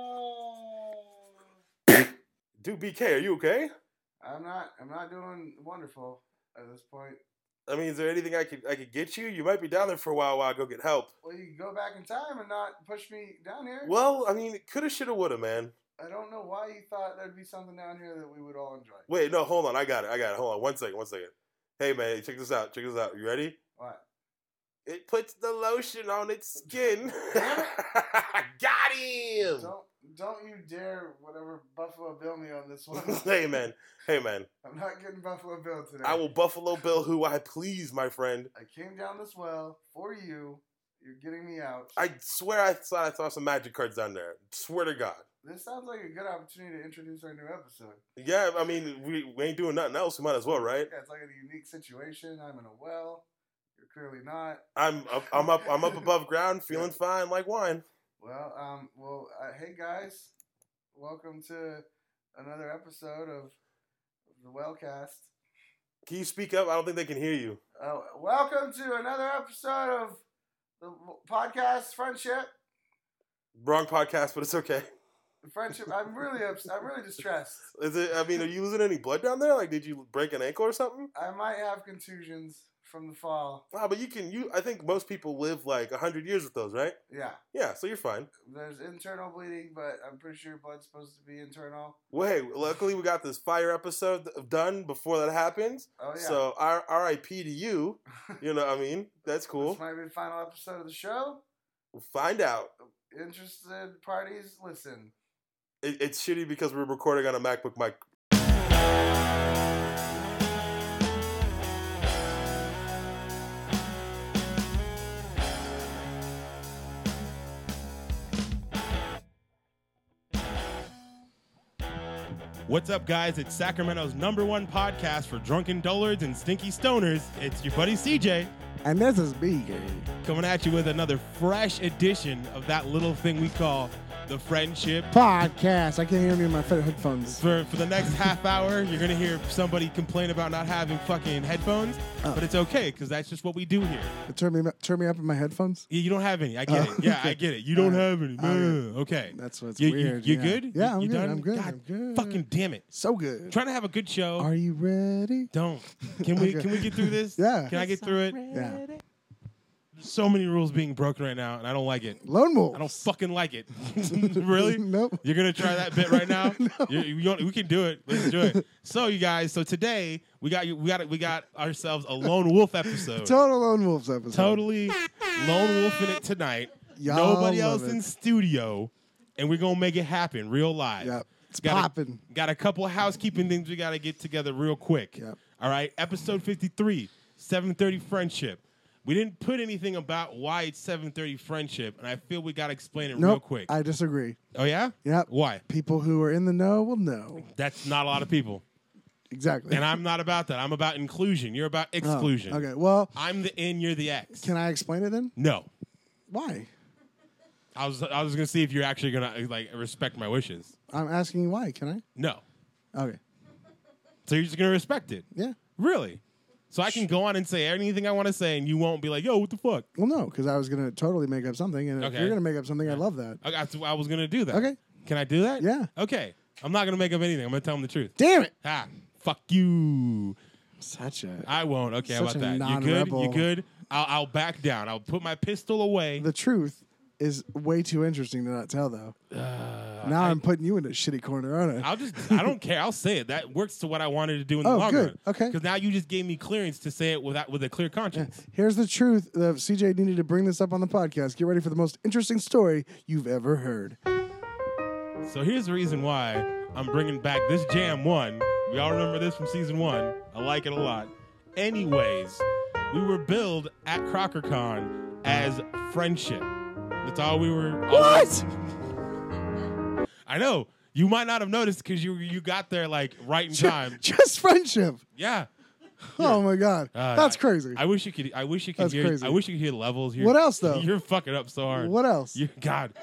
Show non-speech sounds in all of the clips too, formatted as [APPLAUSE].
Oh. Dude, BK, are you okay? I'm not. I'm not doing wonderful at this point. I mean, is there anything I could I could get you? You might be down there for a while while I go get help. Well, you can go back in time and not push me down here. Well, I mean, coulda, shoulda, woulda, man. I don't know why you thought there'd be something down here that we would all enjoy. Wait, no, hold on. I got it. I got it. Hold on. One second. One second. Hey, man, check this out. Check this out. You ready? What? It puts the lotion on its skin. [LAUGHS] got him. [LAUGHS] Don't don't you dare whatever Buffalo Bill me on this one. [LAUGHS] hey, man. Hey, man. I'm not getting Buffalo Bill today. I will Buffalo Bill who I please, my friend. I came down this well for you. You're getting me out. I swear I thought I saw some magic cards down there. Swear to God. this sounds like a good opportunity to introduce our new episode. Yeah, I mean, we, we ain't doing nothing else. We might as well, right? Yeah, it's like a unique situation. I'm in a well. You're clearly not. I'm up, I'm up I'm up above [LAUGHS] ground, feeling fine like wine. Well, um, well, uh, hey guys, welcome to another episode of the Wellcast. Can you speak up? I don't think they can hear you. Uh, welcome to another episode of the podcast Friendship. Wrong podcast, but it's okay. Friendship. I'm really ups- I'm really distressed. Is it? I mean, are you losing any blood down there? Like, did you break an ankle or something? I might have contusions from the fall. Wow, but you can. You, I think most people live like hundred years with those, right? Yeah, Yeah, so you're fine. there's internal bleeding, but I'm pretty sure blood's supposed to be internal. Well, hey, luckily we got this fire episode done before that happens. Oh yeah. So, R- R.I.P. to [LAUGHS] you. You know, what I mean, that's cool. This might be the final episode of the show. We'll find out. Interested parties, listen. It, it's shitty because we're recording on a MacBook mic. What's up, guys? It's Sacramento's number one podcast for drunken dullards and stinky stoners. It's your buddy CJ And this is me. coming at you with another fresh edition of that little thing we call the friendship. Podcast. I can't hear me in my fit- headphones. For, for the [LAUGHS] next half hour, you're going to hear somebody complain about not having fucking headphones, Oh. but it's okay because that's just what we do here. Turn me turn me up in my headphones. Yeah, you don't have any. I get Oh, it. Yeah, okay. I get it. You don't All right. have any. All right. Ugh, Okay. That's what's You, you- weird. you yeah. good? Yeah, You- I'm you good. done? I'm good. God I'm good. Fucking damn it. so good. Trying to have a good show. Are you ready? Don't. Can we Okay. can we get through this? [LAUGHS] Yeah. Can I get through it? Yeah. So many rules being broken right now, and I don't like it. Lone Wolf. I don't fucking like it. [LAUGHS] really? nope. You're gonna try that bit right now? You- you don't- we can do it. Let's do it. So, you guys. So today we got you. We got we got ourselves a lone wolf episode. Total Lone Wolves episode. Totally lone wolf in it tonight. Y'all Nobody else love it. in studio, and we're gonna make it happen real live. Yep. It's Gotta- popping. Got a couple of housekeeping things we got to get together real quick. Yep. All right, episode 53, 730 friendship. We didn't put anything about why it's 730 friendship, and I feel we got to explain it Nope. real quick. I disagree. oh, yeah? Yep. Why? People who are in the know will know. That's not a lot of people. Exactly. and I'm not about that. I'm about inclusion. You're about Oh, exclusion. okay. Well, I'm the in, you're the X. can I explain it then? no. Why? I was, I was going to see if you're actually going to like respect my wishes. I'm asking you why. Can No. I? Okay. So you're just going to respect it. Yeah. Really? So I can go on and say anything I want to say, and you won't be like, yo, what the fuck? Well, no, because I was gonna totally make up something, and if Okay. you're gonna make up something, I love that. I, got to- I was gonna do that. Okay. Can I do that? Yeah. Okay. I'm not gonna make up anything. I'm gonna tell them the truth. Damn it! Ha. Fuck you. Such a I won't. Okay. how Such about a that? You good? You non-rebel. good? I'll, I'll back down. I'll put my pistol away. the truth is way too interesting to not tell though. now Uh, I, am putting you in a shitty corner, aren't [LAUGHS] I? I'll just. I don't care. I'll say it. That works to what I wanted to do in the Oh, long good. run. Okay. Because now you just gave me clearance to say it without with a clear conscience. Here's the truth. Uh, CJ needed to bring this up on the podcast. Get ready for the most interesting story you've ever heard. So here's the reason why I'm bringing back this Jam 1. We all remember this from season 1. I like it a lot. Anyways, we were billed at CrockerCon as friendship. That's all we were. all- [LAUGHS] I know. You might not have noticed because you you got there like right in Ju- time. [LAUGHS] Just friendship. Yeah, Oh my god, Uh, that's I- crazy. I wish you could. I wish you could That's hear. crazy. I wish you could hear levels. You're, What else, though? [LAUGHS] You're fucking up so hard. what else? You, God,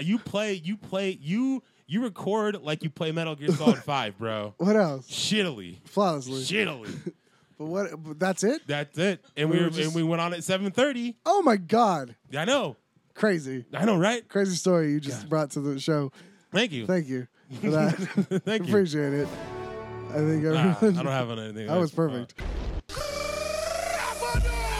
you play. You play. You you record like you play Metal Gear Solid Five, bro. what else? shittily, Flawlessly. shittily. But what? But that's it. That's it. And We we, were were, just- and we went on at seven thirty. Oh my god, I know. Crazy, I know, right? crazy story you just brought to the show. Thank you. Thank you [LAUGHS] for that. Thank you. Appreciate it. I think Nah, I everyone. don't have anything. [LAUGHS] That was perfect.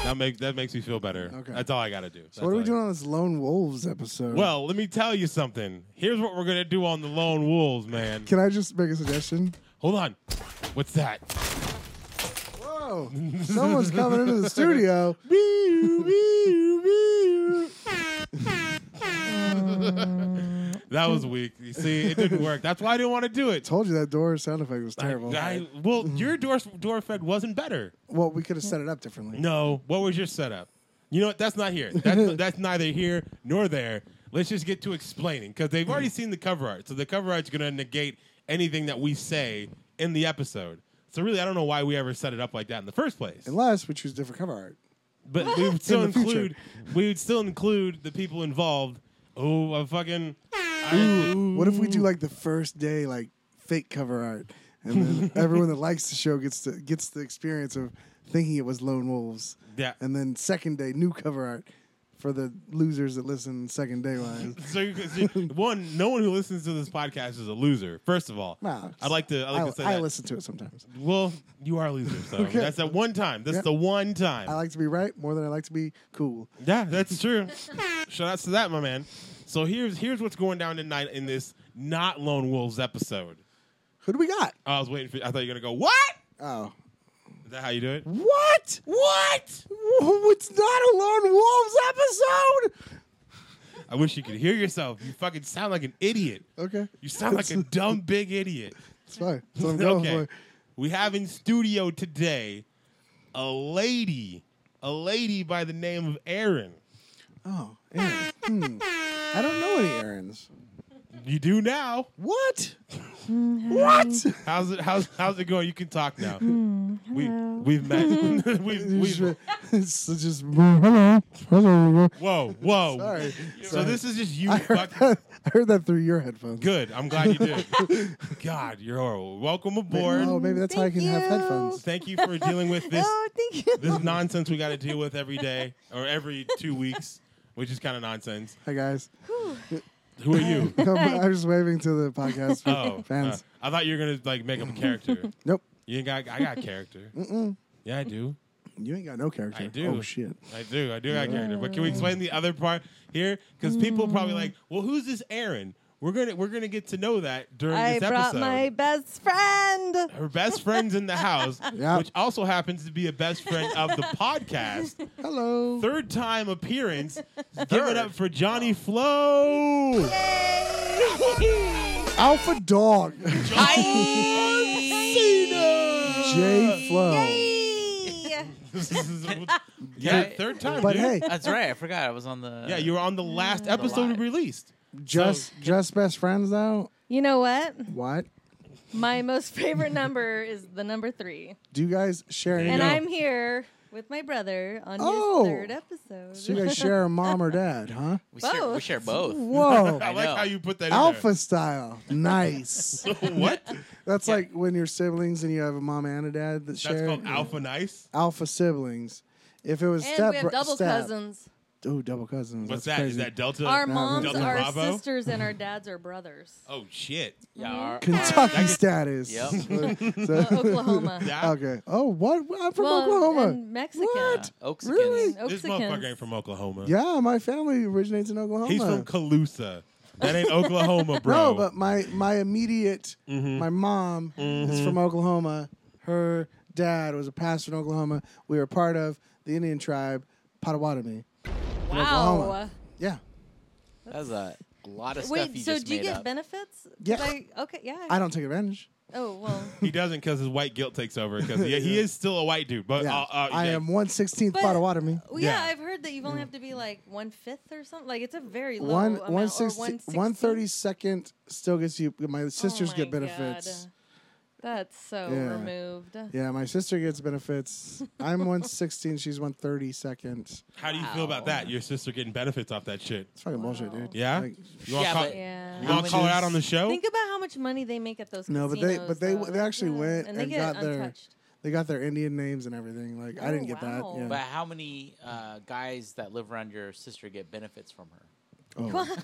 That make that makes me feel better. Okay. That's all I gotta do. So what are we doing on this Lone Wolves episode? Well, let me tell you something. Here's what we're gonna do on the Lone Wolves, man. can I just make a suggestion? Hold on. What's that? [LAUGHS] Whoa! Someone's coming into the studio. That was weak. You see, it didn't work. That's why I didn't want to do it. Told you that door sound effect was terrible. I, well, your door door fed wasn't better. well, we could have set it up differently. No. What was your setup? You know what? That's not here. That's, that's neither here nor there. Let's just get to explaining because they've already seen the cover art. So the cover art's going to negate anything that we say in the episode. So really, I don't know why we ever set it up like that in the first place. Unless we choose different cover art. But [LAUGHS] we would still the future. include we would still include the people involved. Oh, a fucking. What if we do like the first day, like fake cover art, and then everyone that likes the show gets to gets the experience of thinking it was Lone Wolves, Yeah. and then second day new cover art for the losers that listen second [LAUGHS] day wise. So, you [LAUGHS] can see- one, no one who listens to this podcast is a loser. First of all, Nah, I'd like to. I'd like I, to say I that. Mm-hmm. listen to it sometimes. Well, you are a loser. [LAUGHS] So that's that one time. That's Yeah. the one time. I like to be right more than I like to be cool. yeah, that's true. Shout outs to that, my man. So here's here's what's going down tonight in this not Lone Wolves episode. Who do we got? I was waiting for. I thought you were gonna go. What? Oh, Is that how you do it? what? What? Whoa, It's not a Lone Wolves episode. I wish you could hear yourself. You fucking sound like an idiot. Okay, You sound like a dumb big idiot. it's fine. That's what I'm going okay. for. We have in studio today a lady, a lady by the name of Erin. Oh, Aaron. Hmm. I don't know any errands. You do now. What? what? How's it? How's how's it going? You can talk now. We hello. we've met. [LAUGHS] we [LAUGHS] we. it's just hello, hello. Whoa whoa. [LAUGHS] Sorry. So Sorry. this is just you. [LAUGHS] I heard, fucking- that, I heard that through your headphones. Good. I'm glad you did. [LAUGHS] God, you're horrible. Welcome aboard. Oh, maybe that's how I Thank can have you. headphones. Thank you for dealing with this oh, thank you. this nonsense we got to deal with every day or every two weeks, which is kind of nonsense. Hi guys. [LAUGHS] Who are [LAUGHS] you? No, but I'm just waving to the podcast Oh, fans. uh, I thought you were gonna like make up a character. Nope, You ain't got? I got character. Yeah, I do. you ain't got no character. I do. Oh shit. I do. I do got character. But can we explain the other part here? Because people probably Mm. like, well, who's this Aaron? We're gonna we're gonna get to know that [LAUGHS] during I this brought episode. my best friend. her best friend's in the [LAUGHS] house, Yeah. which also happens to be a best friend of the podcast. Hello. Third time appearance. Give it up for Johnny Flo. Yay! Alpha Dog. [LAUGHS] J Flow. Yay! yeah, [LAUGHS] third time. But dude. hey, That's right. I forgot. I was on the. yeah, you were on the last episode live. we released. just just best friends though. You know what? What? My most favorite number is the number three, Do you guys share any? and go. I'm here with my brother on Oh. his third episode. So you guys share a mom or dad, huh? We share, we Both. share both. Whoa. I, like know. how you put that [LAUGHS] Alpha style. Nice. in there. what? That's like when you're siblings and you have a mom and a dad that That's share. called Alpha Nice. Alpha siblings. If it was and step we have double step- cousins. Oh, double cousins. What's That's that? Is Crazy. that Delta? Our no, moms Double are Bravo? sisters, and our dads are [LAUGHS] brothers. oh shit! Yeah. our- Kentucky status. Yep. [LAUGHS] So- Uh, [LAUGHS] Oklahoma. Yeah. okay. Oh, what? I'm from well, Oklahoma. And Mexican. yeah, What? Oaksicans. Really? And This Oaxacans. motherfucker ain't from Oklahoma. yeah, my family originates in Oklahoma. he's from Calusa. That [LAUGHS] ain't Oklahoma, bro. Oh No, but my my immediate my mom is from Oklahoma. Her dad was a pastor in Oklahoma. We were part of the Indian tribe Potawatomi. Wow. Oklahoma. Yeah. That's a lot of stuff Wait, you so just do you made get up. benefits? 'Cause Yeah. I- okay, yeah. I don't take advantage. Oh, well. he doesn't because his white guilt takes over. Because he, he is still a white dude, but Yeah. uh, uh, I yeah. am one sixteenth But- Potawatomi. Well, yeah, Yeah. I've heard that you only have to be like one fifth or something. Like, it's a very low One amount. one or sixty one thirty second still gets you my sisters Oh get my benefits. God. That's so Yeah. removed. Yeah, my sister [LAUGHS] gets benefits. I'm one sixteen, she's one thirty second. How do you feel about that? Your sister getting benefits off that shit? It's fucking bullshit, Wow. dude. Yeah. you Like, want to Yeah, call, but- Yeah. you wanna Which call her out is- on the show? Think about how much money they make at those No, but they- casinos, but they- though. they actually Yeah. went and they and get got their- untouched. They got their Indian names and everything. Like I Oh, didn't get wow. that. But Yeah. how many uh, guys that live around your sister get benefits from her? Oh.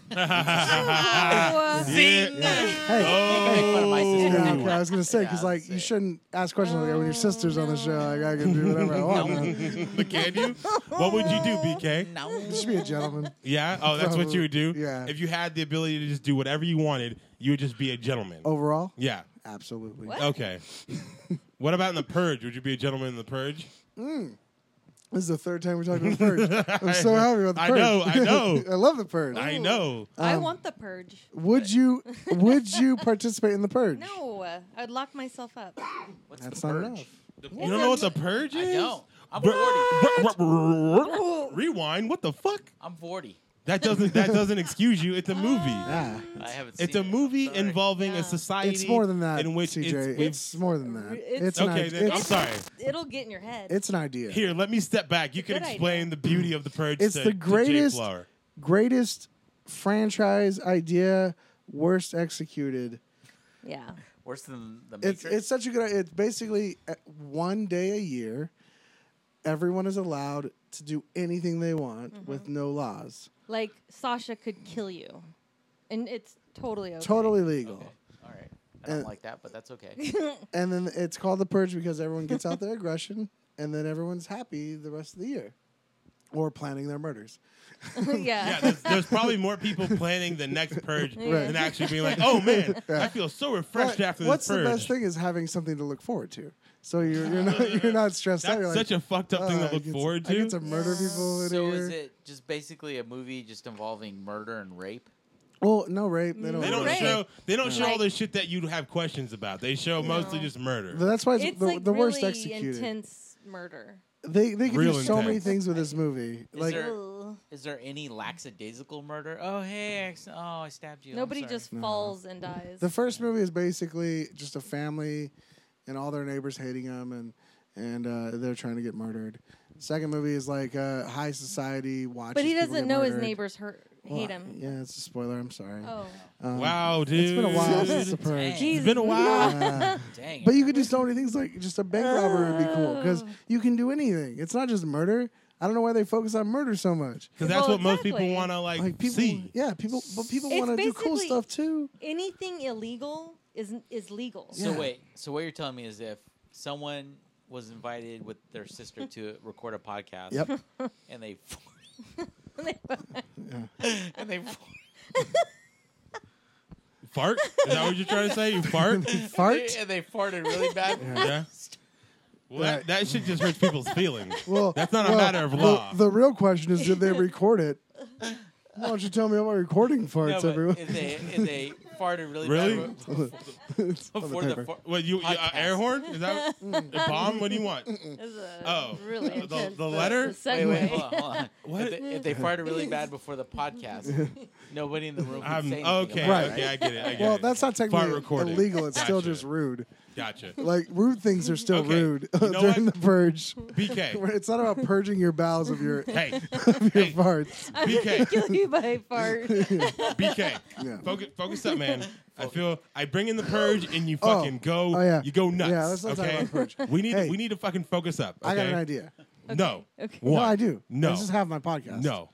Oh, uh, Zing! Hey. Make fun of my Oh. sister. Yeah, [LAUGHS] [LAUGHS] anyway. I was gonna say Yeah, because like that's you it. shouldn't ask questions like that when your Oh, sister's on the show. Like I can do whatever I [LAUGHS] want. man. But Can you? What would you do, BK? No. Just be a gentleman. Yeah. Oh, that's what you would do. Yeah. If you had the ability to just do whatever you wanted, you would just be a gentleman. Overall, Yeah. absolutely. What? Okay. what about in the purge? Would you be a gentleman in the purge? This is the third time we're talking about the purge. [LAUGHS] I'm so happy about [LAUGHS] the I purge. know, I [LAUGHS] know. I love the purge. I know. I Um, want the purge. Would you would you participate in the purge? No, I'd lock myself up. What's That's the not purge? enough. You don't know what the purge I is? don't. I'm Br- 40. br- br- br- Rewind. What the fuck? I'm 40. That doesn't that doesn't excuse you. It's a [LAUGHS] movie. Yeah. Ah, I haven't seen It's a it. movie Sorry. involving Yeah. a society. It's more than that, In which CJ. it's, It's, we've- more than that. It's- It's, an okay, idea. then, I'm it's, sorry. It'll get in your head. it's an idea. Here, let me step back. You can Good idea. explain the beauty of the purge. It's to- the to Jay greatest- Flower. Greatest franchise idea, worst executed. yeah. Worse than the It's Matrix. it's such a good. It's basically uh, one day a year. Everyone is allowed to do anything they want Mm-hmm. with no laws. Like Sasha could kill you. And it's totally okay. Totally legal. Okay. All right. I don't Uh, like that, but that's okay. [LAUGHS] And then it's called the purge because everyone gets out their aggression and then everyone's happy the rest of the year or planning their murders. Yeah, [LAUGHS] yeah. there's, there's probably more [LAUGHS] people planning the next purge Right. than actually being like, "Oh man, I feel so refreshed But [LAUGHS] after this what's purge." the best thing is having something to look forward to. So you're, you're not you're not stressed That's out. You're like, such a fucked up thing "Oh, to I look get to- forward I get to. to murder people in so a year. is it just basically a movie just involving murder and rape? Well, no rape. They don't. they don't Right. show. They don't show all Like- the shit that you have questions about. They show mostly just murder. But that's why it's, It's the, like the really worst executed. intense murder. They they can Real do so many intense. things with this movie. like there- Ugh. Is there any lackadaisical murder? Oh hey, I acc- oh I stabbed you. I'm Nobody sorry. [LAUGHS] just falls and dies. the first movie is basically just a family and all their neighbors hating them and and uh, they're trying to get murdered. Second movie is like uh, high society watches. but he people get doesn't know his murdered. neighbors hurt, Well, hate him. Yeah, it's a spoiler. I'm sorry. Oh. Um, wow, dude. it's been a while since the Dang. purge. It's been a while. Uh, Dang. but you could do so many things. Like just a bank robbery would be cool because Oh. you can do anything. It's not just murder. I don't know why they focus on murder so much. Because that's Well, what most people exactly. want to like, Like people, see. [LAUGHS] yeah, people, but people It's want to do cool basically- [LAUGHS] stuff too. Anything illegal is is legal. So Yeah. wait. So what you're telling me is if someone was invited with their sister to record a podcast, Yep. [LAUGHS] and they Yeah. and they Fart? Is that what you're trying to say? You [LAUGHS] fart? Fart. [LAUGHS] and they farted really bad. yeah. Well, that, that shit just hurts people's feelings. Well, That's not a well, matter of the- law. The, real question is, [LAUGHS] did they record it? Why don't you tell me about recording No, farts, but everyone? if they [LAUGHS] if they farted really, Really? bad It's on the before the paper. fart, What you, you uh, air Podcast. horn? Is that Mm. a bomb? What do you want? [LAUGHS] It's a Oh, really the- the intense, uh, letter? Wait, wait, segue. hold on, [LAUGHS] hold on. What? If they, if they farted really bad before the podcast, nobody in the room can I'm, say okay, okay, anything about it, right? I get it. I get well, it. that's not Fart technically recorded. illegal. It's still Gotcha. just rude. Gotcha. [LAUGHS] Like rude things are still Okay. rude You know [LAUGHS] during what? the purge. BK. It's not about purging your bowels of [LAUGHS] your, [LAUGHS] of Hey, your Hey. farts. I'm BK. gonna [LAUGHS] kill you by [LAUGHS] fart. BK. Yeah. Focus, focus up, man. I feel I bring in the purge and you fucking go. Oh, yeah. You go nuts. Yeah, let's not talk okay? about purge. [LAUGHS] We need Hey. we need to fucking focus up. Okay? I got an idea. No. Okay. One. No, I do. No. I just have my podcast. No.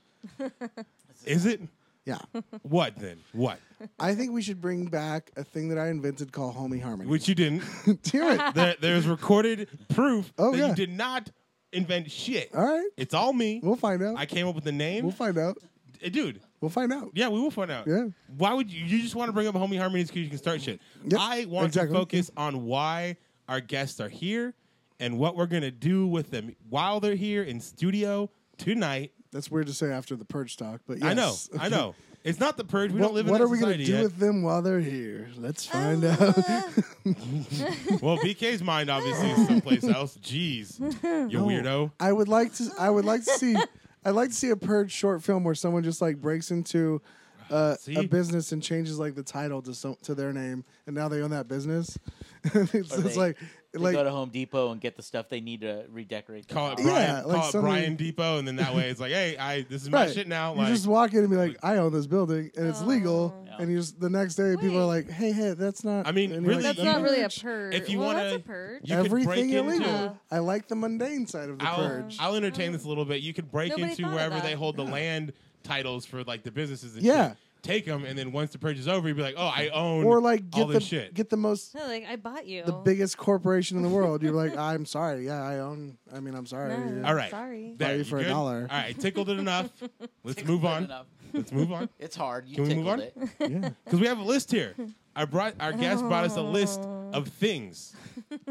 Is it? Yeah. What then? What? I think we should bring back a thing that I invented called Homie Harmony. [LAUGHS] Which you didn't. Hear [LAUGHS] it. [LAUGHS] there, there's recorded proof Oh, that yeah. you did not invent shit. All right. It's all me. We'll find out. I came up with the name. We'll find out. Uh, Dude, We'll find out. yeah, we will find out. Yeah. Why would you? You just want to bring up homie harmonies because you can start shit. Yep, I want exactly. to focus on why our guests are here and what we're gonna do with them while they're here in studio tonight. That's weird to say after the purge talk, but yes. I know. I [LAUGHS] know. It's not the purge. We what don't live in what that are we gonna society do yet. with them while they're here? Let's find out. Well, BK's mind obviously is someplace else. Jeez, [LAUGHS] you weirdo. [LAUGHS] I would like to. I would like to see. I'd like to see a purge short film where someone just like breaks into uh, a Ah, See? business and changes like the title to some, to their name, and now they own that business. [LAUGHS] it's it's they- like They like go to Home Depot and get the stuff they need to redecorate. their Call it house. Yeah, Brian, like call it something- Brian Depot, and then that way it's like, hey, I this is my Right. shit now. you Like, just walk in and be like, I own this building and it's legal, Oh. Yeah. and you just the next day people are like, Hey, hey, that's not. I mean, and you're really, That's you- not really a purge. purge. if you well, wanna- that's a purge. you could everything break illegal. into- I like the mundane side of the I'll, purge. I'll entertain this a little bit. You could break Nobody into thought of wherever that. they hold the land titles for like the businesses. And Yeah. shit. take them, and then once the purge is over, you'd be like, oh, I own or like all get the this shit. get the most No, like I bought you. the biggest corporation in the world. You're like, I'm sorry, yeah, I own. I mean, I'm sorry. No, All right. Sorry. There, Value you for a good? dollar. All right, tickled it enough. [LAUGHS] Let's move Good on. enough. Let's move on It's hard. You Can we move tickled on? [LAUGHS] it. yeah. because we have a list here. I brought our guest brought us a list Oh. of things,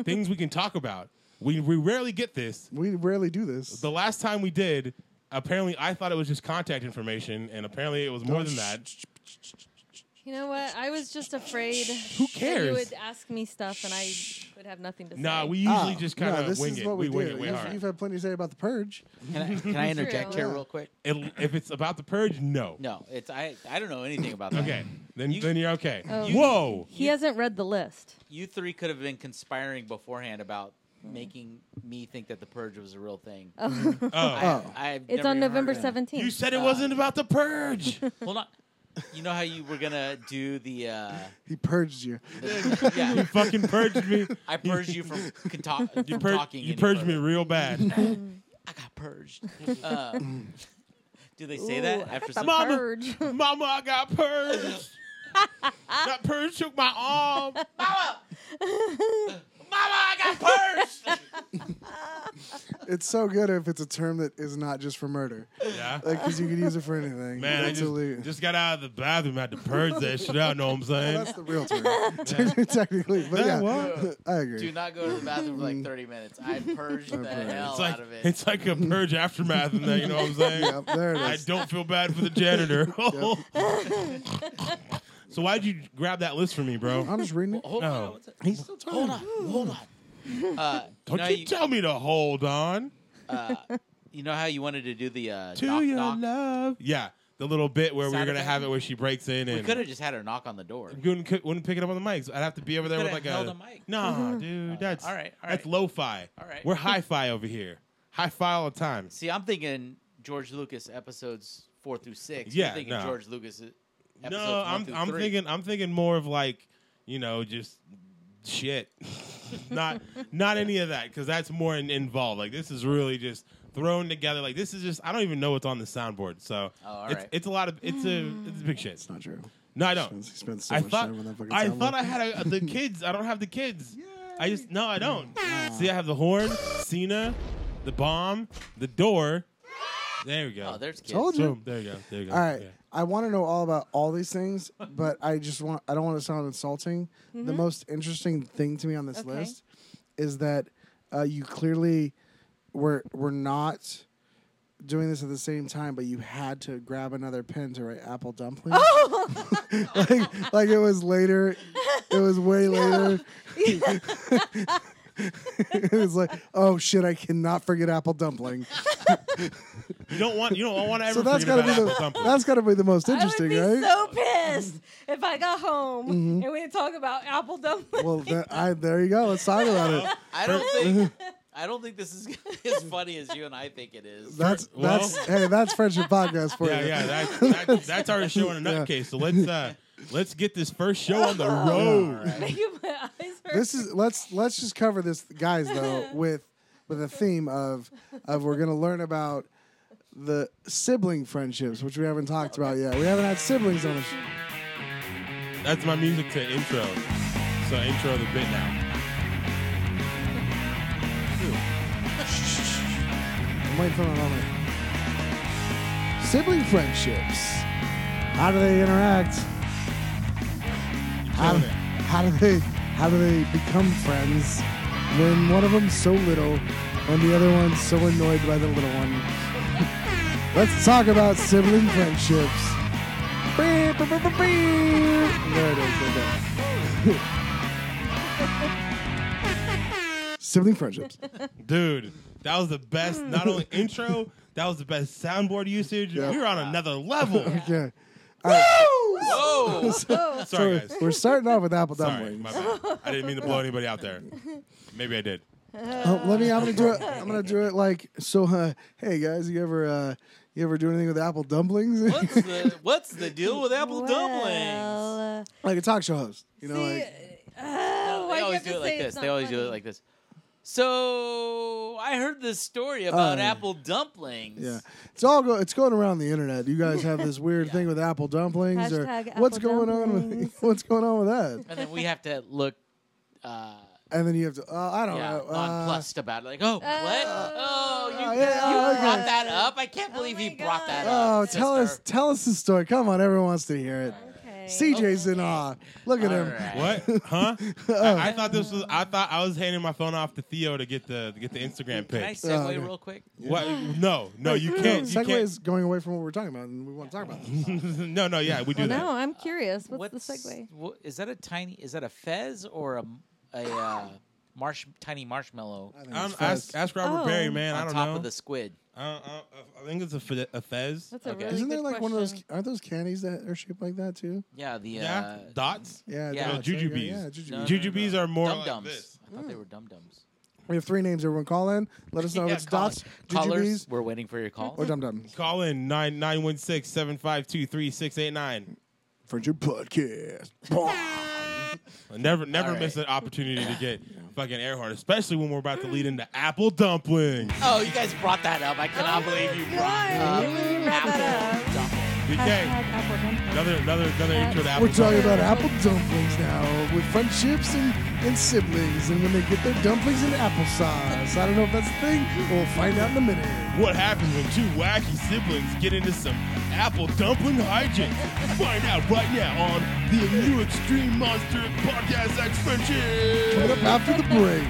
things we can talk about. We we rarely get this. We rarely do this. The last time we did, apparently I thought it was just contact information, and apparently it was more than that. You know what? I was just afraid. Who That you cares? would ask me stuff and I would have nothing to say. Nah, we usually Ah, just kind no, of this wing is it. what We, we, wing do. it way you've, hard. you've had plenty to say about the purge. Can I, can I interject here Yeah. real quick? It'll- if it's about the purge, no. No, it's I. I don't know anything about that. Okay, then then you're okay. Oh. You- Whoa, he hasn't read the list. You three could have been conspiring beforehand about making me think that the purge was a real thing. Oh. oh. [LAUGHS] I, Uh. Oh. I've it's never on even heard November of it. 17th. you said it wasn't about the purge. Hold on. You know how you were gonna do [LAUGHS] the, uh, He purged [LAUGHS] you. the- you yeah? fucking purged [LAUGHS] me. I purged you from, con- talk, You, from pur- talking. you any purged me further. real bad. [LAUGHS] I got purged. [LAUGHS] Uh, do they say Ooh, that I after got some? the Mama. purge. Mama, I got purged. [LAUGHS] that purge shook my arm. I got purged. It's so good if it's a term that is not just for murder, Yeah. like because you could use it for [LAUGHS] anything. Man, I That's illegal. just, just got out of the bathroom. Had to purge that shit out. Know what I'm saying? that's the real term, [LAUGHS] technically. But Yeah, yeah, what? I agree. Do not go to the bathroom for like 30 minutes. [LAUGHS] I purged the purged. hell It's like out of it. it's like a purge aftermath in that. You know what I'm saying? Yep, there it I is. don't feel bad for the janitor. [LAUGHS] so why'd you grab that list for me, bro? I'm just [LAUGHS] reading it. Hold No. on. what's that? Hold on. Hold on. Uh, you, Don't know how you, you- tell me to hold on uh, you know how you wanted to do the uh, to knock your knock? love. Yeah, the little bit where we Sound are gonna effect? have it where she breaks in We and could have just had her knock on the door. wouldn't, cou- wouldn't pick it up on the mics. I'd have to be over there with coulda like held a, a mic. Nah, dude, that's all right, all That's right. lo-fi. All right. we're hi-fi over here. Hi-fi all the time. See, I'm thinking George Lucas episodes four through six. Yeah, You're thinking no. George Lucas. e-, Episodes no, one I'm through I'm three. thinking I'm thinking more of like you know just shit, [LAUGHS] not not any of that because that's more in, involved. Like this is really just thrown together. Like this is just I don't even know what's on the soundboard. So Oh, all it's right. it's a lot of it's a it's a big shit. It's not true. No, I Spends- don't. He spends so I much thought time on that fucking I soundboard. thought I had a, [LAUGHS] the kids. I don't have the kids. I just no, I don't. Mm. See, I have the horn, Cena, the bomb, the door. There we go. Oh, there's kids. Told you. Boom. There you go. There you go. All right. Yeah. I want to know all about all these things, but I just want I don't want to sound insulting. The most interesting thing to me on this Okay. list is that uh, you clearly were were not doing this at the same time, but you had to grab another pen to write apple dumpling. [LAUGHS] like, like it was later. It was way later. [LAUGHS] it was like, oh shit, I cannot forget apple dumpling. You don't want you don't want to ever. so that's got to gotta be the that's gotta be the most interesting, I right? would be so pissed if I got home and we didn't talk about apple dumpling. [LAUGHS] Well, then, I, there you go. Let's talk about it. I don't [LAUGHS] think. I don't think this is [LAUGHS] as funny as you and I think it is. That's Well- that's hey, that's friendship podcast for yeah, you. yeah. That's [LAUGHS] that's, that's our show in a Yeah. nutcase. So let's uh, let's get this first show on the [LAUGHS] All road. right. Making my eyes hurt. [LAUGHS] This is let's let's just cover this, guys. Though with with a theme of of we're gonna learn about the sibling friendships, which we haven't talked about yet. We haven't had siblings on the show. That's my music to intro. So intro the bit now. I'm waiting for my moment. Sibling friendships. How do they interact? How, killing it. how do they how do they become friends when one of them's so little and the other one's so annoyed by the little one? [LAUGHS] Let's talk about sibling friendships. Beep, beep, beep, beep, beep. There it is. right there. [LAUGHS] Sibling friendships. Dude, that was the best. Hmm. [LAUGHS] Not only intro, that was the best soundboard usage. Yeah. [LAUGHS] We were on another level. Yeah. All right, [LAUGHS] Oh, Whoa! [LAUGHS] Sorry, so guys. we're starting off with apple Sorry, dumplings. my bad. I didn't mean to blow anybody out [LAUGHS] there. Maybe I did. Oh, let me. I'm [LAUGHS] gonna do it. I'm gonna do it like so. Uh, hey guys, you ever uh, you ever do anything with apple dumplings? What's the what's the deal with apple dumplings? well, uh, [LAUGHS] like a talk show host, you know? see, like, uh, They why you always have to do say it like it's this. not They always do it funny? like this. So I heard this story about Oh, yeah. apple dumplings. yeah, it's all go. It's going around the internet. You guys have this weird thing with apple dumplings, or Hashtag what's apple going on with dumplings. [LAUGHS] what's going on with that? And then we have to look uh, And then you have to. Uh, I don't yeah, know. Uh, nonplussed about it. Like, oh, what? oh, you, oh, yeah, you oh, okay. brought that up? I can't believe my you brought that oh, up. tell us, sister. tell us the story. Come on, everyone wants to hear it. Okay. CJ's in awe. Look at All him. right. What? Huh? Uh, I, I thought this was. I thought I was handing my phone off to Theo to get the to get the Instagram Can I pic. segue okay. real quick? What? No, no, you can't. You mm-hmm. Segue can't. is going away from what we're talking about, and we want to talk about. This. [LAUGHS] no, no, yeah, we do Well, that. now I'm curious. What's, the segue? wha- is that a tiny? Is that a fez or a a uh, marsh tiny marshmallow I think I'm, it's ask, fast. ask Robert Barry, Oh. man. on I don't top know. of the squid? I, don't- I, don't- I think it's a, fe- a fez. That's a Okay. really Isn't there good like one of those? question. Aren't those candies that are shaped like that too? Yeah, the yeah, uh, dots. Yeah, Yeah. they're- Oh, jujubes. Yeah, jujubes. No, no, Jujubes are more dum like dums. this. I thought they were dum dums. We have three names. Everyone call in. Let [LAUGHS] Oh, us know if it's dots, Callers, jujubes, we're waiting for your call. [LAUGHS] or dum dums Call in 916-752-3689. for your podcast. Never, never All right. miss an opportunity to get fucking air horn, especially when we're about to lead into apple [LAUGHS] dumplings. Oh, you guys brought that up. I Oh, cannot believe you brought God, you really brought that apple dumplings. BK, Hashtag apple dumpling. another, another, another intro to apple [LAUGHS] We're talking dumplings. about apple dumplings now with friendships and, and siblings, and when they get their dumplings in applesauce. I don't know if that's a thing. We'll find out in a minute. What happens when two wacky siblings get into some apple dumpling hijinks? Find out right now on the new Extreme Monster Podcast X Coming Friendship. up after the break.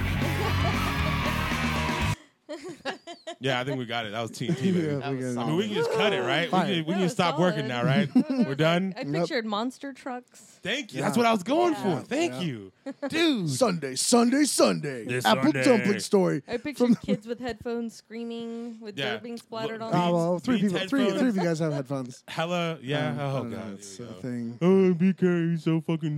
Yeah, I think we got it. That was TNT. Baby. Yeah, [LAUGHS] we That got was it. I mean, we can just cut it, right? We Fire. can, we That can was stop working now, solid. right? We're done. I Nope. pictured monster trucks. Thank you. Yeah. That's what I was going Yeah. for. Thank Yeah. you, dude. Sunday, Sunday, Sunday. This apple Sunday. dumpling story. I From- pictured kids with headphones screaming with Yeah. dirt being splattered Look, on. these- Ah, them. well, three Beats people, three, three of headphones. you guys [LAUGHS] have headphones. Hella, yeah. Um, I oh don't know, god, it's Here we a go. thing. Oh, BK, you so fucking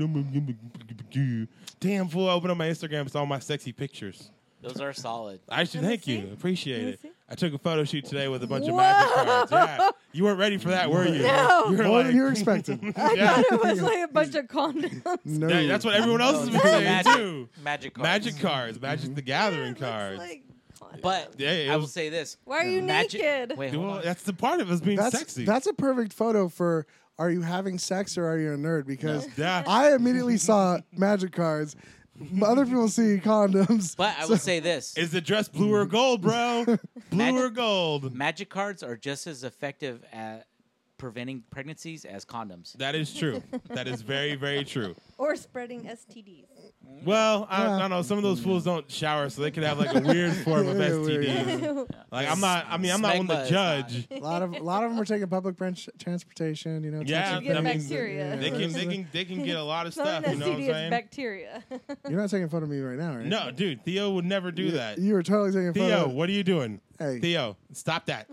dumb. Damn fool! I opened up my Instagram, saw all my sexy pictures. Those are solid. I should Let me thank you. see. Appreciate Let me it. see. I took a photo shoot today with a bunch of Whoa! magic cards. Yeah. You weren't ready for that, were you? No. [LAUGHS] You were More like- than [LAUGHS] you're expecting. yeah. [LAUGHS] it was like a bunch of condoms. No, Yeah, that's what everyone else has [LAUGHS] been saying Magic- too. Magic cards. Magic cards, Magic the Gathering [LAUGHS] It looks cards. like condoms. But Yeah, it I will was- say this. why are you Magic- naked? Wait, hold Well, on. that's the part of us being that's sexy. that's a perfect photo for are you having sex or are you a nerd? Because [LAUGHS] yeah. I immediately saw magic cards. Other people see condoms. But I [LAUGHS] will say this. Is the dress blue or gold, [LAUGHS] bro? blue or gold? Magic cards are just as effective at preventing pregnancies as condoms. That is true. That is very, very true. Or spreading STDs. Well, I, I Yeah. don't know. Some of those fools don't shower, so they could have like a weird form of [LAUGHS] Yeah, weird. [LAUGHS] STDs. Like I'm not. I mean, I'm not one Smegma to is judge. a lot of a lot of them are taking public branch, transportation. You know, Yeah, taking I mean, bacteria. They can. They can. They can get a lot of It's [LAUGHS] not stuff. an You know what I'm STD, it's saying? bacteria. [LAUGHS] You're not taking fun of me right now, right? No, dude. Theo would never do You- that. You were totally taking fun Theo, of what are you doing? Hey. Theo, stop [LAUGHS] that.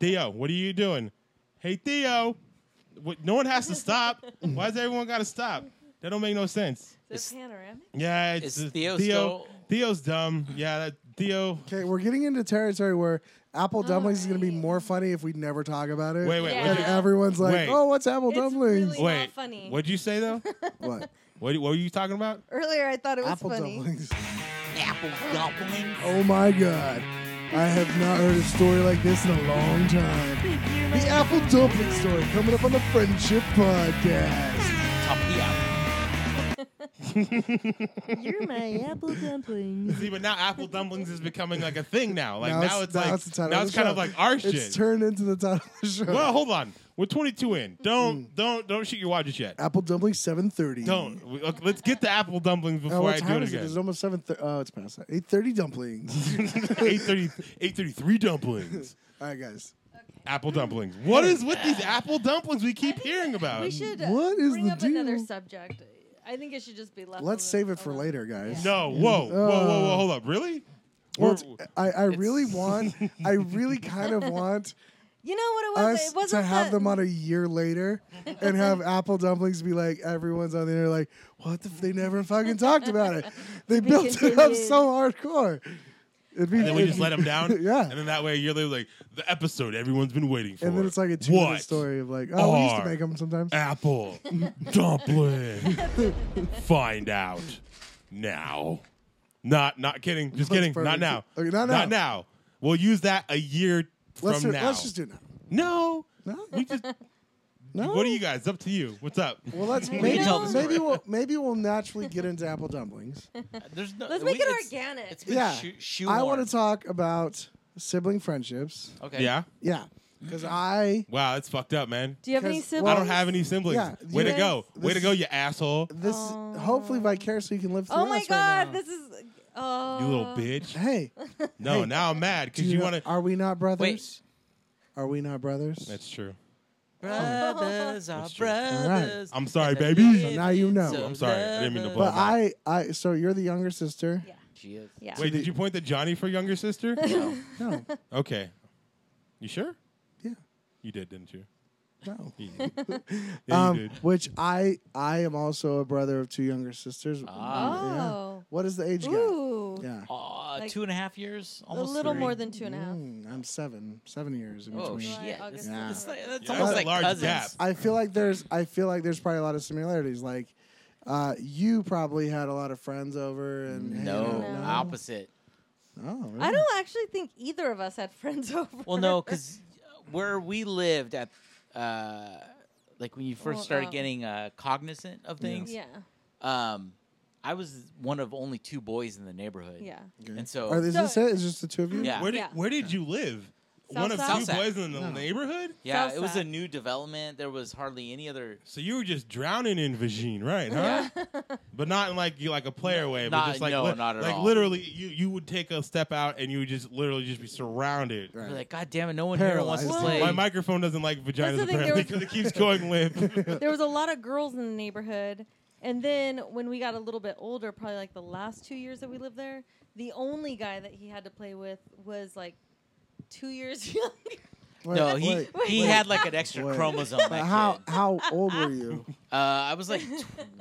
Theo, what are you doing? Hey, Theo. What, no one has to [LAUGHS] stop. Why does everyone got to stop? That don't make no sense. Is it panoramic? Yeah, it's Is just- Theo still- Theo's dumb. Yeah, that Theo. Okay, we're getting into territory where Oh, apple dumplings is going to be more funny if we never talk about it. Wait, wait, Yeah. And what'd you, everyone's like, Wait. "Oh, what's apple It's dumplings?" really- wait. not funny. What'd you say [LAUGHS] though? What? what, what were you talking about? Earlier, I thought it was Apple funny. dumplings. Apple dumplings. Oh my god. I have not heard a story like this in a long time. The apple dumpling story coming up on the Friendship [LAUGHS] Podcast. Top of the apple. You're my apple dumplings. See, but now apple dumplings is becoming like a thing now. Like Now now, it's- it's, now like it's the title now of it's the kind show. of like our shit. It's turned into the title of the show. well, hold on. We're 22 in. Don't Mm. don't don't shoot your watches yet. apple dumpling 7:30. Don't. We- look, Let's get the apple dumplings Oh, before what I do time it is it? It's again. almost 7:30. Oh, it's past that. 8:30 [LAUGHS] dumplings. 830, 833 dumplings. All right, guys. Apple dumplings. What is with these apple dumplings we keep hearing about? We should uh, What is bring the up another deal? subject. I think it should just be left. Let's alone- save it for alone. later, guys. No, whoa, whoa, whoa, whoa, hold up. Really? Uh, Well, uh, We're- [LAUGHS] it's- I, I really want, I really kind of want You know what it was? us it wasn't to have the- them on a year later and [LAUGHS] have apple dumplings be like everyone's on the internet like what the f- they never fucking talked about [LAUGHS] it they Be built it up continued. so hardcore it'd be And then we it'd just be- let them down. [LAUGHS] yeah And then that way you're like the episode everyone's been waiting for. and then it's like a two what story of like oh we used to are- make them sometimes apple dumpling. Find out now. Not not kidding. Just That's kidding. Not perfect. now. Okay, not now. Not now. We'll use that a year from let's do, now. let's just do it now no. No? We just. [LAUGHS] no What are you guys? It's Up to you. What's up? well let's We can maybe, tell the maybe story. we'll maybe we'll naturally get into apple dumplings There's no, Let's we- make it it's- organic. It's been Yeah. yeah. shoe i want to talk about sibling frienchips Okay. Yeah. yeah because i Wow, that's fucked up, man. Do you have any because- siblings? well, I don't have any siblings. yeah, Way to you- go. Way to this- go, you asshole. this Oh. hopefully vicariously you can live through Oh my us right god, now. this is. Oh. You little bitch. Uh, hey No, Hey, now I'm mad Do because you know- want to. Are we not brothers? Wait. Are we not brothers? That's true. [LAUGHS] Brothers are That's true. brothers. I'm sorry, and the baby. living So now you know. so I'm sorry. I didn't mean to lovers. blow [LAUGHS] but I, I, so you're the younger sister. Yeah. She is. Yeah. Wait, did you point to Johnny for younger [LAUGHS] sister? [LAUGHS] No. No, okay. You sure? Yeah. You did, didn't you? no. You [LAUGHS] did. yeah, you Um, did. which I, I am also a brother of two younger sisters. Ah. Yeah. What is the age gap? Oh. Ooh. Yeah, Aw, Like- two and a half years, A almost little three. more than two and a half. Mm, I'm seven, seven years in Oh between. July, shit! August, That's, Yeah. that's, like- that's Yeah, almost that's a like large cousins. gap. I feel like there's, I feel like there's probably a lot of similarities. Like, uh, you probably had a lot of friends over and hanging No, out. No. opposite. Oh, really? I don't actually think either of us had friends [LAUGHS] over. Well, [LAUGHS] no, because where we lived at, uh, like when you first Well, started um, getting uh, cognizant of things, Yeah. um, I was one of only two boys in the neighborhood. Yeah. Okay. and so- Are, is So- this it? Is just the two of you? Yeah. Where did Yeah. Where did you live? One of Southside? two Southside. boys in the No. neighborhood. Yeah, it was a Southside. new development. There was hardly any other. So you were just drowning in vagine, right? [LAUGHS] Huh? but not in like you like a player way, but not- just like no, li- not at like all. literally, you you would take a step out and you would just literally just be surrounded. we Right. Like, God damn it, no one here wants Paralyzed. to play. My microphone doesn't like That's vaginas the thing, there apparently was- because it keeps going limp. There was a lot of girls in the neighborhood. And then when we got a little bit older, probably like the last two years that we lived there, the only guy that he had to play with was like two years [LAUGHS] younger. Wait, no, he wait, wait, he wait. had like an extra Wait. chromosome. that But [LAUGHS] how kid. how old were you? Uh, I was like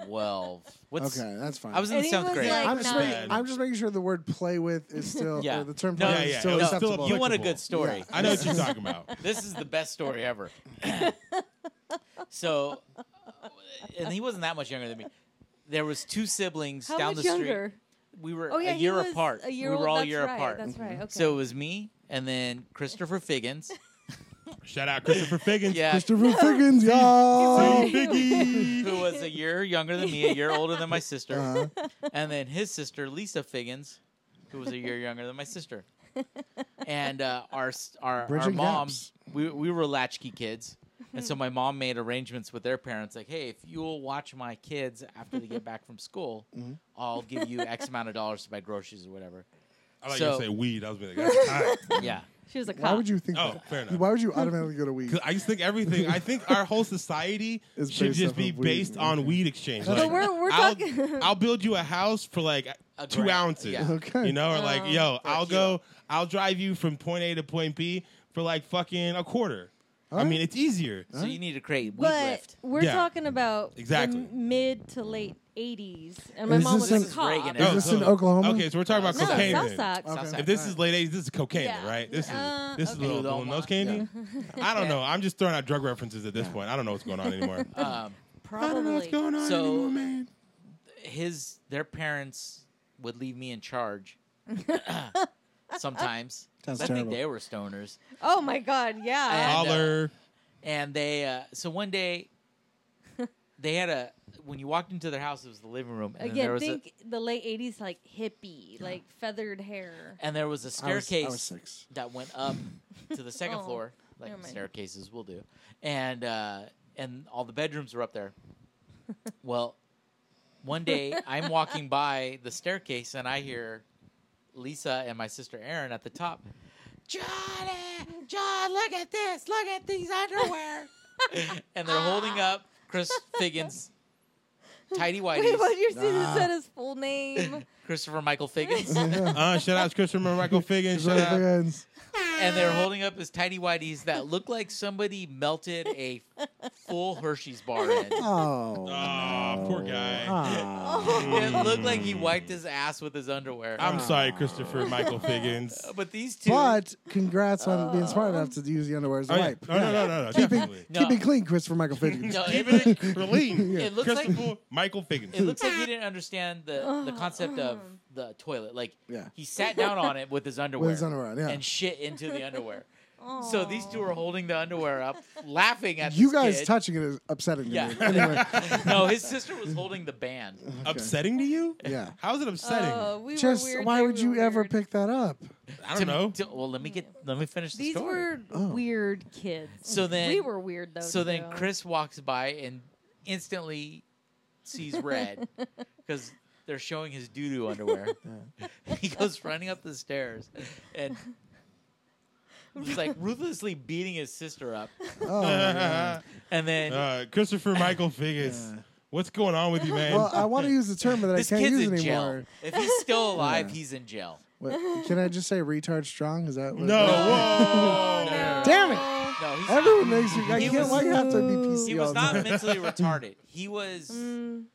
twelve. What's okay, that's fine. I was in And he seventh was, grade. like, I'm just nine. making, I'm just making sure the word "play with" is still Yeah. or the term [LAUGHS] No, "play yeah, with" yeah, is still it was still acceptable. you want a applicable. good story? Yeah. I know what you're talking about. This is the best story ever. so, and he wasn't that much younger than me. There was two siblings How down much the younger? street. We were Oh yeah, a he year was apart. A year we old. were all that's year right, apart. Mm-hmm. That's right. Okay. So it was me and then Christopher Figgins. [LAUGHS] Shout out Christopher Figgins. Oh, Yeah, Christopher Figgins, y'all. He's- Figgy. [LAUGHS] who was a year younger than me, a year older than my sister, Uh-huh. and then his sister Lisa Figgins, who was a year younger than my sister. And uh, our s- our our Bridging mom, gaps. we we were latchkey kids, and so my mom made arrangements with their parents, like, hey, if you'll watch my kids after they get back from school, Mm-hmm. I'll give you X amount of dollars to buy groceries or [LAUGHS] whatever. I like So- you to say weed. I was being like, that's time. Yeah, she was a [LAUGHS] cop. Why would you think Oh, that? fair enough. Why would you automatically go to weed? 'Cause I just think everything. I think our whole society [LAUGHS] It's should based just off be of weed, based on okay. weed exchange. But Like, we're- we're I'll, talking- [LAUGHS] I'll build you a house for like A two grand, ounces. yeah. Okay. You know, or like, Oh. yo, a I'll kilo. go. I'll drive you from point A to point B for like fucking a quarter. I right. mean, it's easier. so you need to create weed But lift. we're Yeah. talking about the Exactly. m- mid to late '80s, and my Is mom this was in- a This is cop. Reagan Is Oh, this so- in Oklahoma? Okay, so we're talking about No, cocaine. South then. Sox. Okay. Southside. If this is late 80s, this is cocaine, Yeah. right? This is Uh, this is okay. little, little Little nose Mont- candy. I [LAUGHS] don't Yeah. know. I'm just throwing out drug references at this point. I don't know what's going on anymore. Um, Uh, Probably. on So- anymore, man. his their parents would leave me [LAUGHS] in charge sometimes. Sounds I terrible. think they were stoners, Oh my God! Yeah. And, uh, Holler. and they uh, so [LAUGHS] one day they had a when you walked into their house, it was the living room, and then there Again, was think the late '80s, like hippie, like feathered hair. a, and there was a I was, staircase I was six. that went up to the second [LAUGHS] Oh, floor, like never mind. staircases will do, and uh, and all the bedrooms were [LAUGHS] up there. well, one day I'm walking by the staircase and I hear Lisa and my sister Erin at the top. Johnny, John, look at this! Look at these [LAUGHS] underwear! and they're holding up Chris Figgins' tidy Wait, whities. what? Your sister Nah. said his full name. [LAUGHS] [LAUGHS] Christopher Michael Figgins. Yeah. Uh, shout out to Christopher Michael Figgins. Christopher shout out. Figgins. [LAUGHS] and they're holding up his tidy whities that look like somebody melted a full Hershey's bar [LAUGHS] in. Oh, Aw, no. Ah. poor guy. Oh, Aw. It looked like he wiped his ass with his underwear. I'm sorry, Christopher Michael Figgins. Uh, but these two, But congrats on being smart enough to use the underwear as a Oh, yeah. wipe. No, no, no, no, no, Keep definitely. it, No. keep it clean, Christopher Michael Figgins. No, Keeping it [LAUGHS] clean. it looks like Christopher Michael Figgins. it looks [LAUGHS] like he didn't understand the, the concept of the toilet. Like Yeah. he sat down on it with his underwear, With his underwear on, yeah. and shit into the underwear. So these two are holding the underwear up, laughing at You this guys kid. touching it is upsetting to Yeah. me. [LAUGHS] Anyway, no, his sister was holding the band. [LAUGHS] Upsetting to you? yeah. How is it upsetting? Oh, we were Just weird, why they would you were ever weird. pick that [LAUGHS] up? I don't know. well, let me get let me finish the These story. were Oh. weird kids. So then- we were weird though. so then too. Chris walks by and instantly sees red because they're showing his doo doo underwear. [LAUGHS] he goes running up the stairs and he's like ruthlessly beating his sister up. Oh, yeah. And [LAUGHS] then Uh, Christopher Michael Figgins. What's going on with you, man? well, I want to use the term that I this can't kid's use in anymore. jail. If he's [LAUGHS] still alive, Yeah. he's in jail. What, can I just say retard strong? Is that what [LAUGHS] no, [LAUGHS] No, whoa. no, no, Damn it! no, he's Everyone makes me. I He can't. was- why you have to be PC he all was the time? [LAUGHS] not mentally retarded. He was Mm,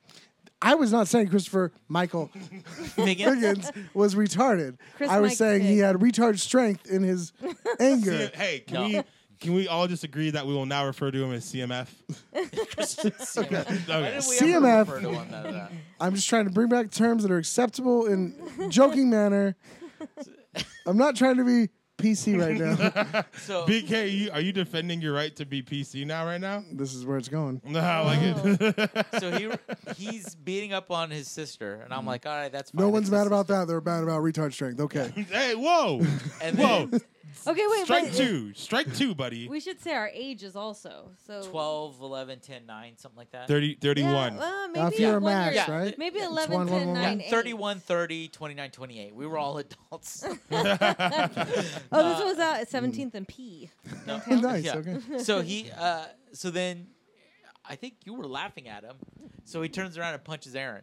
I was not saying Christopher Michael [LAUGHS] Megan, Higgins was retarded. Chris I was Mike saying he Fig. had retard strength in [LAUGHS] his anger. Hey, can No. we can we all just agree that we will now refer to him as CMF? [LAUGHS] [LAUGHS] [LAUGHS] Okay. Why did we CMF. ever refer to him as that? I'm just trying to bring back terms that are acceptable in joking [LAUGHS] manner. I'm not trying to be PC right [LAUGHS] now. So BK, you, are you defending your right to be PC now? Right now? This is where it's going. No, I like it. [LAUGHS] Oh. so he he's beating up on his sister, and I'm Mm-hmm. like, all right, that's fine. No It's one's his mad about sister." that. They're mad about retard strength. Okay. hey, whoa, And whoa! then okay, wait, Strike but two, strike two, buddy. we should say our ages also. So 12, 11, 10, 9, something like that. 30, yeah, 31. [LAUGHS] uh, Now, if maybe you're a one match, year- Yeah. [LAUGHS] right? Maybe one, 11, one, 10, one, Yeah, 9, 31, 30, 29, 28. We were Mm-hmm. all adults. [LAUGHS] [LAUGHS] Oh, this was uh, 17th and [LAUGHS] P. No. nice. Yeah. Okay. So he, uh, so then I think you were laughing at him. So he turns around and punches Aaron.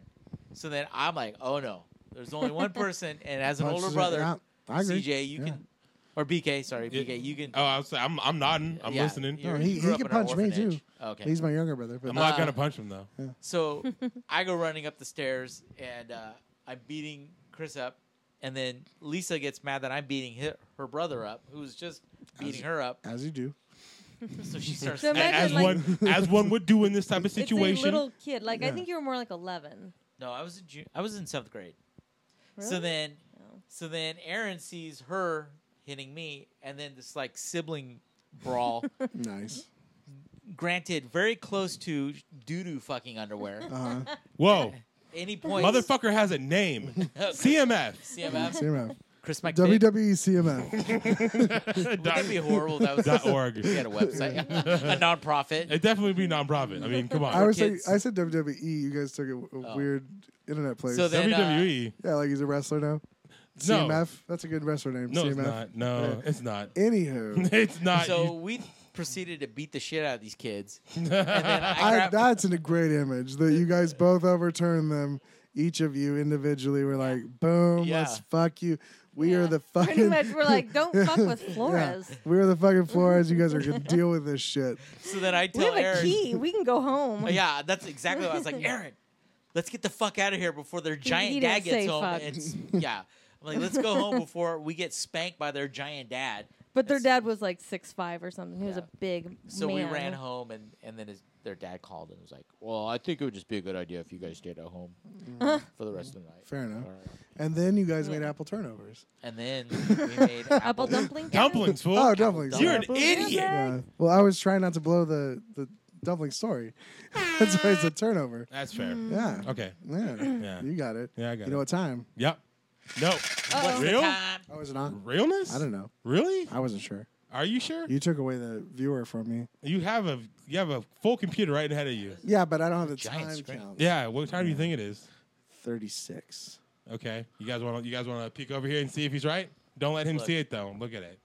So then I'm like, oh no, there's only one person, and as an Punches older it. brother, Yeah, I agree. CJ, you Yeah. can, or BK, sorry, BK, you can. Oh, I was, I'm, I'm nodding. I'm yeah, listening. you're- he- you grew he can up in an punch me, too. orphanage. Okay. He's my younger brother. But I'm not Uh, gonna punch him though. So [LAUGHS] I go running up the stairs and uh, I'm beating Chris up, and then Lisa gets mad that I'm beating her, her brother up, who's just beating her up. as you do. So she starts. So imagine, As like- one, as one would do in this type of It's a situation. little kid. Like, I Yeah. think you were more like 11. no, I was in June, I was in seventh grade. So Really? then, Oh. so then Aaron sees her hitting me, and then this like sibling [LAUGHS] brawl. Nice. granted, very close to doo doo fucking underwear. [LAUGHS] Uh-huh. Whoa, Any point, [LAUGHS] motherfucker has a name. CMF. CMF, [LAUGHS] CMF. Chris McDick. WWE [LAUGHS] CMF. Would that be horrible? That [LAUGHS] was [LAUGHS] Dot org. We had a [LAUGHS] website, [LAUGHS] a nonprofit. It'd definitely be nonprofit. I mean, come on. I was like, kids. I said WWE. You guys took a, w- a Oh. weird internet place. So then, uh, WWE. yeah, like he's a wrestler now. E. No. CMF. That's a good wrestler name. no, CMF. it's not. No, it's not. [LAUGHS] [LAUGHS] Anywho, It's not. So So, we proceeded to beat the shit out of these kids. And then [LAUGHS] I I, grabbed, that's a great image that you guys both overturned them. Each of you individually were like, boom, Yeah. let's fuck you. We are Yeah. the fucking. [LAUGHS] Pretty much, we're like, Mm-hmm. don't fuck [LAUGHS] [LAUGHS] with Yeah. Flores. We are the fucking Flores. You guys are gonna deal with this shit. so then I We tell have a Aaron, key. We can go home. Oh, [LAUGHS] yeah, that's exactly what I was like, Aaron, let's get the fuck out of here before [LAUGHS] their he giant didn't dad gets say home. fuck. And s- yeah, I'm like, let's go home before we get spanked by their giant dad. But their That's- dad was like six five or something. He was Yeah. a big So man. we ran home, and and then his, their dad called and was like, well, I think it would just be a good idea if you guys stayed at home Mm-hmm. for the rest of the night. Fair enough. All right. And then you guys made apple turnovers. And [LAUGHS] then we made Apple dumpling. dad? dumplings, fool. Oh, dumplings. You're an Apple idiot. Yeah. Well, I was trying not to blow the the dumpling story. [LAUGHS] That's why it's a turnover. That's fair. Mm. Yeah. Okay. Yeah. [CLEARS THROAT] Yeah. You got it. Yeah, I got You know it. what time? Yep. No. Uh-oh. Real? Time. I was not. Realness? I don't know. Really? I wasn't sure. Are you sure? You took away the viewer from me. You have a you have a full computer right ahead of you. Yeah, but I don't have the Giant time screen. count. Yeah. What time do you think it is? Thirty six. Okay. You guys want to you guys want to peek over here and see if he's right? Don't let him Look. see it though. Look at it.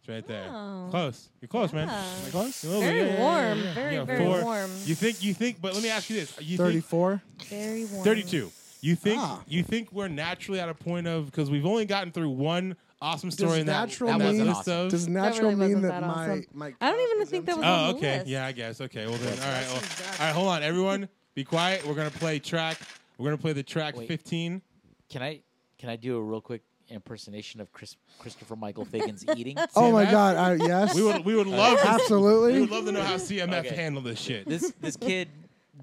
It's right there. Oh. Close. You're close, man. Yeah. Am I close? Little- Very yeah, yeah, yeah, warm. yeah, yeah. Very, Yeah, very four. warm. You think you think, but let me ask you this: you Thirty think four. Very warm. 32. You think Ah. you think we're naturally at a point of because we've only gotten through one Awesome story in that. natural in mean- list Awesome. of- Does natural really mean wasn't that, that my, awesome. my I don't cup even is think that empty? was Oh, on the okay. list. Yeah, I guess. Okay. Well, then, all right. Well, all right. Hold on, everyone. Be quiet. We're gonna play track. We're gonna play the track Wait. 15. Can I can I do a real quick impersonation of Chris, Christopher Michael [LAUGHS] Figgins eating? Oh my CMF? god! I, yes, We [LAUGHS] would we would love to, we would absolutely. love to know how CMF Okay. handled this shit. This this kid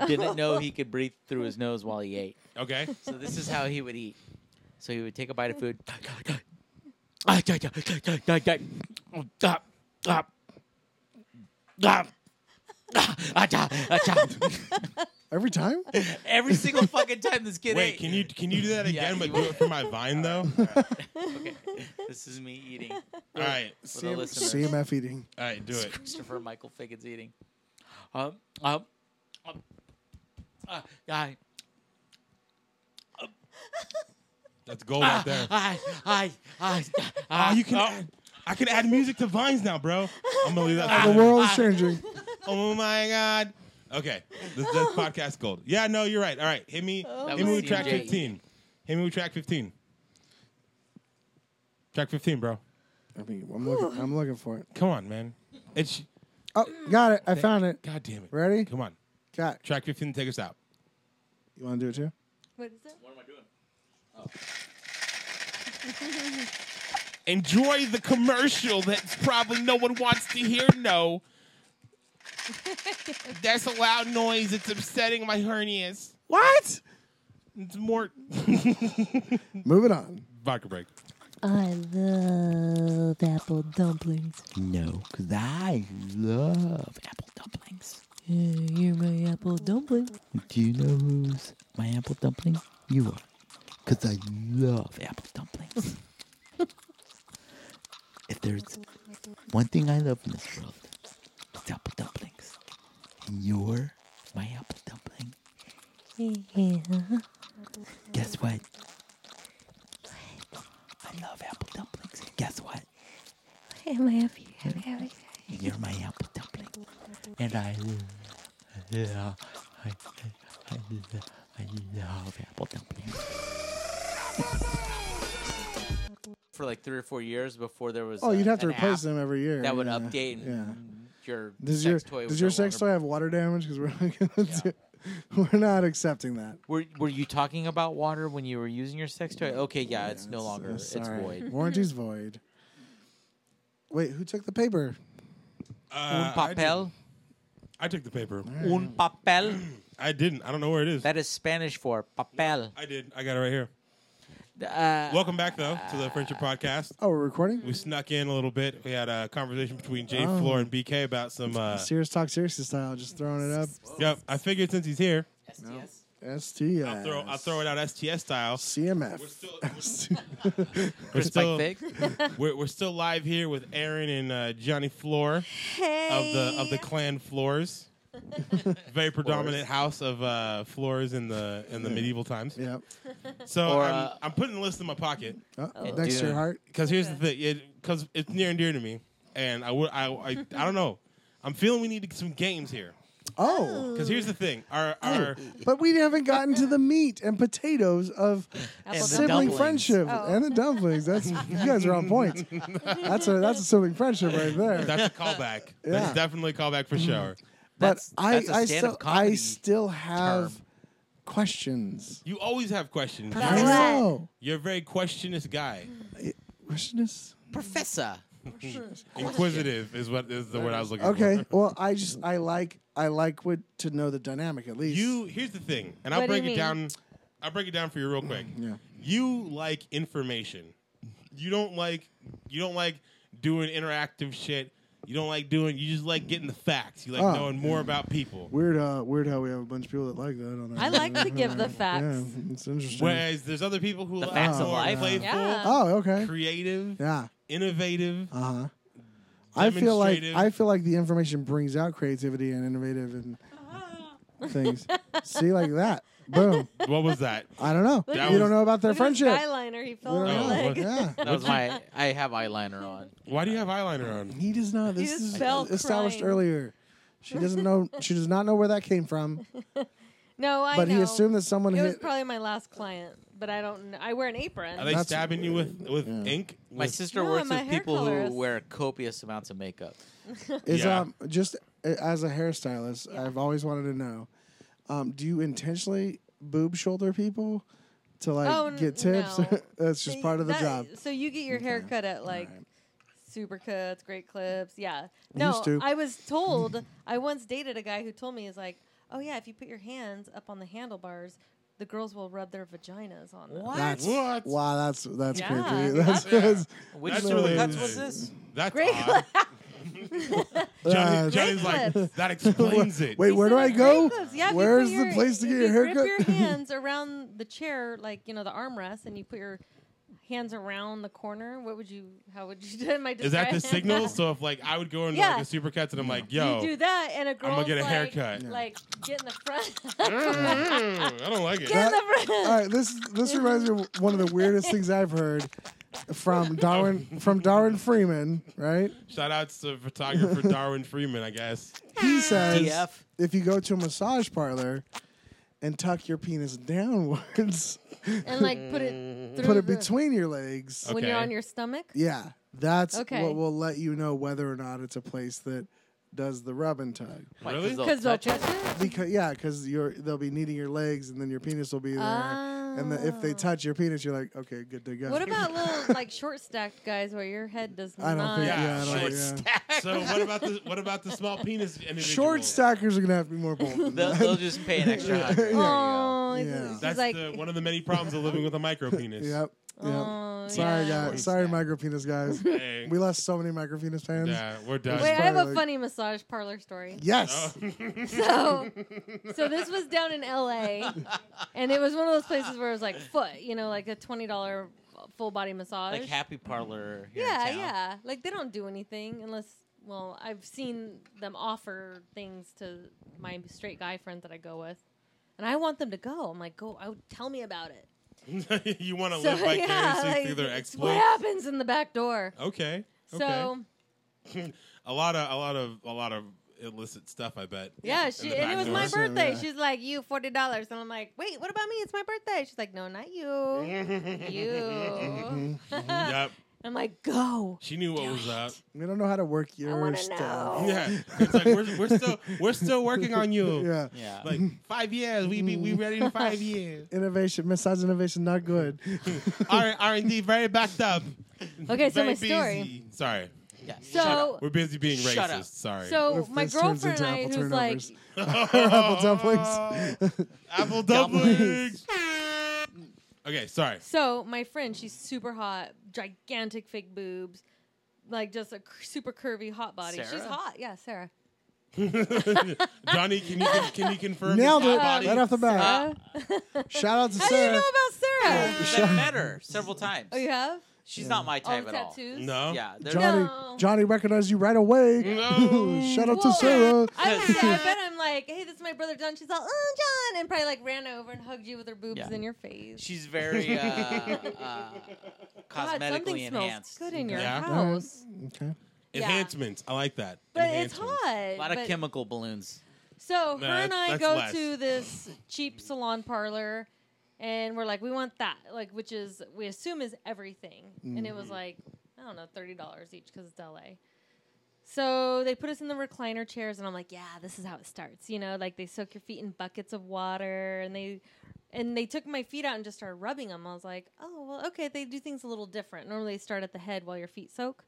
didn't know he could breathe through his nose while he ate. [LAUGHS] Okay. So this is how he would eat. So he would take a bite of [LAUGHS] food. Every time. Every single fucking time this kid Wait, ate. can you can you do that Yeah, again? you but do will. it for my Vine [LAUGHS] though. Okay. This is me [LAUGHS] eating. All right, For the listeners. CMF [LAUGHS] eating. all right, do It's it. Christopher Michael Figgins eating. Um, um, um, uh, I, That's gold right [LAUGHS] there. I, I, I, Oh, I, you can. Add, I can add music to Vines now, bro. I'm gonna leave that. [LAUGHS] Ah. The for you. world is changing. Oh my god. Okay, this, this podcast gold. Yeah, no, you're right. All right, hit me. hit That was me with track CMJ. 15. Hit me with track 15. Track 15, bro. I mean, I'm looking. I'm looking for it. Come on, man. It's Oh, got it. I found it. God damn it. Ready? Come on. Got. it. Track 15, take us out. You want to do it too? What is it? What am I doing? Enjoy the commercial that's probably no one wants to hear. No. That's a loud noise. It's upsetting my hernias. What? It's [LAUGHS] more. Moving on. Vodka break. I love apple dumplings. No, because I love apple dumplings. you're my apple dumpling. Do you know who's my apple dumpling? You are. Because I love apple [LAUGHS] dumplings. if there's one thing I love in this world, it's apple dumplings. And you're my apple dumpling. Guess what? I love apple dumplings. Guess what? Am I happy? Am I happy? You're my apple dumpling. And I love, I, I, I, lo- I love apple dumplings. For like three or four years before there was. Oh, uh, you'd have to an replace app them every year. That would Yeah. update and Yeah. your Does sex your toy. was does your no sex toy longer- have water damage? Because we're [LAUGHS] not gonna do, we're not accepting that. Were, were you talking about water when you were using your sex toy? Okay, yeah, it's no longer. Uh, It's sorry. [LAUGHS] void. Warranty's void. Wait, who took the paper? Un Uh, I took- papel. I took the paper. Un papel. I didn't. I don't know where it is. That is Spanish for papel. I did. I got it right here. Uh, Welcome back, though, to the Friendship Podcast. Oh, we're recording. We snuck in a little bit. We had a conversation between Jay Oh. Floor and BK about some. Uh, Serious talk, serious style. Just throwing it up. yep, I figured since he's here, STS. STS. I'll throw I'll throw it out STS style. CMF. We're still [LAUGHS] we're Chris still, Mike Fig. we're, we're still live here with Aaron and uh, Johnny Floor Hey. of the of the clan [LAUGHS] Floors. Very predominant house of uh, floors in the in the medieval times. Yep. So Or, I'm, uh, I'm putting the list in my pocket Oh, Oh. next to Dude. your heart. because here's the thing, because it's near and dear to me, and I would I, [LAUGHS] I I don't know. I'm feeling we need some games here. Oh. Because here's the thing, our our But we haven't gotten to the meat and potatoes of Apple And the sibling dumplings. friendship Oh. and the dumplings. That's you guys are on point. That's a that's a sibling friendship right there. that's a callback. [LAUGHS] That's Yeah. Mm-hmm. definitely a callback for sure. but That's- I that's a I stand-up still I comedy still have term. questions. You always have questions. I That's right. know. You're a very questionist guy. Mm-hmm. Questions. Professor. Inquisitive is what is the word I was looking for. Okay. Well, I just I like I like what to know the dynamic at least. You here's the thing, and I'll What do you break it mean? down. I'll break it down for you real quick. Yeah. You like information. You don't like you don't like doing interactive shit. You don't like doing. You just like getting the facts. You like Oh. knowing more about people. Weird, uh, weird how we have a bunch of people that like that. On our I like to give the Yeah, facts. it's interesting. Whereas there's other people who The like facts of more life. playful, Yeah. Oh, okay. creative, Yeah. innovative. Uh huh. I feel like Demonstrative. I feel like the information brings out creativity and innovative and things. See, like that. Boom. What was that? I don't know. That you was- don't know about their Look at his friendship. Eyeliner he We fell don't on my Oh, what- leg. know. Yeah. [LAUGHS] That was my. I have eyeliner on. Why do you have eyeliner on? He does not. This just is fell established crying. earlier. She doesn't know. She does not know where that came from. No, I But know. he assumed that someone it was hit. probably my last client, but I don't. kn- I wear an apron. Are they That's- stabbing you with with Yeah. ink? My With- sister No, works my with hair people colorist. who wear copious amounts of makeup. Is Yeah. um just uh, as a hairstylist, Yeah. I've always wanted to know: um, Do you intentionally boob shoulder people to like Oh, n- get tips? no. [LAUGHS] That's just So part of the that- job. So you get your hair cut at like Alright. super cuts, great clips. Yeah. I No, used to. I was [LAUGHS] told I once dated a guy who told me is like, oh yeah, if you put your hands up on the handlebars, the girls will rub their vaginas on them. That's, What? Wow, that's that's Yeah. creepy. Yeah. That's, Yeah. that's, Which That's super really- cuts was this? That's [LAUGHS] Great odd. Uh, Johnny, Johnny's like clips. that explains it. Wait, He where do said I it's go? great clips. Yeah, if you put Where's the your- place to if get you your haircut? [LAUGHS] Grip your hands around the chair, like you know the armrest, and you put your hands around the corner. What would you? How would you? [LAUGHS] Am [LAUGHS] I Is that the describing signal? So if like I would go into Yeah. like a supercut and I'm like, yo, you do that, and a I'm girl's gonna get a like, haircut. Like get in the Mm, front. [LAUGHS] I don't like it. Mm-hmm. That- get in the front. All right, this this reminds me of one of the weirdest things I've heard from Darwin from Darwin Freeman. Right? Shout out to photographer [LAUGHS] Darwin Freeman, I guess. [LAUGHS] He says DF. if you go to a massage parlor and tuck your penis downwards, [LAUGHS] [LAUGHS] and like put it through Mm. put it the- between your legs. when you're Okay. on your stomach. Yeah, that's Okay. what will let you know whether or not it's a place that does the rub and tug. Why, Really? Because they'll touch it. it. Because yeah, because you're they'll be kneading your legs and then your penis will be there. And the, if they Ah. touch your penis, you're like, okay, good to go. [LAUGHS] What about little like short stacked guys where your head does I don't not? think. Yeah, Yeah, I don't, short yeah. So what about the what about the small [LAUGHS] penis individual? Short stackers are gonna have to be more bold. than They'll, [LAUGHS] that. [LAUGHS] they'll just pay an extra Yeah. hundred. There you go. Oh, it's- Yeah. she's That's like, the, one of the many problems of living with a micro penis. [LAUGHS] Yep. Yep. oh, Sorry, yeah. guys. Sorry, micro penis guys. [LAUGHS] Hey, We lost so many micro penis fans. yeah, we're done. Oh. Wait, I have a Like- funny massage parlor story. Yes. [LAUGHS] So, so this was down in L.A., and it was one of those places where it was like foot, you know, like a twenty dollar full body massage. Like happy parlor. Here yeah, in town. yeah. Like they don't do anything unless. Well, I've seen them offer things to my straight guy friends that I go with, and I want them to go. I'm like, go, oh, tell me about it. [LAUGHS] you want to So, live vicariously [LAUGHS] yeah, like, through their it's What exploits? happens in the back door? Okay. Okay. So a lot of a lot of a lot of illicit stuff. I bet. yeah, In she the and it back was door. my door. birthday. Yeah. She's like, "You forty dollars," and I'm like, "Wait, what about me? It's my birthday." She's like, "No, not you, [LAUGHS] you." [LAUGHS] yep. I'm like, "Go." She knew what was [LAUGHS] up. we don't know how to work your wanna stuff. know. Yeah. It's like we're, we're still we're still working on you. [LAUGHS] Yeah. Yeah. Like five years. We be we ready in five years. Innovation, massage innovation, [LAUGHS] not good. R R and D very backed up. [LAUGHS] Okay, so very my story. busy. Sorry. yeah. So, We're busy being Shut racist. up. Sorry. [LAUGHS] so If my this turns girlfriend and I, into who's apple like, turnovers. Oh. [LAUGHS] Apple dumplings. Apple dumplings. okay, sorry. [LAUGHS] so my friend, she's super hot, gigantic fake boobs, like just a cr- super curvy hot body. She's Sarah? hot, yeah, [LAUGHS] Sarah. Johnny, can you can you confirm? Nailed his it body? right off the bat. Sarah? Shout out to How do you know Sarah. about Sarah? Because Shut- I've met her several times. Oh, you have She's not my all type the at all. tattoos. No. Yeah. there's- Johnny, No. Johnny recognized you right away. No. [LAUGHS] Shout out to Well, Sarah. I was [LAUGHS] there, I bet I'm like, hey, this is my brother John. She's all, oh, John, and probably like ran over and hugged you with her boobs Yeah. in your face. She's very uh, [LAUGHS] uh, God, something cosmetically enhanced. smells good in your Yeah. house, Okay. Yeah. Enhancements. I like that. but it's Enhancements. hot. A lot of But- chemical balloons. So Nah, her that's- and I that's go less. to this cheap salon parlor, and we're like, we want that, like, which is we assume is everything, and it was Mm-hmm. like I don't know, thirty dollars each because it's LA. So they put us in the recliner chairs, and I'm like, yeah, this is how it starts, you know, like they soak your feet in buckets of water, and they. And they took my feet out and just started rubbing them. I was like, "Oh, well, okay." They do things a little different. Normally, they start at the head while your feet soak.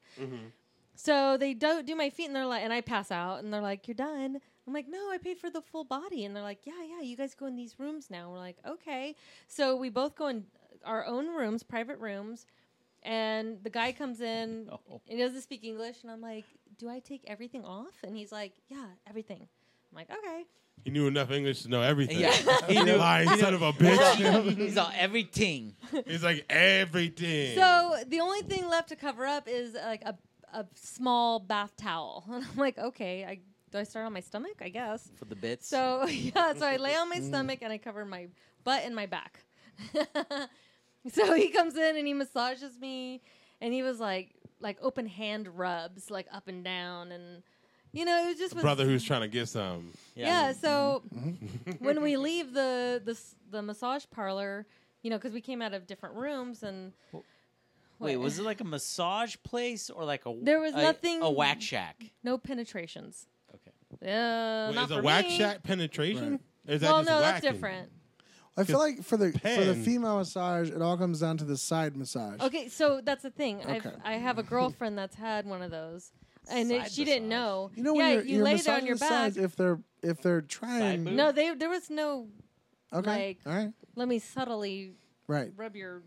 So they do do my feet, and they're like, and I pass out, and they're like, "You're done." I'm like, "No, I paid for the full body," and they're like, "Yeah, yeah, you guys go in these rooms now." We're like, "Okay." So we both go in our own rooms, private rooms, and the guy comes in. Oh. and He doesn't speak English, and I'm like, "Do I take everything off?" And he's like, "Yeah, everything." I'm like, "Okay." He knew enough English to know everything. [LAUGHS] Yeah. he knew. Lying son of a bitch. [LAUGHS] [LAUGHS] He's all everything. He's like everything. So the only thing left to cover up is uh, like a a small bath towel, [LAUGHS] and I'm like, "Okay, I do I start on my stomach? I guess." for the bits. So [LAUGHS] yeah, so I lay on Mm. my stomach and I cover my butt and my back. [LAUGHS] so he comes in and he massages me, and he was like like open hand rubs like up and down, and you know it was just was, brother who's trying to get some. Mm-hmm. [LAUGHS] yeah. so when we leave the the s- the massage parlor, you know, because we came out of different rooms and. Wait, was it like a massage place or like a There was a- nothing- a whack shack? no penetrations? Okay. Uh, Wait, not is a for whack me. shack penetration? Right. Or is that Well, just no, that's whacking? different. I feel like for the for the Pen. female massage, it all comes down to the side massage. Okay, so that's the thing. I've, Okay. I have a girlfriend that's had one of those, and it, Side she didn't massage. know. You know when yeah, you're, you you're lay there on massaging your the back. sides, if they're if they're trying. boob? no, they there was no. okay. Uh. like- all right. Let me subtly Right. rub your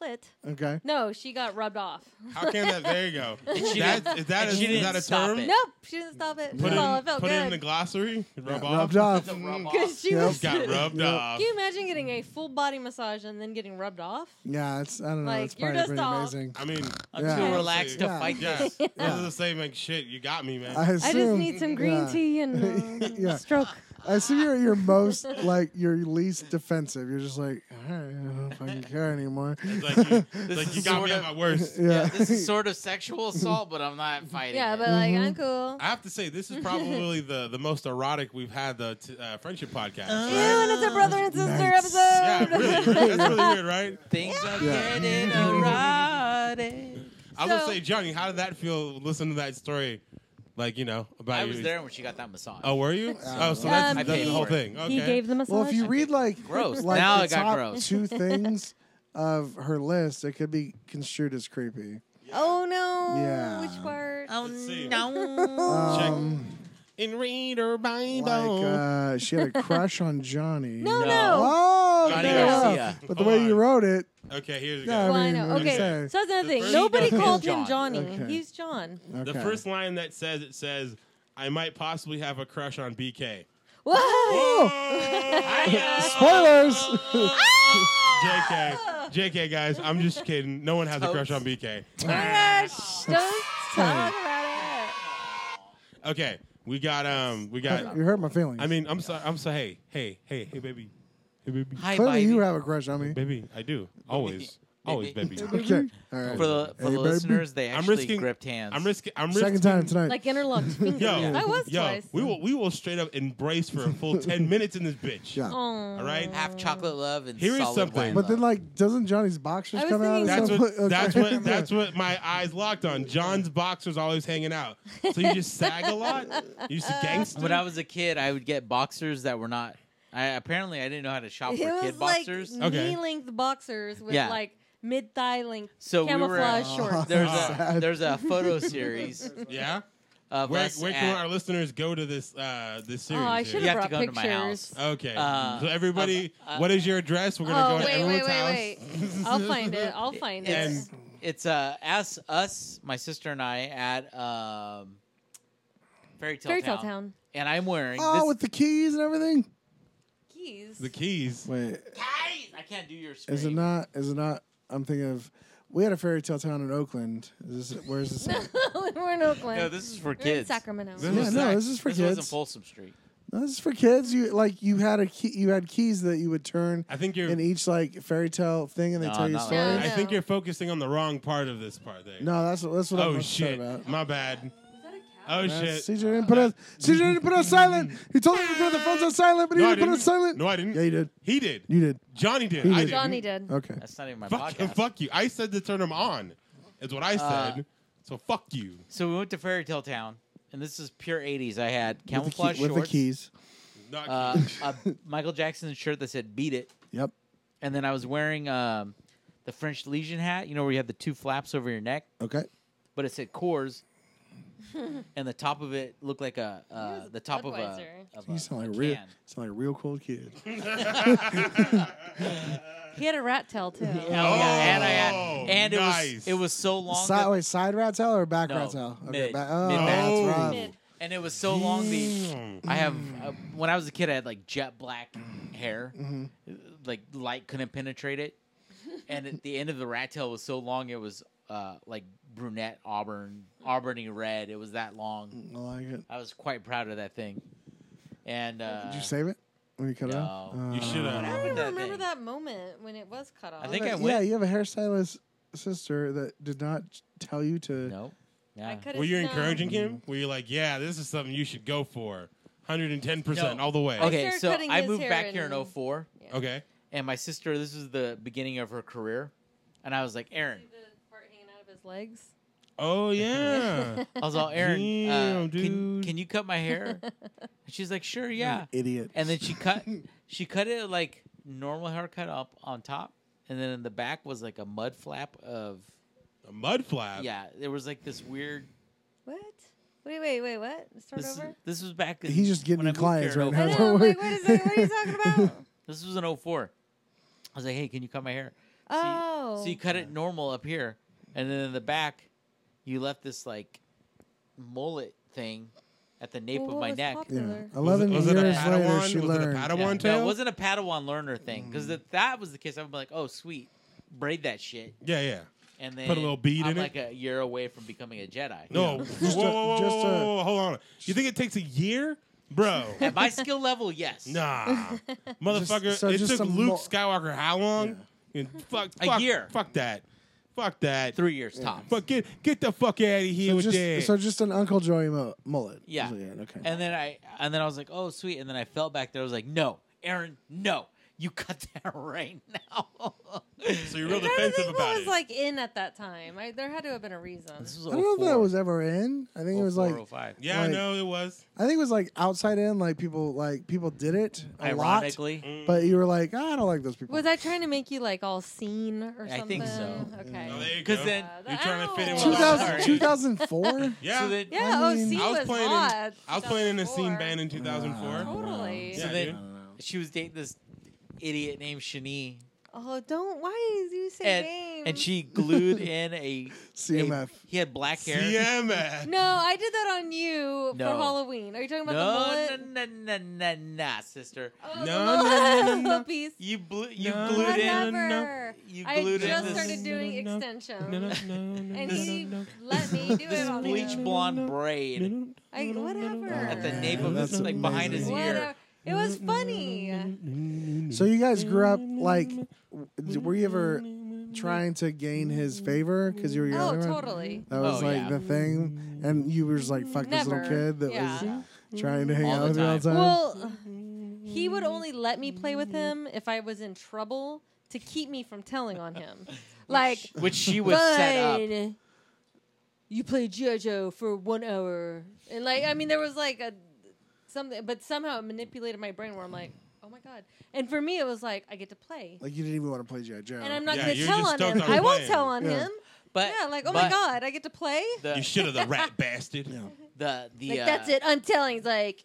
clit. Okay. No, she got rubbed off. How can that? There you go. she That, is that, [LAUGHS] and a, she is that didn't a stop term? it. [LAUGHS] nope, she didn't stop it. Put, That's it, all. It felt put it in the good. glossary. Rub Yeah, off. Rubbed off. [LAUGHS] The rub off. Because she Yep. was. [LAUGHS] Got rubbed [LAUGHS] Yeah. off. [LAUGHS] Can you imagine getting a full body massage and then getting rubbed off? Yeah. It's I don't know. Like, it's you're probably just pretty all- amazing. I mean, I'm Yeah. too Yeah. relaxed to Yeah. fight yes. this. I was gonna say, like, shit, you got me, man. I, assume, I just need some green yeah. tea [LAUGHS] and uh, Yeah. [LAUGHS] a stroke. I assume you're your most like your least defensive. You're just like, all right, I don't fucking care anymore. [LAUGHS] It's like, you, it's This like you is got me sorta- at my worst. [LAUGHS] yeah. [LAUGHS] Yeah, this is sort of sexual assault, but I'm not fighting. Yeah, it. but like I'm Mm-hmm. cool. I have to say, this is probably the, the most erotic we've had the t- uh, friendship podcast. Ew, and it's a brother and sister Nice. episode. [LAUGHS] Yeah, really, really, that's really weird, right? things are Yeah. getting erotic. I was So- gonna say, Johnny, how did that feel? Listen to that story, like you know about I you. was there when she got that massage. Oh, were you? Oh, so that's, Um, I that's paid the whole for it. thing. Okay. He gave the [LAUGHS] massage. Well, if you read like Gross. like Now the it got top gross. [LAUGHS] two things of her list, it could be construed as creepy. oh no! Yeah. Which part? Let's see. Oh, [LAUGHS] no! Um, in reader Bible. like uh, she had a crush on Johnny. no, no. No. Oh, Johnny there you go. Garcia. But the Hold way you on. wrote it, okay, here's Yeah, the Well, I mean, know. what do you Okay, say? so that's another The thing. first- Nobody He called is him John. Johnny. Okay. He's John. okay. The first line that says it says, "I might possibly have a crush on BK." What? [LAUGHS] spoilers. JK, JK, guys, I'm just kidding. No one has a crush on BK. Gosh, don't talk about it. Okay, we got um, we got. you hurt my feelings. I mean, I'm sorry. I'm sorry. Hey, hey, hey, hey, baby, hey, baby, Hi, clearly you Biden. have a crush on [LAUGHS] me. baby. I do always, always, baby. Okay. All right. For the, for Hey, baby. the listeners, they I'm actually risking- gripped hands. I'm risking. I'm risking. Second time tonight. Like [LAUGHS] interlocked fingers. Yo, I was yo, twice. we will we will straight up embrace for a [LAUGHS] full ten minutes in this bitch. Yeah. All right? half chocolate love and Here is solid something. wine but then, love. like, doesn't Johnny's boxers I was come out? thinking- at That's some what point? that's Okay. [LAUGHS] what [LAUGHS] that's what my eyes locked on. John's boxers always hanging out, so you just sag a lot. You just Uh, gangster. when I was a kid, I would get boxers that were not. I, apparently, I didn't know how to shop It for was kid like boxers. Okay. knee-length boxers with Yeah. like mid-thigh length So we were camouflage at- shorts. [LAUGHS] There's a Sad. there's a [LAUGHS] photo series yeah. of Where, us. where at, can our listeners go to this uh, this Oh, series? I here? should You have have to brought go to my pictures. Okay. Uh, so everybody, of- uh, what is your address? Oh, We're gonna go Oh, to wait, everyone's wait, house. wait, I'll find it. I'll find it. It's it's uh us us my sister and I at um fairy tale Fairy town, Tale Town. and I'm wearing [LAUGHS] Oh, this. with the keys and everything. Keys. The keys. Wait, Guys, I can't do your screen. is it not? Is it not? I'm thinking of. We had a fairy tale town in Oakland. Is this where's [LAUGHS] this? at? [LAUGHS] We're in Oakland. No, this is for We're in kids. Sacramento. This yeah, was no, sex. this is for this kids. wasn't Folsom Street. No, this is for kids. You like you had a key, you had keys that you would turn I think you're. in each like fairy tale thing, and they No, tell you not like stories. that. I think No. you're focusing on the wrong part of this part there. No, that's what that's what I'm Oh upset shit. about. My bad. Oh That's- shit. CJ didn't put us. CJ didn't put us silent. He told me to put the phones on silent, but he No, I didn't put didn't. us silent. No, I didn't. yeah, you did. He did. You did. Johnny did. He I did. did. Johnny did. Okay. That's not even my Fuck you, podcast. fuck you. I said to turn them on. Is what I Uh, said. so fuck you. So we went to Fairy Tale Town, and this is pure '80s. I With had the, key- camouflage with the shorts, keys. Not uh, [LAUGHS] a Michael Jackson shirt that said "Beat It," Yep. and then I was wearing um, the French Legion hat. You know where you have the two flaps over your neck, Okay. but it said [LAUGHS] Coors, and the top of it looked like a uh, was the top of a, Budweiser. of a, You sound like a a real. can. Sound like a real cool kid. [LAUGHS] [LAUGHS] He had a rat tail too. Oh, yeah, and I had, Oh, and it nice. was it was so long. Side, that- wait, side rat tail or back No, rat tail? mid. back, oh, Mid that's back. rough. Mid. and it was so long. The Damn. I have uh, when I was a kid, I had like jet black hair, Mhm. like light couldn't penetrate it, and at the end of the rat tail was so long it was uh, like brunette auburn, auburny red. It was that long. I like it. I was quite proud of that thing. And uh, Did you save it when you cut it off? Uh, no. You should I have. don't Look at even that remember thing. that moment when it was cut off. I think I yeah, went. you have a hairstylist sister that did not tell you to. I no, um, yeah. cut Were his you snout. encouraging him? Were you like, yeah, this is something you should go for? 110% No. all the way. I Okay, started so cutting I his moved hair back here in- in 04, Okay. And my sister, this is the beginning of her career, and I was like, Aaron, See the part hanging out of his legs. Oh [LAUGHS] yeah. I was all Aaron, uh, Damn, can, dude. can you cut my hair? And she's like, sure, yeah. Idiot. And then she [LAUGHS] cut, she cut it like normal haircut up on top, and then in the back was like a mud flap of a mud flap. yeah. There was like this weird. [LAUGHS] What? Wait, wait, wait. What? Start This, over. this was back. in- He's just getting when I moved clients here right in now. I 04. know. I'm like, what is it? What are you [LAUGHS] talking about? This was in 04. I was like, hey, can you cut my hair? So you- Oh. So you cut it normal up here, and then in the back, you left this like mullet thing at the nape Well, of what my was neck. popular? Yeah. Was Eleven it, was it a years later, Padawan? she was it a learned. Yeah, Padawan no, tail? it wasn't a Padawan learner thing because if that was the case, I'd be like, oh sweet, braid that shit, yeah, yeah. and then Put a little bead I'm in it? like a year away from becoming a Jedi. No. Just a- whoa, whoa, whoa, just whoa, a- whoa, whoa, hold on. You think it takes a year, bro? [LAUGHS] At my skill level, yes. nah, motherfucker. Just- so it just took some Luke mo- Skywalker how long? And fuck, A fuck- year. Fuck that. Fuck that. three years tops. Fuck get get the fuck out of here So with that. just, so just an Uncle Joey mu- mullet. Yeah. So, okay. And then I and then I was like, oh sweet. And then I fell back there. I was like, no, Aaron, no, you cut [LAUGHS] that right now. [LAUGHS] So you're real I don't defensive think what about was it. like in at that time. I, there had to have been a reason. this was I don't know if 04. that was ever in. I think it was like 04, 05. yeah, I like- know it was. I think it was like outside in. Like people like people did it a lot, ironically. but you were like, "Ah, I don't like those people. Was I trying to make you like all seen or I something? think so. Okay. Oh, there you Because go. then, Uh, You're trying to fit in [LAUGHS] ow. with all the 2000, Sorry. [LAUGHS] 2004? yeah, so then, Yeah, I OC mean- I was was playing. hot. In, I was playing in a scene 2004. band in 2004. Totally. Yeah, so dude. then she was dating this idiot named Shani, Oh, don't. Why is you say and names? and [LAUGHS] she glued in a a- CMF. he had black hair. [LAUGHS] CMF. No, I did that on you No. for Halloween. Are you talking about the No, no, mullet? no, no, no, no, sister. No, Oh, the no, no, mullet [LAUGHS] no, no. piece. You blew, you No. glued in. Whatever. You I glued in just this started doing No, no, no. extensions, No, no, no, no, and no, he no, no. let me do it this on bleach him. blonde No, braid no, no, I- no, no, whatever. no, no. at the Oh, nape of that's his, like behind his amazing. ear. Whatever. It was funny. So you guys grew up [LAUGHS] like, w- were you ever trying to gain his favor because you were your Oh, only one? totally. That was Oh, like yeah. the thing, and you were just like, "Fuck this Never. little kid that Yeah. Yeah. was trying to hang All out the with me all the time. time." Well, he would only let me play with him if I was in trouble to keep me from telling on [LAUGHS] him. Like, Which she was set up. "Fine, You play GI Joe for one hour, and like, I mean, there was like a something, but somehow it manipulated my brain where I'm like, oh my god. And for me, it was like I get to play, like you didn't even want to play GI Joe. and I'm not Yeah, going to you're tell just on stoked him. on I won't playing. tell on Yeah. him. But Yeah, like, oh but my god, I get to play. You The should have the rat bastard. Yeah. the the Like uh, that's it. I'm telling. He's like,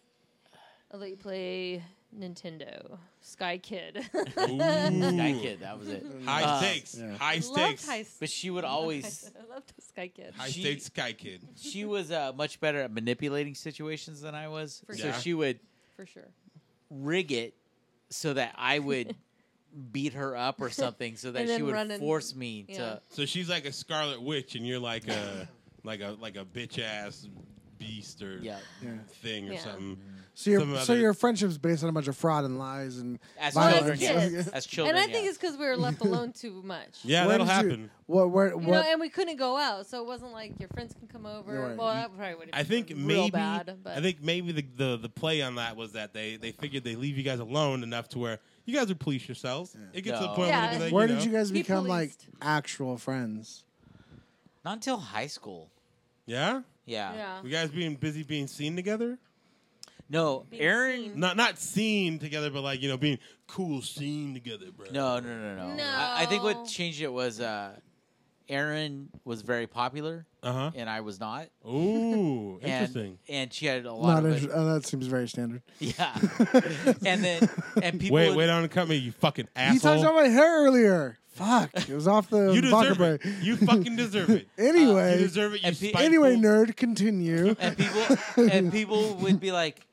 I'll let you play Nintendo Sky Kid. [LAUGHS] Ooh. Sky kid. That was it. High Uh, stakes. Yeah. High stakes. Loved high But she would always [LAUGHS] I loved Sky Kid. High She- stakes sky kid. she was uh, much better at manipulating situations than I was. For so sure. she would For sure. rig it so that I [LAUGHS] would beat her up or something, so that And she then would run and- force me yeah. to. So she's like a scarlet witch, and you're like a like a like a bitch ass beast or Yeah, Yeah. thing or Yeah. something. So your Some so other- your friendship's based on a bunch of fraud and lies and as Well, children, as yes. kids. as children. and I think yeah. it's because we were [LAUGHS] left alone too much. Yeah, Where that'll did you- happen. what where, You what know, and we couldn't go out, so it wasn't like your friends can come over. You're right. Well, that probably would. I think real maybe bad, but I think maybe the, the the play on that was that they they figured they leave you guys alone enough to where you guys would police yourselves. It gets to the No. point Yeah. where, they, where you did know, you guys He become like policed. actual friends? not until high school. Yeah, Yeah. yeah. you guys being busy being seen together. No, Being Aaron. seen. Not not seen together, but like you know being cool seen together, bro. No, no, no, no. I, I think No. what changed it was uh, Aaron was very popular Uh and I was not. huh. Ooh, And- interesting. And, she had a lot Not of [LAUGHS] inter- oh, that seems very [LAUGHS] standard. yeah. and then and people Wait, would- wait on the company, you fucking [LAUGHS] You asshole. touched on my hair earlier. Fuck, it was off [LAUGHS] the you locker deserve break. it. You fucking deserve it. You anyway, deserve it. You and pe- spiteful- anyway, nerd, continue. [LAUGHS] and people and people would be like,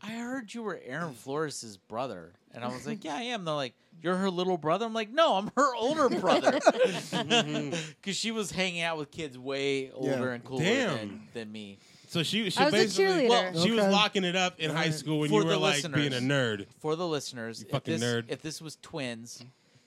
"I heard you were Aaron Flores' brother," and I was like, "Yeah, I am." They're like, "You're her little brother." I'm like, "No, I'm her [LAUGHS] older brother," [LAUGHS] because she was hanging out with kids way older and cooler Damn. than, than me. So she, she I was a basically, cheerleader. Well, she was Okay. locking it up in high school when For you were the like being a listeners. nerd. For the listeners, if fucking this, nerd. if this was twins,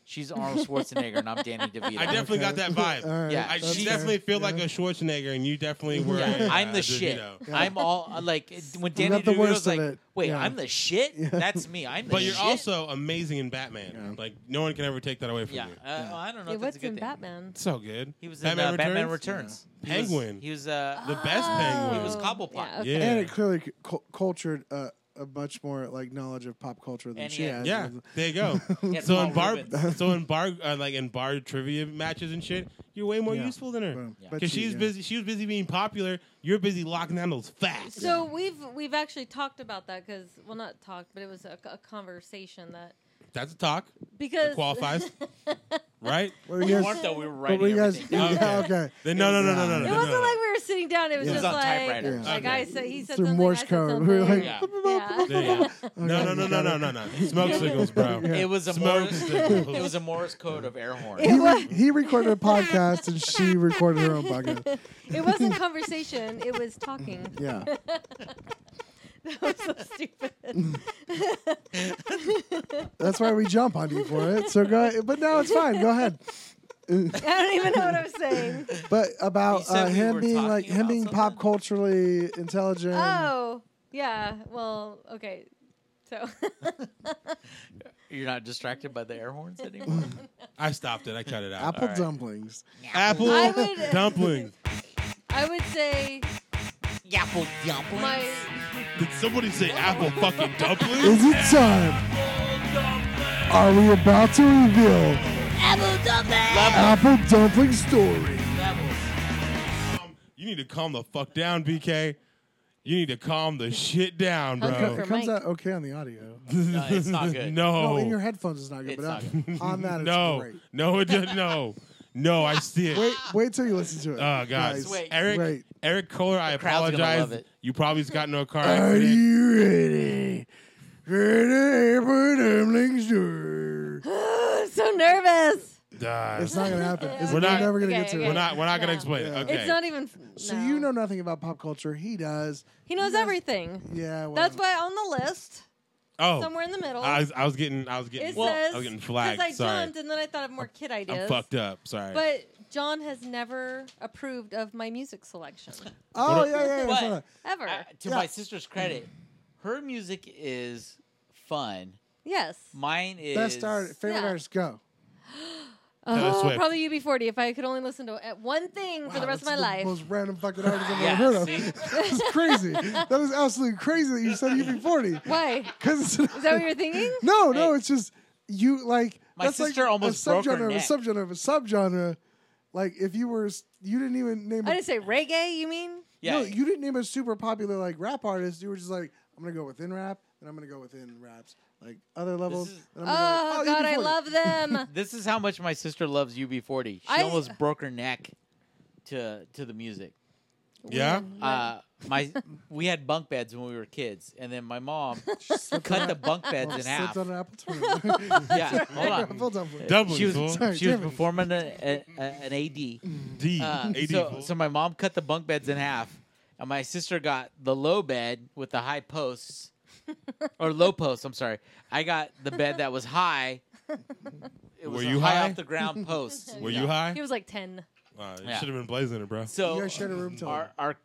She's Arnold Schwarzenegger and I'm [LAUGHS] Danny DeVito. I definitely got that vibe. [LAUGHS] All right, Yeah, I, that's she fair. definitely feel like a Yeah. Schwarzenegger, and you definitely were. Yeah, a, I'm uh, the shit. DeVito. Yeah. I'm all like when You Danny got the DeVito's worst of like, it. "Wait, Yeah. I'm the shit." Yeah. That's me. I'm the But you're shit? also amazing in Batman. Yeah. Like no one can ever take that away from yeah. you. Uh, well, I don't know. Yeah, if that's what's a good in thing. Batman? So good. He was in Batman uh, Returns? Batman Returns. Yeah. He was- Penguin. He was. uh, The best penguin. He was Oh. Cobblepot. Yeah, okay. Yeah. And it clearly c- cu- cultured uh, a much more like knowledge of pop culture than And she he had- has. [LAUGHS] Yeah, there you [LAUGHS] go. Yeah, so in Paul bar, [LAUGHS] Rubens. so in bar, uh, like in bar trivia matches and shit, you're way more Yeah. useful than her. Boom. Yeah. But Because she- she's yeah. busy. She was busy being popular. You're busy locking down those facts. So we've we've actually talked about that because well not talked but it was a, a conversation that That's a talk, because [LAUGHS] qualifies. right? What were We you weren't guys? though. We were What were writing you guys? everything down. Yeah, Okay. [LAUGHS] okay. Then no, no, no, no, no, no. It no, wasn't no. like we were sitting down. It was Yeah. just It was on like, typewriter. like Yeah. I said, he said Through something. Morse I said code. something. We were like, Yeah. yeah. There [LAUGHS] you go. [LAUGHS] No, no, Okay, no, we no, got no, it. no, no. Smoke signals, [LAUGHS] bro. Yeah. It was a Smoke Morris. [LAUGHS] signals. it was a Morris code of air horn. It [LAUGHS] He, was- re- he recorded [LAUGHS] a podcast and she recorded her own podcast. it wasn't conversation. It was talking. [LAUGHS] Yeah. [LAUGHS] that was [LAUGHS] so stupid. That's why we jump on you for it. So go, ahead. but no, it's fine. Go ahead. [LAUGHS] I don't even know what I'm saying. But about You uh, said we him were being talking like him about being pop something? culturally intelligent. Oh, yeah. Well, okay. So [LAUGHS] You're not distracted by the [LAUGHS] air horns anymore. I stopped it. I cut it out. Apple All right. dumplings. Apple I would- dumpling. I would say Yapple yapple. my [GASPS] Did somebody say apple fucking dumpling? Is it time? Are we about to reveal Apple dumpling story? Um, you need to calm the fuck down, BK. You need to calm the shit down, bro. [LAUGHS] Hunker It comes out okay on the audio. No, it's not good. No. No, in your headphones it's not good, It's but not on- on that it's no. great. No, it doesn't. No. No, I see it. Wait, wait till you listen to it. Ah, Oh God, guys. Wait. Eric, Wait. Eric Kohler, I crowd's gonna love apologize. it. You probably's got into a car Are accident. you ready? Ready for dumpling story? I'm so nervous. Duh. It's not gonna [LAUGHS] happen. It's- We're we're not- never gonna okay, get to okay. it. We're not. We're not gonna No. explain Yeah. it. Okay. It's not even. So no. you know nothing about pop culture. He does. He knows Yes. everything. Yeah. Well, That's why on the list, oh, somewhere in the middle, I was. I was getting. I was getting. it well, says I was getting because flagged. I Sorry, jumped and then I thought of more kid I'm ideas. fucked up. Sorry. But John has never approved of my music [LAUGHS] selection Oh What a- yeah, yeah. yeah, What? yeah. ever. Uh, to Yeah. my sister's credit, her music is fun. yes. Mine is Best art, favorite Yeah. artist, go. Taylor Oh, Swift. probably UB40. If I could only listen to at one thing for Wow, the rest of my that's life. Most random fucking artist I've Yeah, ever heard of. see? That is crazy. That is absolutely crazy that you said [LAUGHS] UB40. [LAUGHS] Why? Because it's Is that what [LAUGHS] you're thinking? [LAUGHS] no, no, Hey. it's just you like My that's like sister almost a subgenre broke her of a neck. subgenre of a subgenre. Like if you were, s- you didn't even name. I a- didn't say reggae. You mean? yeah. No, you didn't name a super popular like rap artist. You were just like, I'm gonna go within rap, and I'm gonna go within raps, like other levels. is- and I'm gonna Oh, go, God, I UB40. love them. this is how much my sister loves UB40. She I- almost broke her neck to to the music. yeah. Uh, my we had bunk beds when we were kids, and then [LAUGHS] my mom cut the bunk beds Well, in slipped half. on an [LAUGHS] apple tumbler. Yeah, hold on. [LAUGHS] Apple tumbler. Dublin. She was fool. Sorry, she was damn it. performing a, a, a, an AD. D. [LAUGHS] Uh, AD. so, fool. so my mom cut the bunk beds in half, and my sister got the low bed with the [LAUGHS] high posts, or low posts. I'm sorry. I got the bed that was high. It was Were a you high, high? off [LAUGHS] the ground posts. [LAUGHS] Were Yeah. you high? He was like ten. Wow, you Yeah. should have been blazing it, bro. So You guys shared a room together. our, our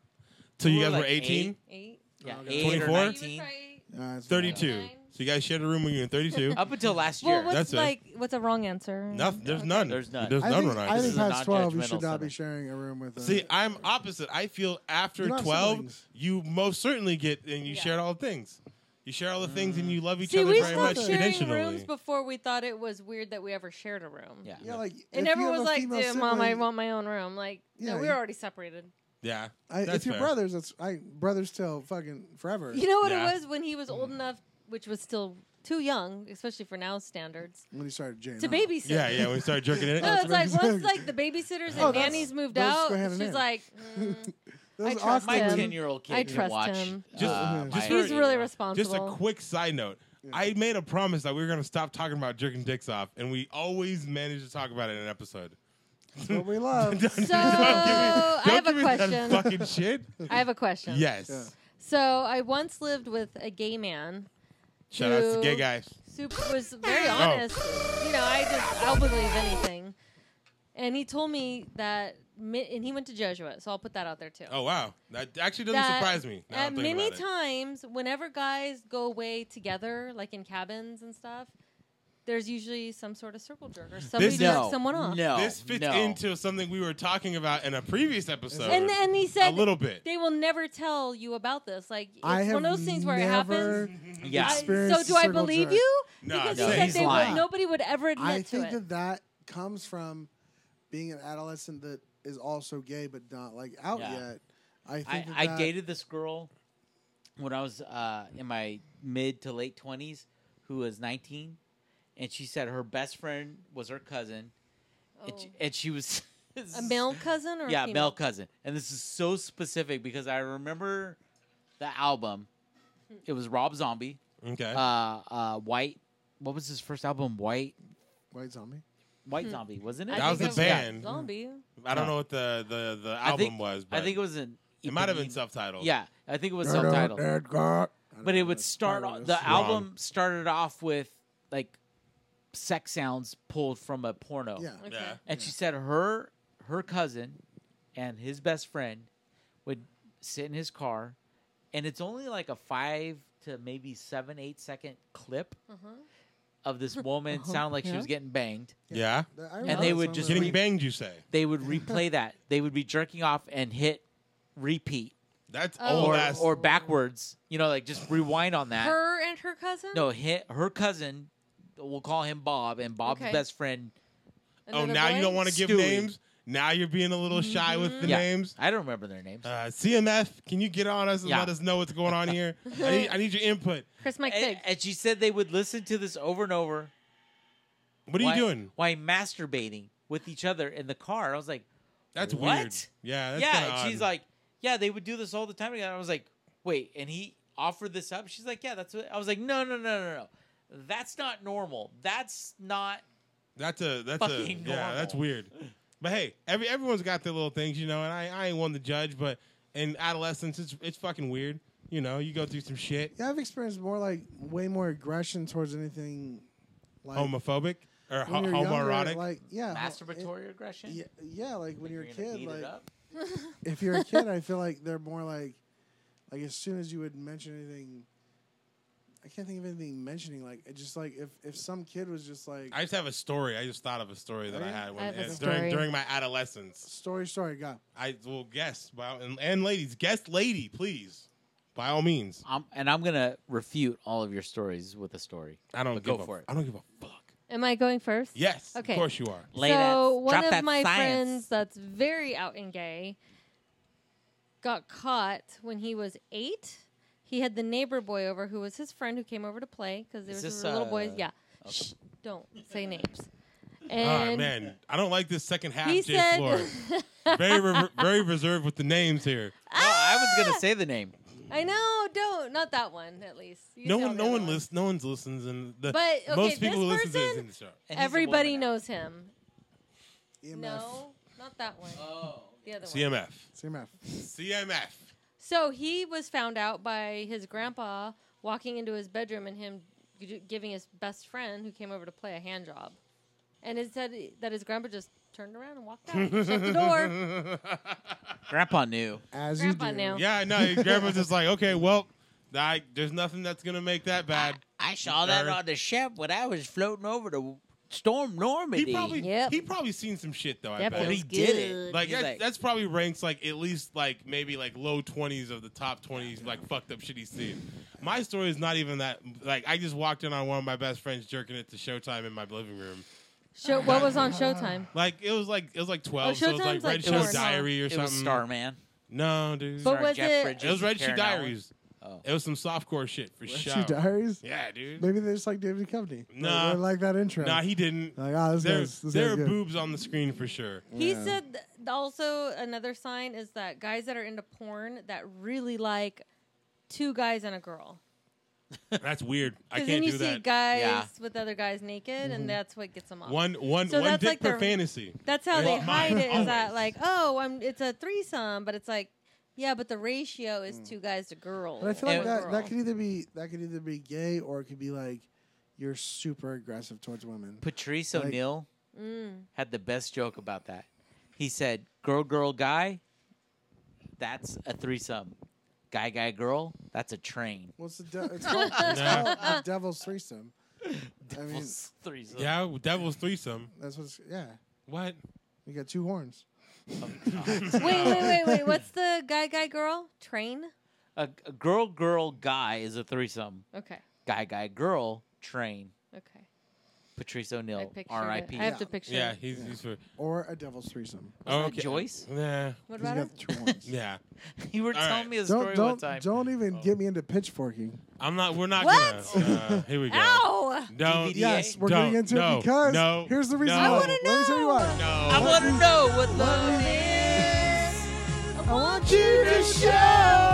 Till you we were guys were Oh, like 18, eight, Eight. yeah, Okay. eight or 24? He was 19, probably- Nah, it's 32. Nine. So you guys shared a room when you were 32. up until last year. Well, what's That's it. like? What's a wrong answer? Nothing. [LAUGHS] There's none. There's none. There's I none think, when I I was think This is a past 12, you non-judgmental should not be setting. sharing a room with. Uh, See, I'm opposite. I feel after You don't have 12, siblings. you most certainly get and you Yeah. share all the things. You share all the things and you love each See, other we very stopped much sharing traditionally. rooms before we thought it was weird that we ever shared a room. yeah. yeah, like if And you everyone have was a like, female "Dude, mom, I sibling- want my own room." Like, Yeah, no, we you- were already separated. yeah. I, That's if you're fair. brothers, that's I brothers till fucking forever. You know what Yeah. Mm. it was when he was old enough, which was still too young, especially for now standards, When you started Jane, to huh? babysit. Yeah, yeah. When we started jerking it. [LAUGHS] No, Oh, it's it's like babysit. once like the [LAUGHS] babysitters and Oh, that's- nannies moved those out, go hand in she's hand. like, mm, Those I trust Austin- My him. ten year old kid I can trust watch. him. Just- uh, just for- my- he's really Just a responsible. quick side note. I made a promise that we were going to stop talking about jerking dicks off, and we always manage to talk about it in an episode. That's what we [LAUGHS] love. [LAUGHS] Don't give me- So, I don't have a give me that [LAUGHS] question. Fucking shit. I have a question. [LAUGHS] Yes. Yeah. So I once lived with a gay man Shout out to Who- gay guys. super was very Oh. honest. You know, I just I'll believe anything. And he told me that, mi- and he went to Jesuit, so I'll put that out there too. Oh wow, that actually doesn't That surprise me. now At I'm thinking many about it. times, whenever guys go away together, like in cabins and stuff, there's usually some sort of circle jerk or somebody jerks no, someone off. No, this fits no. into something we were talking about in a previous episode. And and he a said little bit. they will never tell you about this. Like it's I have one of those things where it never happens. Yeah. I- so experienced do I circle believe jerk. you? Nah, because no, he said he's they lying. would, nobody would ever admit I to think it. that that comes from being an adolescent that is also gay but not like out Yeah. yet. I think I, that I that- dated this girl when I was uh, in my mid to late twenties, who was nineteen, and she said her best friend was her cousin, and, Oh. she, and she was [LAUGHS] a male cousin or a yeah, female? male cousin. And this is so specific because I remember the album. Hmm. It was Rob Zombie, Okay. uh, uh, White. What was his first album? White, White zombie. White Zombie, wasn't it? Hmm. I That was think the it band. Zombie. I don't no. know what the the, the I album think- was, but I think it was an. it might have been Ipanema- subtitled. Yeah, I think it was Nerd out, subtitled. nerd girl. I don't But it know, would that's start. probably o- what The it is. album started off with like sex sounds pulled from a porno. Yeah. Okay. Yeah. And she said her her cousin and his best friend would sit in his car, and it's only like a five to maybe seven eight second clip uh-huh. [LAUGHS] of this woman Uh-huh. sound like she was getting banged. Yeah. I And they remember would that just song. Getting Re- banged, you say? They [LAUGHS] would replay that. They would be jerking off and hit repeat That's Oh. old or ass. or backwards. You know, like just rewind on that. Her and her cousin. Oh, no, hit her cousin. We'll call him Bob, and Bob's Okay. best friend. oh, Another now boy? you don't want to give Stewie. names. Now you're being a little shy with the Mm-hmm. Yeah, names. I don't remember their names. Uh, CMF, can you get on us and Yeah. let us know what's [LAUGHS] going on here? I need, I need your input. Chris Mike and, Fig. and she said they would listen to this over and over What are you Why- doing? Why masturbating with each other in the car? I was like, That's What? weird. Yeah. That's kinda yeah. odd. And she's like, yeah, they would do this all the time together. I was like, wait, and he offered this up. She's like, yeah, that's what. I was like, no, no, no, no, no. That's not normal. That's not. That's a that's a Fucking yeah, that's normal. weird. But hey, every everyone's got their little things, you know, and I, I ain't one to judge, but in adolescence it's it's fucking weird. You know, you go through some shit. Yeah, I've experienced more like way more aggression towards anything like Homophobic or ho- when you're younger, homoerotic. like yeah, ho- Masturbatory aggression. it- yeah, yeah, like when Think you're a you're gonna kid, beat it like up? if you're a kid, I feel like they're more like, like as soon as you would mention anything, I can't think of anything mentioning like it just like if if some kid was just like I just have a story. I just thought of a story that I yeah? had when, have a uh, story. during during my adolescence. story story God, I will guess, by, all- and, and ladies, guess lady, please, by all means. I'm, and I'm gonna refute all of your stories with a story. I don't But give go a, for it. I don't give a fuck. Am I going first? Yes, Okay. of course you are. Lay that- so one drop of that my science. friends that's very out and gay got caught when he was eight. He had the neighbor boy over who was his friend who came over to play because there Is was this, little uh, boys. Yeah, Shh, don't [LAUGHS] say names. Ah, And man, I don't like this second half. he Jay said, Floyd. [LAUGHS] very re- very reserved with the names here. No, I was Ah! gonna say the name. "I know, don't, not that one. At least [LAUGHS] You no tell one, the no other one listens. No one's listens, and the But, okay, most people who this listen to this person- in the show. And he's a Everybody woman now. knows him. EMF, No, not that one. Uh, Oh. The other one. CMF, CMF. CMF. So he was found out by his grandpa walking into his bedroom and him g- giving his best friend, who came over to play, a hand job. And it said that his grandpa just turned around and walked out, shut the [LAUGHS] door. Grandpa knew. as Grandpa you do. now. Yeah, no, your grandma's just like, okay, well, I, there's nothing that's gonna make that bad. I saw that on the ship when I was floating over to Storm Normandy. He probably, Yep. he probably seen some shit though. I That bet. feels he did it. good. Like, He's that, like- that's probably ranks like at least like maybe like low twenties of the top twenties like fucked up shit he's seen. My story is not even that. Like I just walked in on one of my best friends jerking it to Showtime in my living room. Show, what was on Showtime? Like it was like it was like twelve, Oh, so it was like Showtime's, like, Red It Show was- Diary or it something. was Starman. No, dude. But Starred was Jeff it- Bridges It was and Red Shoe Karen Allen. Diaries. Oh. It was some softcore shit for Red sure. Shoe Diaries. Yeah, dude. Maybe they're just like David Duchovny. They- Nah. they like that intro. Nah, he didn't. like ah, this there guy's this there guy's are good. boobs on the screen for sure. He Yeah. said th- also another sign is that guys that are into porn that really like two guys and a girl. That's weird. I Because can't then you do see that. Mm-hmm. guys Yeah. with other guys naked, and that's what gets them off. One one So one that's dick like per their- fantasy. That's how Well, they mine, hide it. Is that always. like, oh, I'm, it's a threesome, but it's like, yeah, but the ratio is two guys to girls. But I feel like And- that, that could either be that could either be gay or it could be like you're super aggressive towards women. Patrice Like- O'Neill Mm. had the best joke about that. He said, "Girl, girl, guy, that's a threesome. Guy, guy, girl, that's a train. What's the de- it's called, it's Yeah. called the devil's threesome. I mean, Devil's [LAUGHS] threesome. Yeah, devil's threesome. that's what's yeah. What? You got two horns. wait, wait, wait, [LAUGHS] wait. What's the guy, guy, girl? Train? [LAUGHS] A, a girl, girl, guy is a threesome. Okay. Guy, guy, girl, train. Okay. Patrice I O'Neill, pictured it. R.I.P. I have to Yeah. [LAUGHS] picture Yeah, it. he's he's for. Or a devil's threesome. Wasn't that [LAUGHS] Joyce? Yeah, What 'Cause You about her? got two horns. [LAUGHS] yeah. Oh. You were All telling right. me a story Don't one don't, time. don't even get me into pitchforking. I'm not. We're not What? gonna. Uh, here we go. Ow! Don't. DVD. Yes, we're Don't. getting into No. it because No. here's the reason. No. I why. wanna Let me tell you why. No. I want to know what love is. I want you to show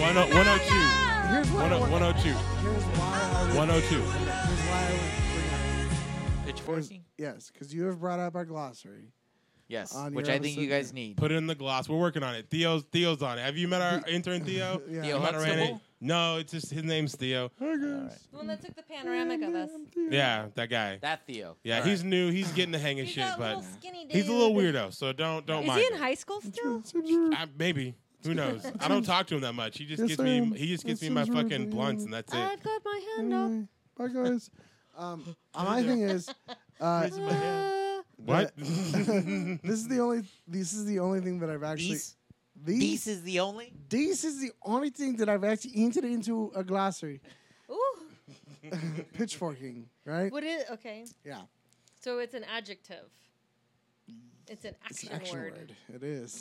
Now we gotta- Here's Uh, 10- 102. why. 10- 102. Here's why. I would- 102. Here's why. I would bring it up. Because- Pitchforking? Yes, because you have brought up our glossary. Yes, On which your I think you episode, guys yeah. need. Put it in the gloss. We're working on it. Theo's Theo's on it. Have you met our intern Theo? Yeah. Theo You met Huxtable? Randy? No, it's just his name's Theo. Hey, guys. The one that took the panoramic of us. Yeah, that guy. That Theo. Yeah, All right. he's new. He's getting the hang of He's shit, that but little skinny dude. he's a little weirdo. So don't don't Is mind. he in him. high school still? I, maybe. Who knows? I don't talk to him that much. He just Yes, gets I me. am. He just gets That me my sounds really fucking good. blunts, and that's it. I've got my hand up. Anyway, [LAUGHS] bye guys. Um, my thing is, uh, Raising my hand. What? [LAUGHS] this is the only. This is the only thing that I've actually. These, These. these is the only. This is the only thing that I've actually entered into a [LAUGHS] glossary. Uh, ooh. Pitchforking, right? What is okay? Yeah. So it's an adjective. It's an It's action, an action word. word. It [LAUGHS] is. [LAUGHS]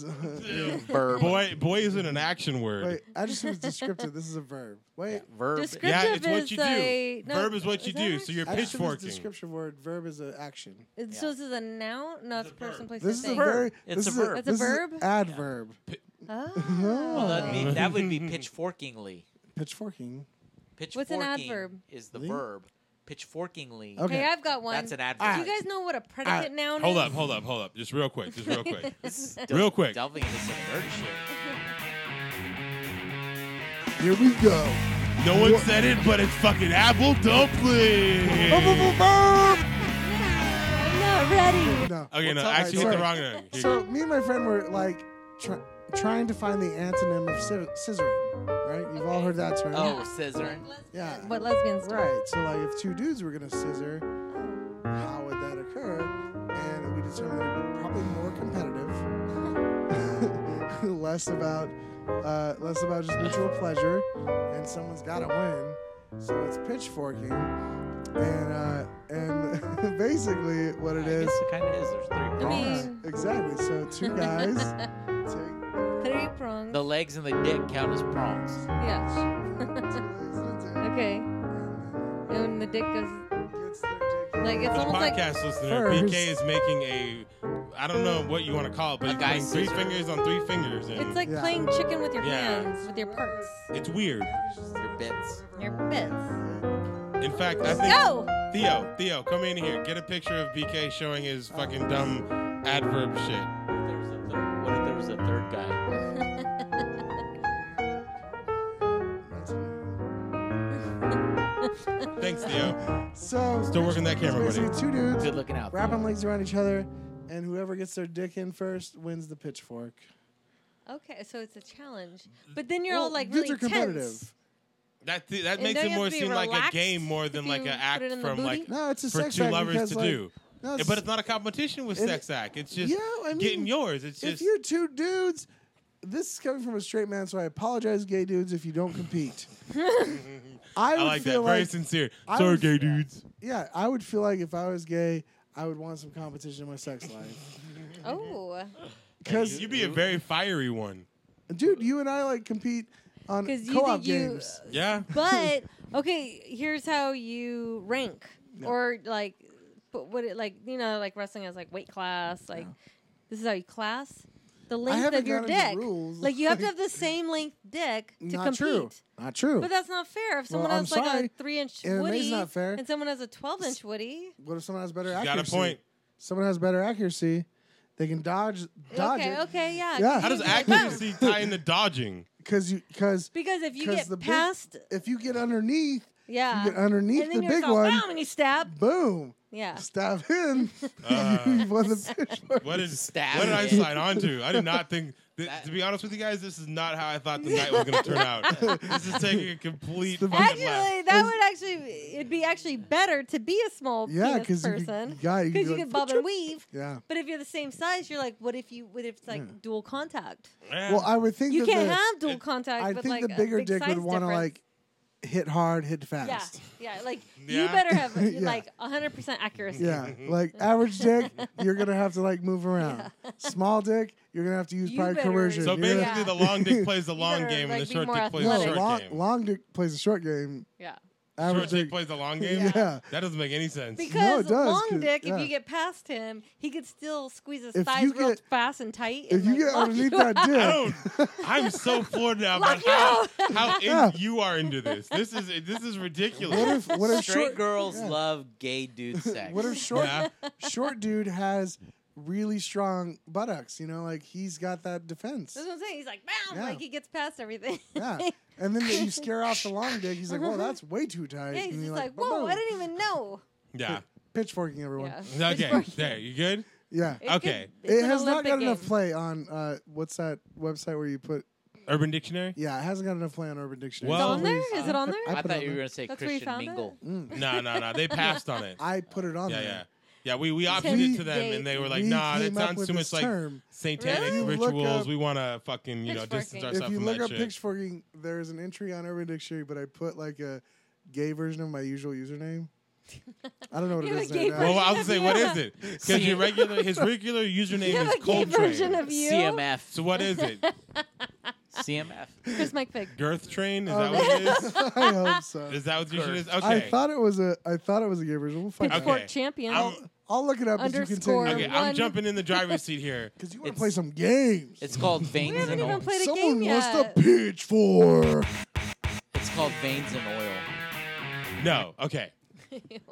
Verb. boy, boy isn't an action word. Wait, I just was descriptive. This is a verb. Wait. Verb. Descriptive Yeah, it's what is you do. a- no, Verb is what you that do. right? So you're Adjective is a pitchforking. description word. Verb is an action. It- So this is a noun. No, it's a person, place, This or is a thing. very. It's this a is verb. It's a this is verb? Adverb. Mm-hmm. Ah. Well, that'd be, that would [LAUGHS] be pitchforkingly. Pitchforking. Pitchforking What's an adverb? is the Really? verb. Pitchforkingly. Okay. Hey, I've got one. That's an adverb. Do you guys know what a predicate noun Hold is? up, hold up, hold up. Just real quick. Just real quick. Del- Real quick. Delving into some nerd shit. Here we go. No one said it, but it's fucking apple oh, dumpling. I'm not ready. No. Okay, no, Well, actually hit sorry. the wrong end. Here you So go. me and my friend were like try, trying to find the antonym of sci- scissoring, right? You've all heard that term. Oh, scissor. Yeah. What lesbians do? Right. So like, if two dudes were gonna scissor, how would that occur? And we determined it would be probably more competitive, [LAUGHS] less about uh, less about just mutual pleasure, and someone's got to win. So it's pitchforking, and uh, and [LAUGHS] basically what it I is. guess it kind of is. There's three I prongs. mean- Exactly. So two guys take Three prongs. The legs and the dick count as prongs. yeah. two Okay. And when the dick goes, guys and a dick. like it's For the almost like podcast listener, First. BK is making a. I don't know what you want to call it, but A he's guy putting three scissor. fingers on three fingers, and it's like Yeah. playing chicken with your Yeah. hands, with your parts, it's weird. Your bits. your bits. In fact, I think Go. Theo, Theo, come in here. Get a picture of BK showing his fucking dumb adverb shit. What if there was a third, what if there was a third guy? Thanks, Theo. So Still working that camera, basically buddy. two dudes Good looking out. wrapping legs around each other, and whoever gets their dick in first wins the pitchfork. [LAUGHS] Okay, so it's a challenge, but then you're all Well, like dudes really are competitive. tense. That th- that And makes don't it you have more to be seem like a relaxed game more than if like an you act put it in the from like booty? No, it's a for sex two act lovers because, to like, do. No, But it's not a competition with it- sex act. It's just Yeah, I getting mean, yours. It's if just you're two dudes. This is coming from a straight man, so I apologize, gay dudes, if you [LAUGHS] don't compete. I would I like that. feel Very like sincere. I Sorry, would- gay dudes. Yeah, I would feel like if I was gay, I would want some competition in my sex life. Oh, Because, You'd be a very fiery one. dude, you and I like compete on 'Cause you co-op think you- games. Yeah. [LAUGHS] but okay, here's how you rank, or like, but what it like you know like wrestling is like weight class. Like this is how you class the length haven't of your gotten into dick. rules. Like you [LAUGHS] have to have the same length dick to Not compete. true. Not true. But that's not fair. If someone Well, I'm has like sorry. a three inch MMA's woody not fair. and someone has a twelve inch woody, what if someone has better She's accuracy? got a point. Someone has better accuracy. They can dodge, dodge okay, it. okay, yeah. Yeah. How does Boom. accuracy tie into dodging? because you because Because if you 'Cause get the big- past, if you get underneath, yeah, you get underneath and the then you're big all, one, "Bam," and you stab. boom, Yeah, stab him. [LAUGHS] Uh, you won the [LAUGHS] fish. What did, Stab what did I it. sign on to? I did [LAUGHS] not think. th- That- to be honest with you guys, this is not how I thought the night was going to turn [LAUGHS] out. this is taking a complete fucking actually, left. that would actually it'd be actually better to be a small Yeah, penis because you, person could- yeah, you because you could can bob and weave. yeah. But if you're the same size, you're like, what if you? What if it's like dual contact? Yeah. Well, I would think You that can't the, have dual contact. I with think like the a bigger big dick size would want to difference. like hit hard, hit Yeah, fast. yeah. Like you Yeah. [LAUGHS] better have Yeah. like 100 percent accuracy. Yeah, like average dick, you're gonna have to like move around. Small dick, you're gonna have to use You probably better- coercion. so You're basically, gonna- Yeah. the long [LAUGHS] dick plays the long better, game, and like, the be short more dick plays the athletic. short no, long, game. long dick plays the short game. yeah. Average short dick dick, plays the long game. [LAUGHS] yeah. That doesn't make any sense. Because does, long 'cause- dick, yeah. if you get past him, he could still squeeze his If thighs you real get- fast and tight. If and, you like, get lock underneath you that out. dick, [LAUGHS] I don't. I'm so floored [LAUGHS] now about [LAUGHS] Lock you how, out. how in Yeah. you are into this. This is this is ridiculous. [LAUGHS] what if what if Straight short girls yeah. love gay dude sex. What if short yeah. short dude has really strong buttocks? You know, like he's got that defense. [LAUGHS] That's what I'm saying. He's like, bam, Yeah. like he gets past everything. Yeah, [LAUGHS] and then you scare off the long dick. He's like, "Well, that's way too tight." Yeah, and he's you're just like, "Boom, whoa, boom." I didn't even know. [LAUGHS] Yeah. pitchforking everyone. Yeah. [LAUGHS] Okay. There. You good? Yeah. It could- Okay. it's It an has not Olympic got enough game. play on uh, what's that website where you put? Urban Dictionary. Yeah, it hasn't got enough play on Urban Dictionary. Is it Well, on there? Please. Is [LAUGHS] it on there? I I put thought on you there. were going to say That's where you Christian found Mingle. Mm. No, no, [LAUGHS] no. They passed on it. I put it on Yeah, there. yeah. Yeah, we, we opted Satanic it to them, date. and they were like, We nah, that came up sounds with too much this like term. satanic Really? If you look rituals. up- we want to fucking, you know, Pitchforking. distance If ourselves If you from look that up shit. pitchforking, there is an entry on Urban Dictionary, but I put like a gay version of my usual username. [LAUGHS] I don't know what You it have is. a gay now. version. well, I was gonna say, what is [LAUGHS] it? Because See- your regular, his regular You username have is a [LAUGHS] gay Cold Train. version of you. CMF. so what is [LAUGHS] it? CMF. Chris [LAUGHS] Mike Fig. Girth Train? Is Oh, that what it is? [LAUGHS] I hope so. Is that [LAUGHS] what your shit is? Okay. I thought it was a. I thought it was a gay version. We'll find Pitchfork out. Okay. champion. I'm- I'll look it up as you Underscore. continue. okay, I'm one- jumping in the driver's seat [LAUGHS] here. Because you want to It's- play some games. It's called we Veins haven't and even Oil. played a Someone game wants yet. the pitch for. It's called Veins and Oil. No, [LAUGHS] okay.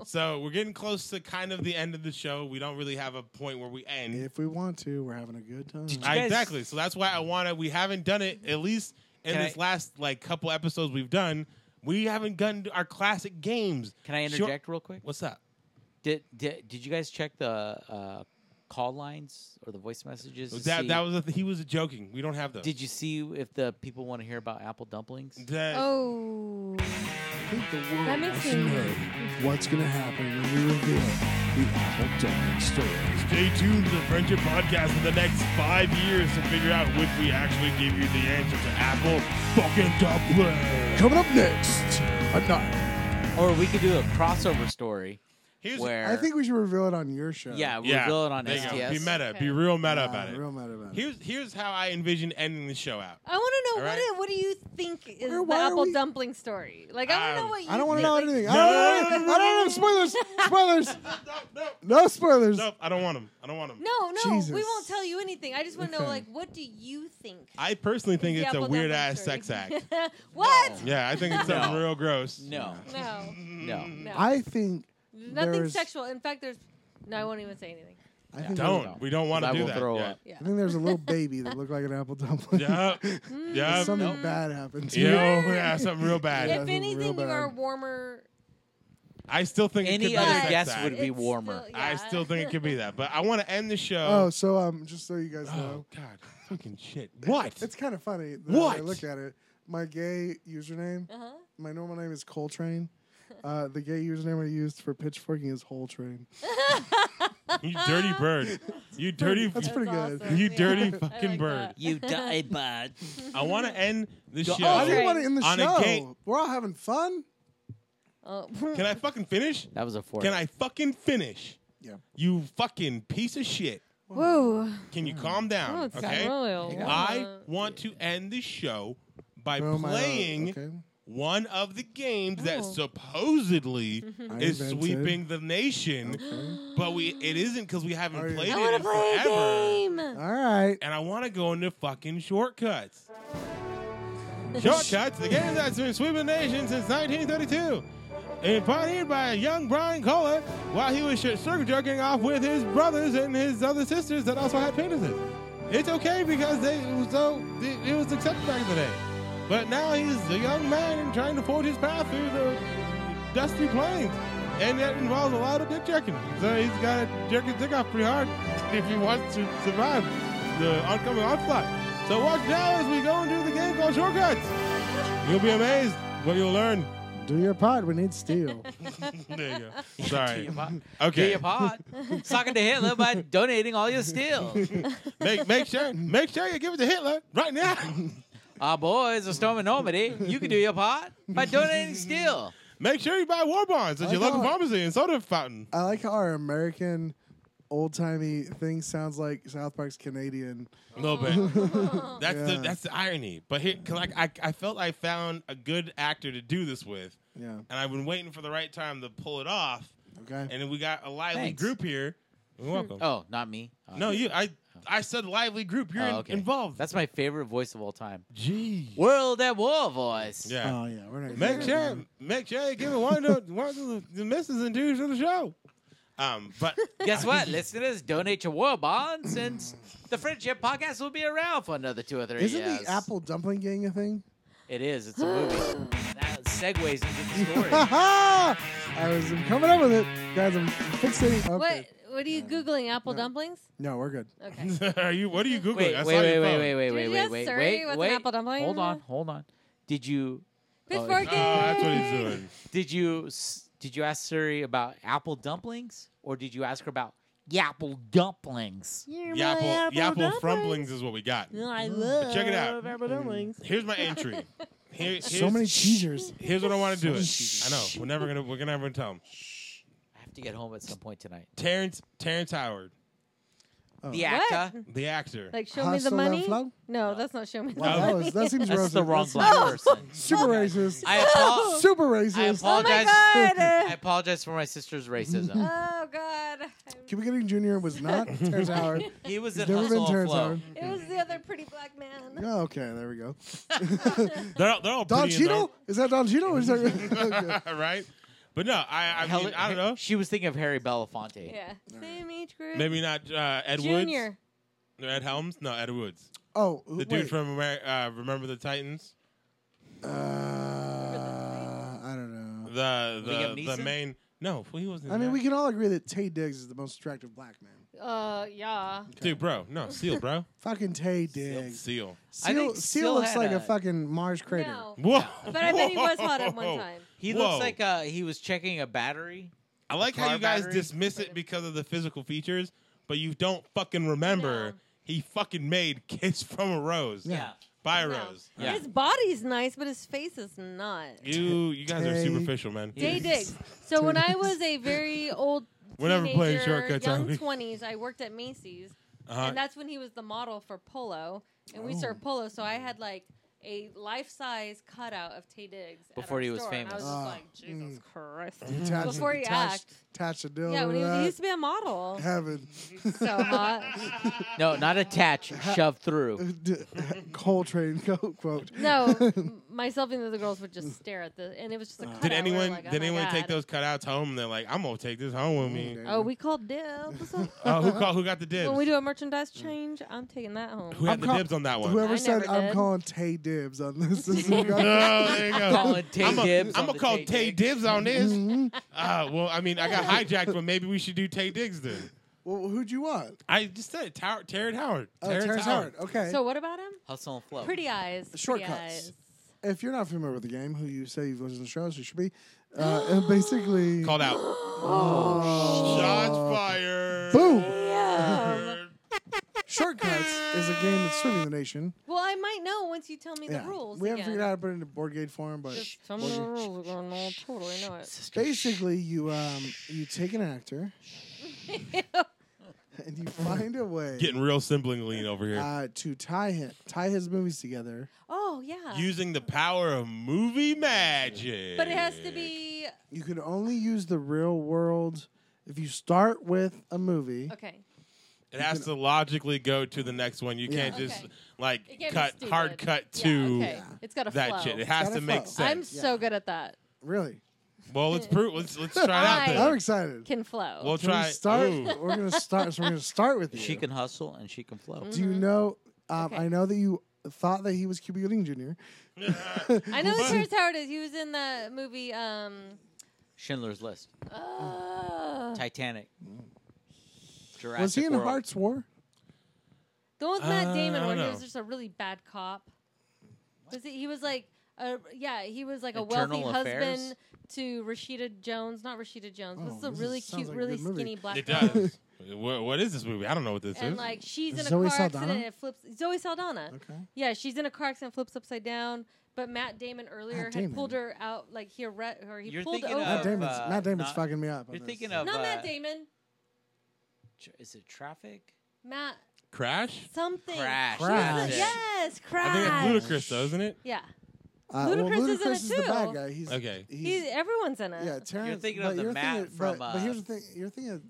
So we're getting close to kind of the end of the show. We don't really have a point where we end. If we want to, we're having a good time. Did you- I- guys- exactly. So that's why I want to. We haven't done it at least in Can this I- last like couple episodes we've done. We haven't gotten to our classic games. Can I Sure. interject real quick? What's up? Did, did did you guys check the uh, call lines or the voice messages? to That see- that was a th- he was joking. We don't have those. Did you see if the people want to hear about apple dumplings? That- Oh. think the world That makes wants to me- know what's going to happen when we reveal the Apple Dumpling story. Stay tuned to the Friendship Podcast for the next five years to figure out which we actually give you the answer to Apple fucking dumpling. Coming up next, a night. Or we could do a crossover story Here's where I think we should reveal it on your show. yeah, we yeah, reveal it on there you go. Be STS. meta. Okay. Be real meta Yeah, about it. Real mad about it. Here's here's how I envision ending the show out. [LAUGHS] I want to know All what, right. it, what do you think is Where- the why are apple we- dumpling story? Like, I want to Um, know what you I don't want to know think. Like, anything. I No, no, don't, know no, no, I don't [LAUGHS] know. Spoilers. Spoilers. [LAUGHS] no, No spoilers. no, I don't want him. I don't want him. No, no, Jesus. we won't tell you anything. I just want to Okay. know, like, what do you think? I personally think the it's a apple weird dumpling ass story- sex act. [LAUGHS] what? Yeah, I think it's something No. real gross. No, No, Mm. no. no. I think. Nothing there's- sexual. In fact, there's. No, I won't even say anything. I think Don't. there- We don't want to I do will that. throw yeah. up. Yeah. I think there's a little baby that looked like an apple [LAUGHS] dumpling. Yep. Hmm. yep. Something Nope. bad happened. to You it. know, yeah, something real bad. Yeah. if that's real anything, you bad. are warmer. I still think it Any could be other a sex guess act. would be it's warmer. still- I yeah. still think it could be that. But I want to end the Oh, show. Oh, so um, just so you guys know, God. Fucking shit. What? It's kind of funny. that What? I look at it. My gay username, [LAUGHS] Uh-huh. my normal name is Coltrane. Uh, the gay username I used for pitchforking is Whole Train. you dirty bird. You dirty. That's pretty good. awesome. You Yeah. dirty [LAUGHS] I fucking like bird. that. [LAUGHS] You died, bud. I want to end the Go- show. Oh, I Whole didn't Train. want to end the On a show. gay- We're all having fun. Oh. Can I fucking finish? That was a four. Can I fucking finish? Yeah. You fucking piece of shit. Whoa. Can you calm down? Oh, it's okay. got royal. I Uh, want to end the show by Oh, my, uh, playing okay. one of the games that Oh. [LAUGHS] supposedly I is invented. sweeping the nation, but we it isn't because we haven't Are you- played I it want in to play a forever. game. All right. And I want to go into fucking shortcuts. Shortcuts, the game that's been sweeping the nation since 1932. And pioneered by young Brian Kohler while he was circle jerking off with his brothers and his other sisters that also had penises. It's okay because they so it, it was accepted back in the day. But now he's a young man and trying to forge his path through the dusty plains. And that involves a lot of dick jerking. So he's got to jerk his dick off pretty hard [LAUGHS] if he wants to survive the oncoming onslaught. So watch now as we go and do the game called Shortcuts. You'll be amazed what you'll learn. [LAUGHS] Do your pod. We need steel. [LAUGHS] There you [LAUGHS] go. Do Sorry. your pot. Do [LAUGHS] Okay. your pot. [LAUGHS] Talking to Hitler by donating all your [LAUGHS] steel. Make make sure make sure you give it to Hitler right [LAUGHS] now. Our boys are storming Normandy. You can do your part by donating steel. Make sure you buy war bonds at I your local got- pharmacy and soda fountain. I like how our American old timey thing sounds like South Park's Canadian. A little bit. [LAUGHS] That's the Yeah. that's the irony. But here, cause like I, I felt I found a good actor to do this with, Yeah. and I've been waiting for the right time to pull it off. Okay. And then we got a lively Thanks. group here. You're welcome. Oh, not me. No, you. I I said lively group. You're in- Oh, okay. involved. That's my favorite voice of all time. Gee. World at War voice. Yeah. Oh yeah, we're not. make sure make sure you give it one to one to the misses and dudes of the show. Um, but Guess what, listeners? Donate your war bonds, and the Friendship Podcast will be around for another two or three Isn't years. the Apple Dumpling Gang a thing? It is. It's a movie. [GASPS] that segues [LAUGHS] into the story. [LAUGHS] I was coming up with it, guys. I'm fixating. Okay. [LAUGHS] What What are you googling? Apple dumplings? No, we're good. [LAUGHS] Okay. [LAUGHS] are you? What are you googling? wait, I wait, saw wait, wait, your phone. wait, wait, Did wait, you wait, just wait, survey wait, what's an wait. apple dumpling? Hold on, hold on. Did you? Pitchfork Oh, that's what he's doing. Did you? s- Did you ask Siri about apple dumplings, or did you ask her about yapple dumplings? Yapple, Yapple frumblings is what we got. I love Check it out. apple dumplings. Here's my entry. Here, here's, So many cheesers. Here's what I want to do. many It. I cheesers. know we're never gonna we're gonna never tell him. I have to get home at some point tonight. Terrence Terrence Howard, The What? actor. the actor. Like show me the Oh. Hustle and money. flow? No, that's not show me the Wow, money. that was that seems [LAUGHS] That's racist. the wrong That's black person. Super racist. [LAUGHS] I, apo- Super I racist. Oh my apologize. I [LAUGHS] god. apologize for my sister's [LAUGHS] racism. [LAUGHS] Oh god. [LAUGHS] Cuba Gooding Jr. was [LAUGHS] not Terrence Howard. He was He's in never Hustle been and Terrence Flow. Howard. [LAUGHS] It was the other pretty black man. Oh, okay, there we go. They're all, they're all Don pretty in their [LAUGHS] Cheeto? Is that Don Cheeto? Or is [LAUGHS] that own- [LAUGHS] right? But no, I I, mean, Hel- I don't know. She was thinking of Harry [LAUGHS] Belafonte. [LAUGHS] Yeah. Same age group. Maybe not uh, Ed Woods, Junior. or Ed Helms. No, Ed Woods, Oh, the wait. dude from Amer- uh, Remember the Titans, Uh, I don't know. the Liam the, the Neeson? main. No, he wasn't. I mean, that. we can all agree that Tay Diggs is the most attractive black man. Uh yeah. Dude, bro, no, Seal, bro, Fucking Tay Diggs. Seal. I Seal, think Seal Seal looks had like a a- fucking Mars crater. No. Whoa! But I bet he was hot at one [LAUGHS] time. He Whoa. looks like uh, he was checking a battery. I like how car you guys battery. dismiss it because of the physical features, but you don't fucking remember No. he fucking made Kiss from a Rose. Yeah. By a No. Rose. Yeah. His body's nice, but his face is not. You you guys are Tay- superficial, man. Yeah. Day Diggs. So when I was a very old We're never playing teenager, shortcuts, are we? young twenties, I worked at Macy's, Uh-huh. and that's when he was the model for Polo, and we Oh. served Polo. So I had like a life-size cutout of Tay Diggs at Before our he was store, and I was famous. just Ah. like, Jesus Christ! Attach- Before he attach- act. attach a dildo Yeah, when he, to was- he that. used to be [LAUGHS] a model, heaven. so [LAUGHS] hot. No, not attach, [LAUGHS] shove through. Coal train co- [LAUGHS] quote. [LAUGHS] No, m- myself and the other girls would just stare at the, and it was just a. Cutout. Did We were anyone like, oh did my anyone God. take those cutouts home? They're like, I'm gonna take this home with me. Oh, we [LAUGHS] called dibs. Uh, who called, who got the dibs? when we do a merchandise change, I'm taking that home. who had I'm the call- dibs on that one? Whoever I said never I'm did. calling Tay Dibs on this. [LAUGHS] [LAUGHS] this is Oh, there you [LAUGHS] go. Calling Tay I'm dibs on gonna the call Tay Tay Diggs. dibs on this. [LAUGHS] Mm-hmm. Uh, well, I mean, I got hijacked, but maybe we should do Tay Diggs then. well, who'd you want? I just said it. Tower, Terrence Howard. Oh, Terrence Howard. Okay. So what about him? Hustle and flow. Oh. Pretty eyes. Shortcuts. Pretty eyes. if you're not familiar with the game, who you say you've listened to shows, you should be. Uh, [GASPS] and basically, oh, Called out. Shots fired. boom. Damn. Shortcuts is a game that's swimming the nation. well, I might know once you tell me the rules. we haven't again. figured out how to put it into board game form, but Just Some of the rules are going on. Totally know it. basically, you um you take an [LAUGHS] actor and you find a way Getting real sibling lean over here. uh, to tie him, tie his movies together. oh yeah. Using the power of movie magic. but it has to be You can only use the real world if you start with a movie. okay. It has to logically go to the next one. You Yeah. can't just Okay. like It can't cut be stupid. hard cut Yeah, to okay. It's got to that flow. shit. It has gotta to make flow. I'm sense. so good at that. Really, well, let's prove. Let's let's try it out I- then. I'm excited. Can flow. We'll Can try. we start? ooh. [LAUGHS] We're gonna start. So we're gonna start with you. Mm. She can hustle and she can flow. Do you know? Um, Mm-hmm. Okay. I know that you thought that he was Cuba Gooding Jr. [LAUGHS] I know this is how it is. He was in the movie. Um, Schindler's List, uh, Titanic, [LAUGHS] Jurassic was he in World. Hearts War? the one with Matt Uh, I Damon, don't where he know. was just a really bad cop. Was he? He was like, a, yeah, he was like a Internal wealthy Affairs? husband to Rashida Jones. Not Rashida Jones. Oh, What's the this really is- sounds cute, like a really good movie. skinny black It [LAUGHS] guy? does. what, what is this movie? I don't know what this And is. like she's in a Zoe car accident Saldana? and it flips. Zoe Saldana. Okay. Yeah, she's in a car accident, flips upside down. But Matt Damon earlier Matt had Damon. pulled her out, like he arre- or he You're pulled thinking over. Matt Of, Damon's, uh, Matt Damon's not- fucking me up. on You're this. thinking of Not uh, Matt Damon. Tr- Is it Traffic? Matt Crash? something. Crash. Crash. that's it. Yes, I Crash. think it's ludicrous, though, isn't it? Yeah, Uh, well, Ludacris is in Ludacris it is the bad too. guy. He's Okay. He's, he, everyone's in it. yeah, Terrence. thinking but of the you're Matt thinking, from, But, but here's uh, the thing. You're thinking of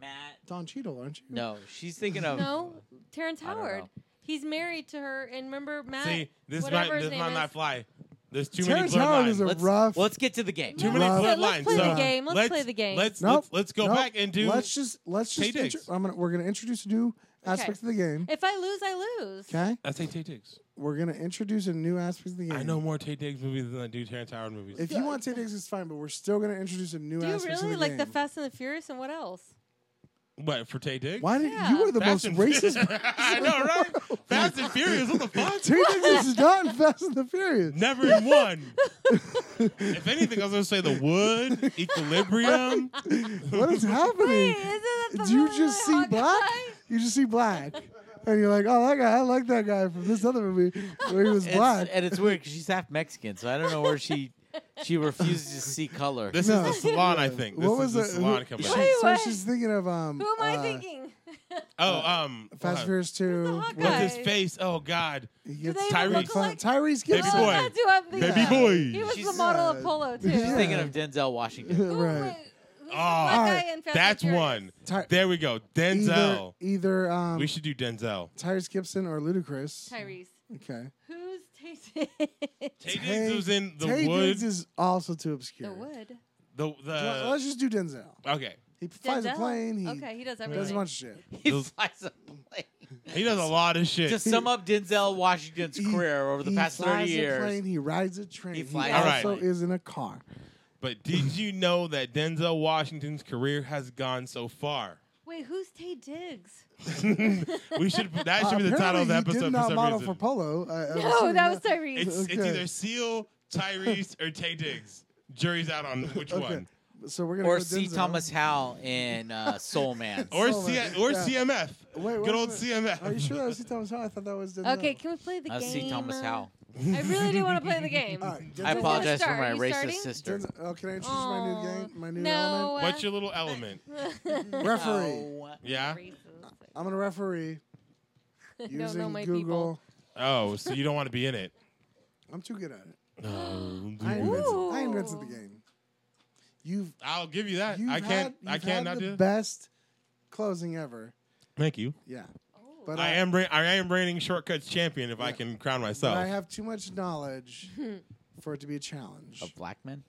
Matt. Don Cheadle, aren't you? No, she's thinking of No, Terrence I don't Howard. know. He's married to her, and remember Matt. See, this whatever might his this name might is. not fly. There's too Terrence many Howard is bloodlines. a- Let's, rough- Let's get to the game. Too No. many bloodlines. Let's- let's play so the game. Let's play the game. Let's Nope, let's, let's go nope. back and do. Let's just let's just. Tay Diggs. intro- I'm gonna we're gonna introduce a new aspect of the game. If I lose, I lose. Okay, I say Tay Diggs. we're gonna introduce a new aspect of the game. I know more Tay Diggs movies than I do Terrence Howard movies. If you want Tay Diggs, it's fine, but we're still gonna introduce a new Do you aspect really of the like game. the Fast and the Furious and what else? what for Tay Diggs? Why did Yeah. you were the Fast and [LAUGHS] most racist? [LAUGHS] I know, right? Fast and Furious. What the fuck? Tay Diggs is not in Fast and the Furious. Never in [LAUGHS] one. if anything, I was gonna say the wood [LAUGHS] equilibrium. [LAUGHS] What is happening? Wait, isn't that the Do you really [LAUGHS] just see hot black? guy? You just see black, and you're like, "Oh, that guy! I like that guy from this other movie where he was It's- black." and it's weird because she's half Mexican, so I don't know [LAUGHS] where she she refuses to see color. This No. is the salon, I think. This is the it? Who- salon coming she- up. Wait, so what? she's thinking of um. Who am I uh, thinking? Oh, um, Fast uh, and Furious Two. hot what's guy? his face? Oh God, He Do gets they Tyrese. even look Fun- alike? Tyrese Baby gets Oh, boy. that's who I'm thinking baby of. He boy. was the She's- [LAUGHS] model Yeah. of Polo too. She's She's Yeah. thinking of Denzel Washington. Who- right. wait, who's Oh, the black guy in Fast that's and Furious? one. Ty- There we go. Either, Denzel. either um, we should do Denzel. Tyrese Gibson or Ludacris. Tyrese. okay. Who's tasting Tay Tay- Diggs was in the Tay wood. Diggs is also too obscure. the wood? the Uh, Well, the. Let's just do Denzel. Okay, He flies a Denzel? plane. He okay, he does everything. does a bunch of shit. [LAUGHS] He Those- flies a plane. he does a lot of shit. To sum up Denzel Washington's He- career over the he past flies thirty A years, plane, he rides a train. He, flies a also plane. is in a car. but did you know that Denzel Washington's career has gone so far? [LAUGHS] Wait, who's Tay Diggs? we should. That should be the Uh, title of the apparently he episode. did for not some model reason. for Polo. I- I'm No, assuming Oh, that was Tyrese. It's, it's Okay. either Seal, Tyrese, or Tay Diggs. Jury's out on which Okay. one. So we're gonna [LAUGHS] or go see Denzel. Thomas Howell in uh, Soul Man. Or Soul C- Man. or Yeah. CMF. Wait, wait Good a old minute. CMF. Are you sure that [LAUGHS] was see Thomas Howell? I thought that was Denzel. Okay, can we play the I game? uh? see Thomas Howell. I really do want [LAUGHS] to play the game. All right, I Denzel- apologize for start. my Are you racist starting? sister. Denzel- oh, can I introduce my new Aw, game? My new no. uh, What's your little element? [LAUGHS] element? Referee. Oh, Yeah. Racist. I'm gonna referee I using don't know my Google. people. Oh, so you don't want to be in it. I'm too good at it. Oh, I invented, I Ooh. invented the game. You've I'll give you that. You've I can't. Had, I you've can't had not the do. That. best closing ever. Thank you. Yeah, Oh. but I I, am. Re- I am reigning shortcuts champion. If I Yeah. can crown But myself. I I, have too much knowledge for it to be a challenge a black man.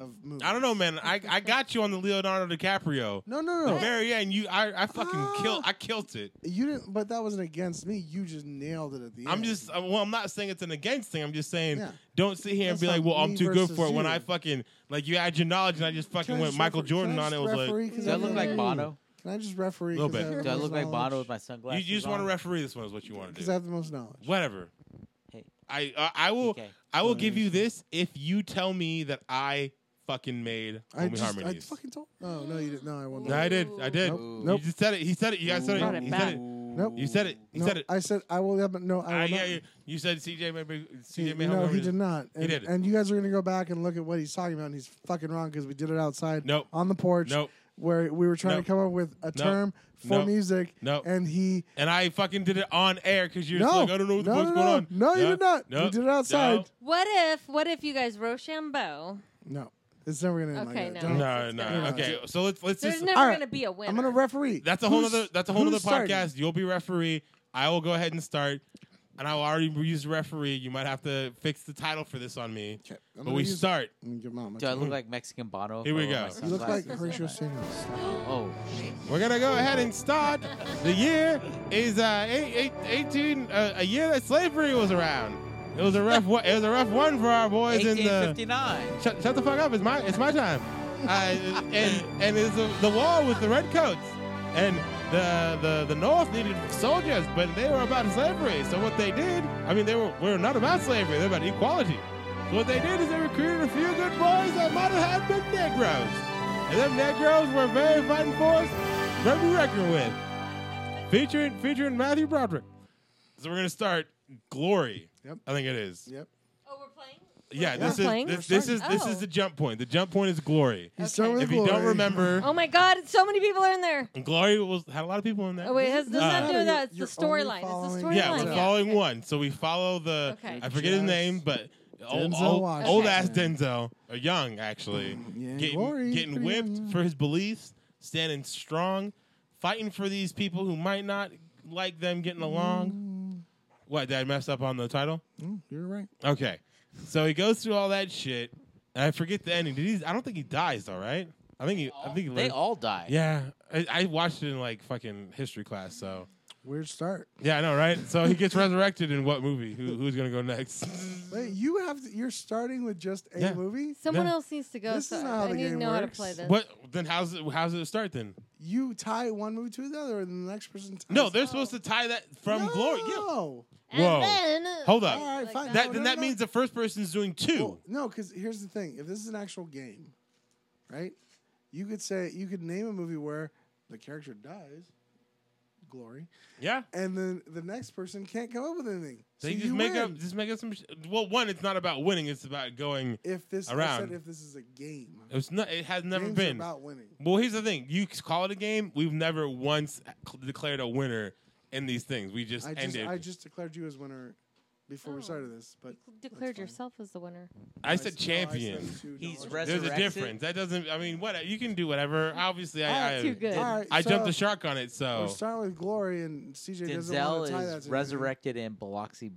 of movies. don't know, man. I, I got you on the Leonardo DiCaprio. No, no, The no. very end, you. I, I fucking Ah. killed. I killed it. you didn't. But that wasn't against me. You just nailed it at the end. I'm just uh, well. I'm not saying it's an against thing. I'm just saying Yeah. don't sit here and That's be like, not well, I'm me too good versus for it. When you. I fucking like you had your knowledge and I just Can fucking I went just Michael refer- Jordan can I on it. It just Was like referee 'cause Does that I look have like the- Bono? Can I just referee? Little 'cause I bit. have the Do I most look like Bono with knowledge? my you, sunglasses? you just want to on? referee this one is what you want to Because do. I have the most knowledge. Whatever. Hey. I uh, I will Okay. I will give you this if you tell me that I fucking made I Homie just, I Harmonies. fucking told. Oh no, you didn't. No, I won't. No, I did. I did. Nope. Ooh. Nope. You just said it. He said it. You guys said Brought it. it He said it. Nope. You said it. You no, said it. I said I will. have- No, I will Ah, not. yeah, you, you said CJ maybe He- CJ made Homie no, he Harmonies. did not. And, did. and you guys are gonna go back and look at what he's talking about, and he's fucking wrong because we did it outside. Nope. On the porch. Nope. Where we were trying Nope. to come up with a term for Nope. music. Nope. And he. And I fucking did it on air because you're just No. like, I don't know what the No, fuck's no, going no. on. No, you did not. You did it outside. What if? What if you guys Rochambeau? No, it's never gonna end Okay, like that. no. No, Don't- no. It's gonna happen. Okay, so let's let's There's just. never All right. gonna be a winner. I'm gonna referee. That's a whole Who's- other. That's a whole who's other starting? podcast. You'll be referee. I will go ahead and start. and I already used referee. You might have to fix the title for this on me. Okay, I'm But gonna we use- start. I'm gonna give mom. a Do I look turn. like Mexican Bono? if Here I we wear my go. You look like sunglasses? Horatio Santos. Oh, shit. We're gonna go ahead and start. The year is uh, eight, eight, 18, uh, a year that slavery was around. It was a rough, [LAUGHS] one, it was a rough one for our boys in the. 1859. Shut, shut the fuck up! It's my, it's my time. Uh, and and it's the, the wall with the redcoats, and the, the the North needed soldiers, but they were about slavery. So what they did, I mean, they were were not about slavery. They're about equality. So what they did is they recruited a few good boys that might have had been Negroes. And them Negroes were very fighting force. Remy Reckon with. Featuring featuring Matthew Broderick. So we're gonna start Glory. Yep. I think it is. Yep. Oh, we're playing. Yeah, this is playing? this, this is this Oh. is the jump point. The jump point is Glory. You start with If you don't glory. remember, [LAUGHS] Oh my God! So many people are in there. Glory was had a lot of people in there. Oh wait, it has does Uh, not do with that. It's You're the only storyline. It's following- the storyline. yeah, we're yeah. following okay. one. So we follow the Okay. I forget his Just name, but old, Denzel old, Washington. old ass Denzel, or young actually, Yeah, getting, Glory. getting whipped for his beliefs, standing strong, fighting for these people who might not like them getting along. What did I mess up on the title? Mm, You're right. Okay, so he goes through all that shit. And I forget the ending. Did he? I don't think he dies though, right? I think he. I think he They lives. all die. Yeah, I, I watched it in like fucking history class, so. Weird start. Yeah, I know, right? So he gets resurrected in what movie? Who, who's gonna go [LAUGHS] next? Wait, you have you're starting with just a Yeah. movie. Someone Yeah. else needs to go. This So is not how I the need to game know how to works. play this. what? Then how's it, how's it start then? You tie one movie to the other, and the next person. Ties No, they're supposed to tie that from no. glory. Yeah. And Whoa. then Hold up. All right, Like fine. that. That No, then no, that no. means the first person's doing two. Well, no, because here's the thing: if this is an actual game, right? You could say you could name a movie where the character dies, glory, yeah. and then the next person can't come up with anything. They so just you make win. up just make up some. Sh- well, one, it's not about winning. It's about going. if this I around. said if this is a game. It's not. It has never Games are been. about winning. Well, here's the thing. You c- call it a game. We've never once cl- declared a winner in these things. We just I just ended. I just declared you as winner before Oh. we started this, but declared fine. yourself as the winner. I said no, champion. said two He's dollars. res- There's a Resurrected? difference. That doesn't. I mean, what you can do whatever. Obviously, I, I Ah, too good. All right, I jumped so the shark on it. We're So starting with glory, and CJ doesn't want to tie Denzel that is to resurrected in Biloxi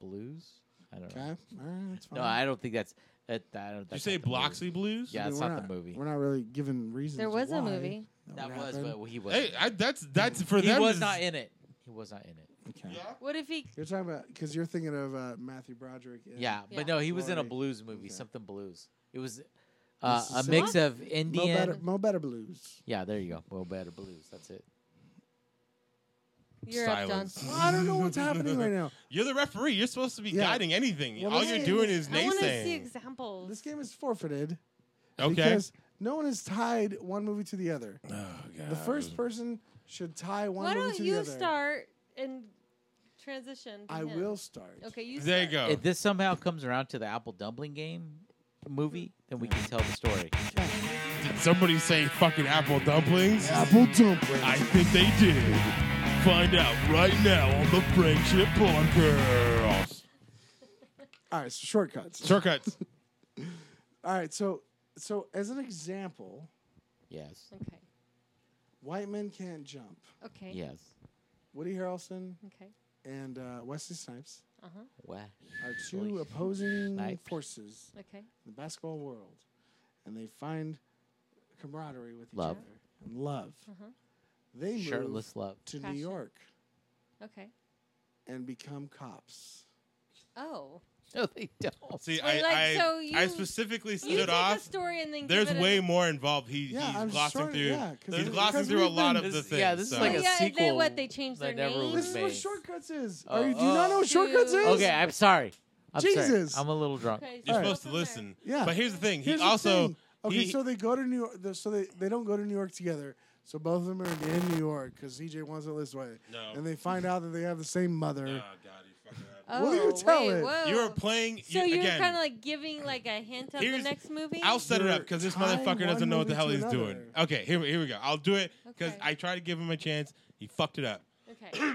Blues. I don't anything. know. Okay, all right, that's fine. No, I don't think that's. That, I don't, you that's say not the movie. Bloxy Blues? Yeah, I mean, it's we're not, the movie. We're not really given reasons. There was a why movie. That would was, happen. but he was. Hey, I, that's that's for he them. was is- not in it. He was not in it. Okay. What if he? You're talking about because you're thinking of uh, Matthew Broderick. And Yeah, Yeah. but no, he was in a Glory. blues movie, Okay. something blues. It was uh, a Mississippi. mix of Mo Better, Indian. Mo Better Blues. Yeah, there you go. Well, better blues. That's it. You're Silence. up, John. I don't know what's happening right [LAUGHS] now. You're the referee. You're supposed to be Yeah. guiding anything. Well, All this you're game doing is- is I want to see naysaying. examples. This game is forfeited Okay. because no one has tied one movie to the other. Oh, The first person should tie one Why movie don't to you the other. start and transition? to I him? will start. Okay, you. There you start. go. If this somehow comes around to the Apple Dumpling Game movie, then we can tell the story. Did somebody say fucking apple dumplings? Apple dumpling. I think they did. Find out right now on the Friendship Podcast. All right, so shortcuts. Shortcuts. All right, so so as an example, Yes. Okay. white men can't jump. Okay. Yes. Woody Harrelson Okay. and uh, Wesley Snipes Uh huh. What? are two Wesley opposing Snipes. forces Okay. in the basketball world, and they find camaraderie with each Love. other and love. Uh-huh. They move Shirtless love. [LAUGHS] to Passion. New York Okay. and become cops. Oh. No, they don't. [LAUGHS] See, I, Wait, like, I, so you- I specifically You stood take off. a story and then There's give it way a, more involved. He, Yeah, he's I'm glossing sure- through. yeah, 'cause he's it- glossing because through a we've lot been- of the This- things. yeah, this is so- like Oh, a yeah, they- sequel what, they changed their that never name? was This is what made. shortcuts is. Oh, Are you, do you not know what oh. shortcuts is? Okay, I'm sorry. I'm sorry. Jesus. I'm a little drunk. Okay, You're so supposed go to from there. listen. Yeah. But here's the thing. He Here's the also. thing. okay. he- so they go to New York. the- So they, they don't go to New York together. So both of them are in New York because CJ wants it this way. No. And they find out that they have the same mother. Oh, God, you fucking up. Oh, Will you tell wait, it? Whoa. You were playing. So you, you're again, kind of like giving like a hint of the Here's- next movie. I'll set it You're up because this tying motherfucker doesn't one know what the movie hell to he's another. doing. Okay, here, here we go. I'll do it because Okay. I tried to give him a chance. He fucked it up. [CLEARS THROAT] okay.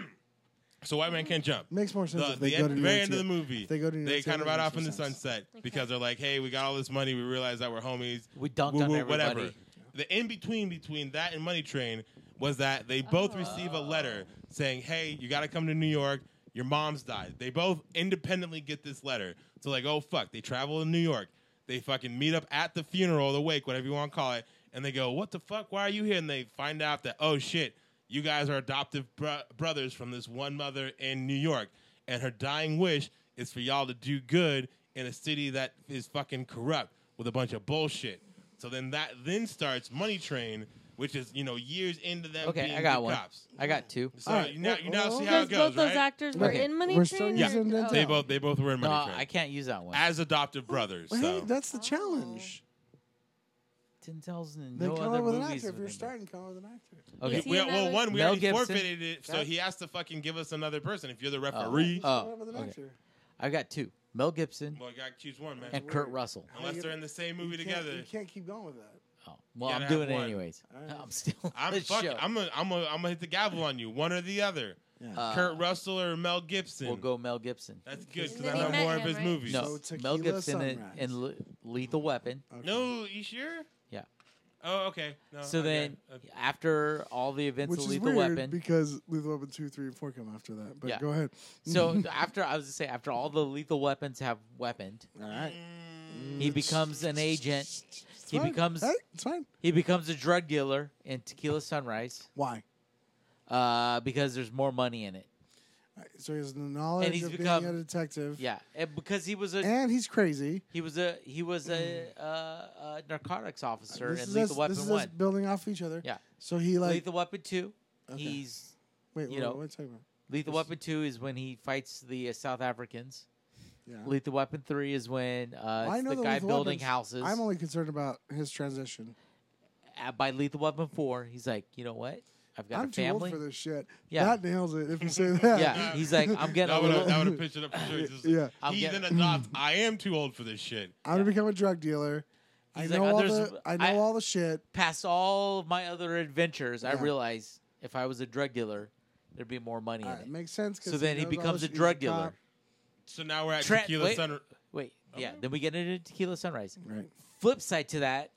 So white man can't jump. Makes more sense The, if they the go end, to New very York. end of the together. movie, If they go to New York kind together, of ride it off makes in the more sense. sunset Okay. because they're like, "Hey, we got all this money. We realized that we're homies. We dunked Woo, on woo, everybody. whatever." The in between between that Oh. and Money Train was that they both receive a letter saying, "Hey, you got to come to New York. Your mom's died. They both independently get this letter. So like, oh fuck, they travel to New York. They fucking meet up at the funeral, the wake, whatever you want to call it, and they go, "What the fuck? Why are you here?" And they find out that, "Oh shit, you guys are adoptive br- brothers from this one mother in New York, and her dying wish is for y'all to do good in a city that is fucking corrupt with a bunch of bullshit." So then that then starts Money Train, which is you know years into them Okay, being I got good one. cops. I got two. So All right, you now you now well, see how Because it goes, both those right? actors were Okay. in Money We're Train. still Yeah. using or- that They Oh. both they both were in No, Money I Train can't use that one. as adoptive brothers. Well, hey, so. that's the Oh. challenge. Tintel's in Then no come other up with an movies. actor if you're with him. starting. Come up with an actor. Okay. Is We- he well, another- one, we Mel already Gibson? forfeited it, so Yeah. he has to fucking give us another person. If you're the Oh, referee, Come up oh, with an okay. actor. I've got two: Mel Gibson well, you gotta choose one, man. and Kurt Russell. Unless they're in the same movie You can't- together, You can't keep going with that. Oh, well, You I'm gotta have doing it one. anyways. [LAUGHS] All right. I'm still. on I'm this fucking. show. I'm gonna I'm gonna I'm gonna hit the gavel on you. One or the other. Uh, Kurt Russell or Mel Gibson. We'll go Mel Gibson. That's good because Then I he know met more of him, his right? movies. No, So Mel Tequila Gibson and, Sunrise. and Le- Lethal Weapon. Okay. No, you sure? Yeah. Oh, okay. No, so okay. then, Okay. after all the events Which of is Lethal weird Weapon, because Lethal Weapon two, three, and four come after that. But Yeah. go ahead. [LAUGHS] so after I was to say after all the Lethal Weapons have weaponed, All right. Mm. he becomes an agent. It's He fine. becomes Hey, it's fine. he becomes a drug dealer in Tequila Sunrise Why? uh, because there's more money in it. All right, So he has the knowledge he's of become- being a detective. Yeah, and because he was a And he's crazy. he was a he was a, uh, a narcotics officer This in is, Lethal us, Weapon this is us One. building off each other. Yeah. So he like Lethal Weapon Two. Okay. He's wait, you wait, know. what are you talking about? Lethal This- Weapon Two is when he fights the uh, South Africans. Yeah. Lethal Weapon Three is when uh, Well, I it's know the the guy Lethal building Weapons. houses. I'm only concerned about his transition. Uh, by Lethal Weapon Four, he's like, you know what? I've got I'm a too old family. for this shit. Yeah. That nails it if you [LAUGHS] say that. Yeah, he's like, [LAUGHS] I'm getting That a would little. have, that [LAUGHS] would have pitched it up for sure. He's just- Yeah. I'm He's getting- [LAUGHS] an adopt. I am too old for this shit. I'm gonna become a drug dealer. I He's like, know "Oh, all there's- the I know I- all the shit. Past all of my other adventures, I Yeah. realize if I was a drug dealer, there'd be more money All in right, it. makes sense. 'cause so then he knows all becomes the a shit. He's drug dealer. cop. So now we're at Trent, Tequila wait. Sun. uh, Wait, yeah. Then we get into Tequila Sunrise. Right. Flip side to that,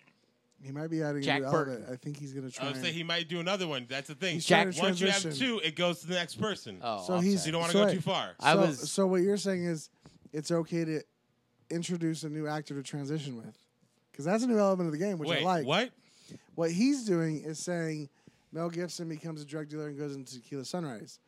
He might be adding Jack a new Burton. element. I think he's gonna I try. would say and- he might do another one. That's the thing. He's trying to Once you have transition. two, it goes to the next person. oh, So I'm he's- So sorry. you don't want to So go I- too far. I so, was- so what you're saying is it's okay to introduce a new actor to transition with. Because that's a new element of the game, which Wait, I like. what? What he's doing is saying Mel Gibson becomes a drug dealer and goes into Tequila Sunrise.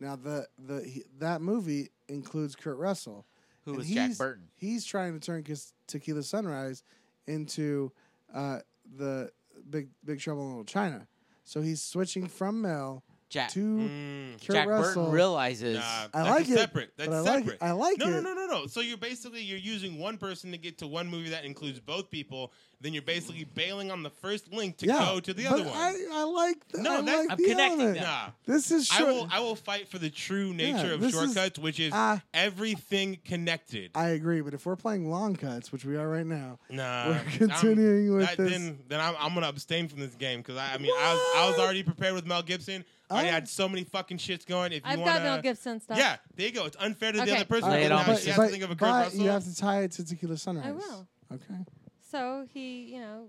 Now the the he, that movie includes Kurt Russell, who and was Jack he's- Burton? He's trying to turn Kes- Tequila Sunrise into uh, the Big Big Trouble in Little China. So he's switching from Mel Jack to Mm, Kurt Jack Russell. Burton realizes. oh, nah, I that's like a it, separate. That's but I like separate. it. I like no, it. no, no, no, no. So you're basically you're using one person to get to one movie that includes both people. Then you're basically bailing on the first link to go to the but other one. I, I like the, No, I that's- like I'm the connecting element. them. nah. This is I short. will I will fight for the true nature Yeah, of this is- shortcuts, which is Ah. everything connected. I agree, but if we're playing long cuts, which we are right now, nah, we're I'm- continuing with Um, that- this. Then, then I'm, I'm gonna abstain from this game because I, I mean I was, I was already prepared with Mel Gibson. I Oh. had so many fucking shits going. If you I've wanna, got Mel Gibson stuff. yeah, there you go. It's unfair to Okay. the other person. All Lay it because on now me. but, she has but- to think of a Kurt but Russell. you have to tie it to Tequila Sunrise. I will. Okay. So he, you know,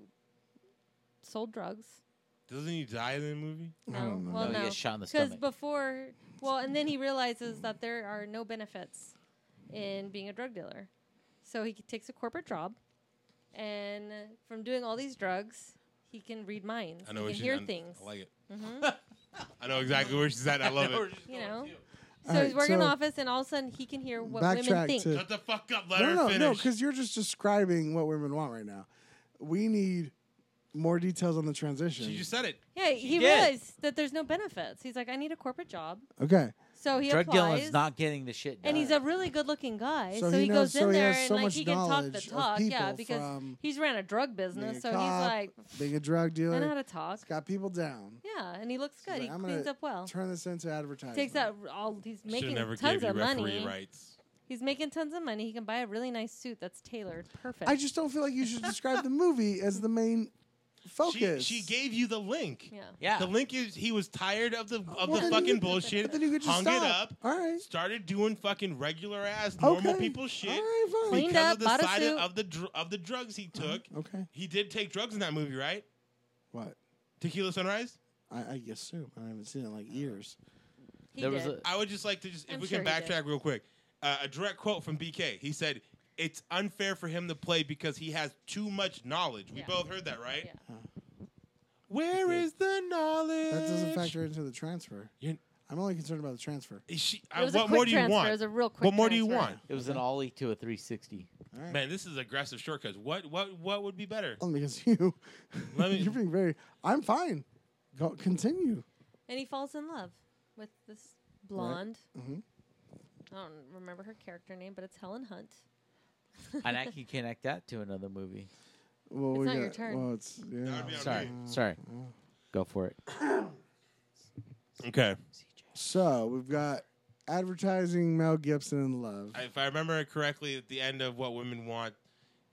sold drugs. Doesn't he die in the movie? I No, don't know. no, well, he no, gets shot in the because stomach. before, well, and then he realizes that there are no benefits in being a drug dealer, so he takes a corporate job, and from doing all these drugs, he can read minds. I know he where can she's hear at. things. I like it. Mhm. [LAUGHS] I know exactly where she's at. I love it. You know, so All right, he's working in so- the office, and all of a sudden he can hear what Backtrack women think. to- Shut the fuck up. Let No, her no, finish. no, because you're just describing what women want right now. We need more details on the transition. she just said it. yeah, he, did. realized that there's no benefits. He's like, I need a corporate job, okay. so he Drug applies. dealer's not getting the shit done. and he's a really good-looking guy, So so, he he, knows- goes so in he there has and so like much he can talk the knowledge of talk, yeah, people because from he's ran a drug being business, a so cop, he's like, being a drug I know dealer. how to talk. It's got people down. Yeah, and he looks like, good. He "I'm gonna cleans up well. Turn this into advertising. Takes out r- all. He's Should making never tons gave you of referee money. rights. He's making tons of money. He can buy a really nice suit that's tailored, perfect. I just don't feel like you should describe the movie as the main She, focus. she gave you the link. yeah. yeah. The link is he was tired of the of Well, the then fucking you- bullshit. But then you could just hung stop. it up. All right. Started doing fucking regular ass Okay. normal people shit All right, fine. Cleaned because up, of the bought a side suit. of, of the dr- of the drugs he took. Okay. He did take drugs in that movie, right? What? Tequila Sunrise. I, I assume I haven't seen it in like years. He there did. was a I would just like to just if I'm we sure can he did. backtrack real quick. Uh, a direct quote from BK. He said, "It's unfair for him to play because he has too much knowledge." We Yeah. both heard that, right? yeah. Where is the knowledge? That doesn't factor into the transfer. You're- I'm only concerned about the transfer. Is she, It uh, was a what quick more do you transfer. It want? was a real quick What more do you transfer. want? it was an ollie to a 360. All right. Man, this is aggressive shortcuts. What what what would be better? Only because [LAUGHS] you, Let me- you're being very. I'm fine. Go continue. And he falls in love with this blonde. Mhm. I don't remember her character name, but it's Helen Hunt. and I can connect that to another movie. Well, It's we not got, your turn. Well, it's yeah. would be on Sorry, me. sorry. Go for it. Okay. So we've got advertising Mel Gibson in love. I- If I remember correctly, at the end of What Women Want,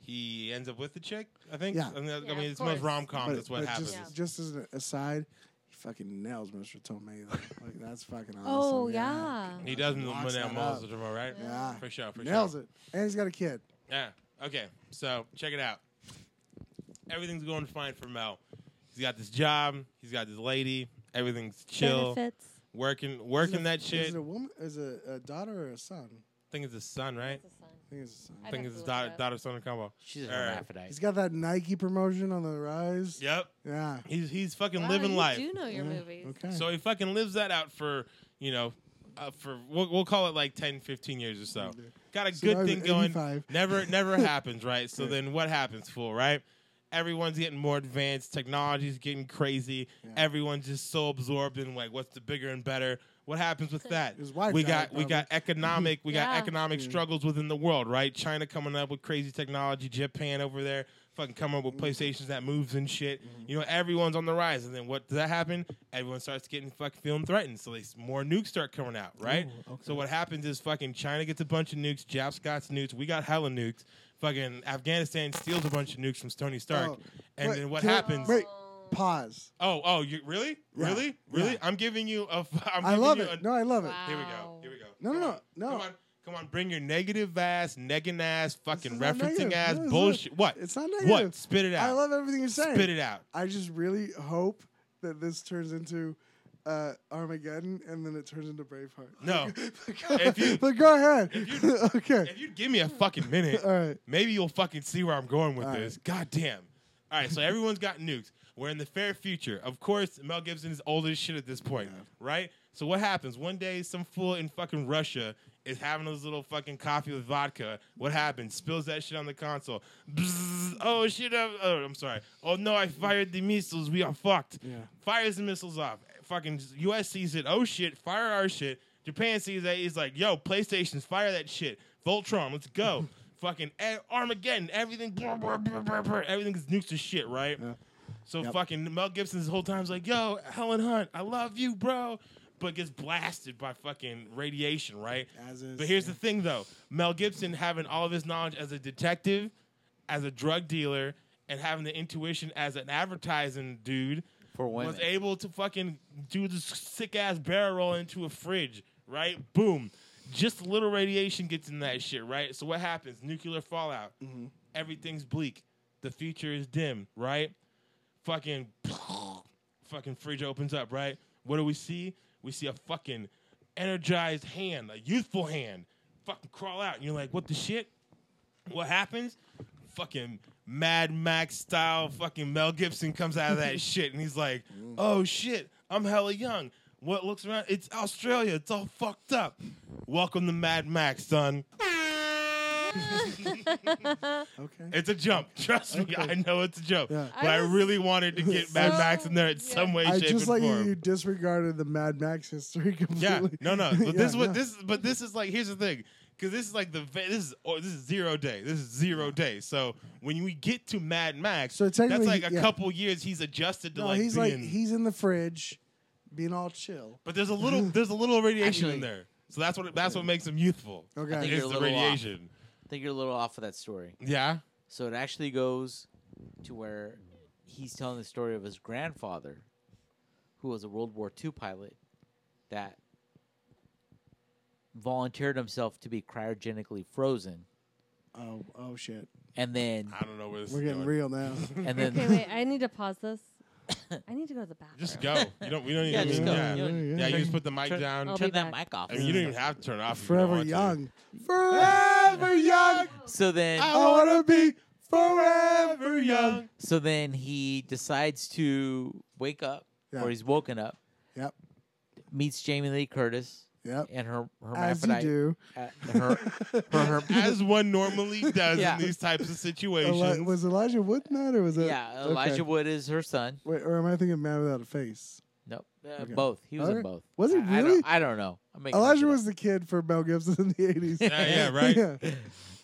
he ends up with the chick. I think. Yeah. I mean, I- I Yeah, mean, of it's most course. rom coms. That's what but happens. Just, Yeah. just as an aside, he fucking nails Mr. [LAUGHS] Tomei. Though. like that's fucking awesome. oh yeah. He does in the Locks that up. Monel Tomorrow, right? Yeah. For sure. For Nails sure. it, and he's got a kid. Yeah. Okay. So check it out. Everything's going fine for Mel. He's got this job. He's got this lady. Everything's chill. Benefits. Working, Is it working a- that shit. Is it a woman? Is it a daughter or a son? I think it's his son, right? That's a son. I think it's a son. I I'd think have it's his to look it daughter, up. daughter son combo. She's an All right. hermaphrodite. He's got that Nike promotion on the rise. Yep. Yeah. He's he's fucking Wow, living you life. Mm-hmm. do know your Yeah, movies. Okay. So he fucking lives that out for, you know, uh, for we'll, we'll call it like 10, 15 years or so. Got a So now good he's thing going. 85. [LAUGHS] Never never happens, right? So then what happens, fool, right? Everyone's getting more advanced, technology's getting crazy. Yeah. Everyone's just so absorbed in like what's the bigger and better. What happens with that? His wife we died, got we got economic we got Yeah. economic Yeah. struggles within the world, right? China coming up with crazy technology, Japan over there fucking coming up with Mm-hmm. PlayStations that moves and shit. You know, everyone's on the rise, and then what does that happen? Everyone starts getting fucking feeling threatened, so they s- more nukes start coming out, right? Ooh, okay. So what happens is fucking China gets a bunch of nukes, Japs got nukes, we got hella nukes. Fucking Afghanistan steals a bunch of nukes from Tony Stark, Oh, and wait, then what can I- happens? Wait, pause. Oh, oh, you really, Yeah, really, really? yeah. I'm giving you a. f- I'm I giving love you it. a- no, I love it. Wow. here we go. Here we go. No, Come no, on. no, no. Come on. Come on. Bring your negative ass, negging ass, fucking is not referencing negative. ass No, it's bullshit. not- what? It's not negative. What? Spit it out. I love everything you're saying. Spit it out. I just really hope that this turns into uh, Armageddon and then it turns into Braveheart. No. [LAUGHS] but If you- go ahead. [LAUGHS] you- okay. If you'd give me a fucking minute, All right. maybe you'll fucking see where I'm going with All right. this. God damn. All [LAUGHS] right, so everyone's got nukes. We're in the fair future. Of course, Mel Gibson is old as shit at this point, right? So what happens? One day, some fool in fucking Russia is having his little fucking coffee with vodka. What happens? Spills that shit on the console. Bzzz. oh shit! I'm, oh, I'm sorry. Oh no, I fired the missiles. We are fucked. Yeah. Fires the missiles off. Fucking U.S. sees it. Oh shit! Fire our shit. Japan sees that. He's like, yo, PlayStation's fire that shit. Voltron, let's [LAUGHS] go. Fucking eh, Armageddon. Everything. Blah, blah, blah, blah, blah. Everything's nukes to shit, right? Yeah. So Yep. fucking Mel Gibson's whole time's like, yo, Helen Hunt, I love you, bro. But gets blasted by fucking radiation, right? As is, but here's yeah. the thing though. Mel Gibson having all of his knowledge as a detective, as a drug dealer, and having the intuition as an advertising dude For women. was able to fucking do this sick ass barrel roll into a fridge, right? Boom. Just a little radiation gets in that shit, right? So what happens? Nuclear fallout. Everything's bleak. The future is dim, right? Fucking [SNIFFS] fucking fridge opens up, right? What do we see? We see a fucking energized hand, a youthful hand, fucking crawl out. And you're like, what the shit? What happens? Fucking Mad Max style fucking Mel Gibson comes out of [LAUGHS] that shit and he's like, Mm. oh shit, I'm hella young. What looks around? It's Australia. It's all fucked up. Welcome to Mad Max, son. [LAUGHS] Okay. It's a jump. Trust me, I know it's a jump. Yeah. But I, I was really wanted to [LAUGHS] get Mad so- Max in there in yeah. some way, I shape, just and like form. that you disregarded the Mad Max history [LAUGHS] Yeah, completely. no, no. But [LAUGHS] Yeah, this is what no. this. But this is like. Here's the thing. Because this is like the ve- this is or this is zero day. This is zero day. So when we get to Mad Max, So that's technically like he- a yeah. couple years. He's adjusted to No, like he's like being. he's in the fridge, being all chill. but there's a little there's a little radiation in Actually- there. So that's what that's what makes him youthful. Okay. I think is you're a the little off. radiation. I think you're a little off of that story. Yeah. So it actually goes to where he's telling the story of his grandfather, who was a World War II pilot that volunteered himself to be cryogenically frozen, Oh, oh shit. and then I don't know where this We're is getting [LAUGHS] going. real now. and then [COUGHS] Okay, wait. I need to pause this I need to go to the bathroom. Just go. You don't. We don't Yeah, even. just go. Yeah, You don't- yeah. You Turn- just put the mic turn- down. I'll Turn be that back. mic off. I mean, you don't even have to turn it off. if you don't Forever want to. young. Forever young. So then, I I wanna wanna be Forever young. so then he decides to wake up, Yeah. or he's woken up. Yep. Meets Jamie Lee Curtis Yep. and her As you [LAUGHS] hermaphrodite. do. uh, her, [LAUGHS] her, her, As one normally does Yeah. in these types of situations. Eli- was Elijah Wood in that, or was it? yeah, Elijah Wood is her son. Wait, or am I thinking Man Without a Face? Nope, uh, Okay. both. He was in Okay. both. Was he I- I, really? don't, I don't know. I'm making that shit Elijah up. was the kid for Mel Gibson in the eighties. yeah, [LAUGHS] yeah, right. Yeah. Mm.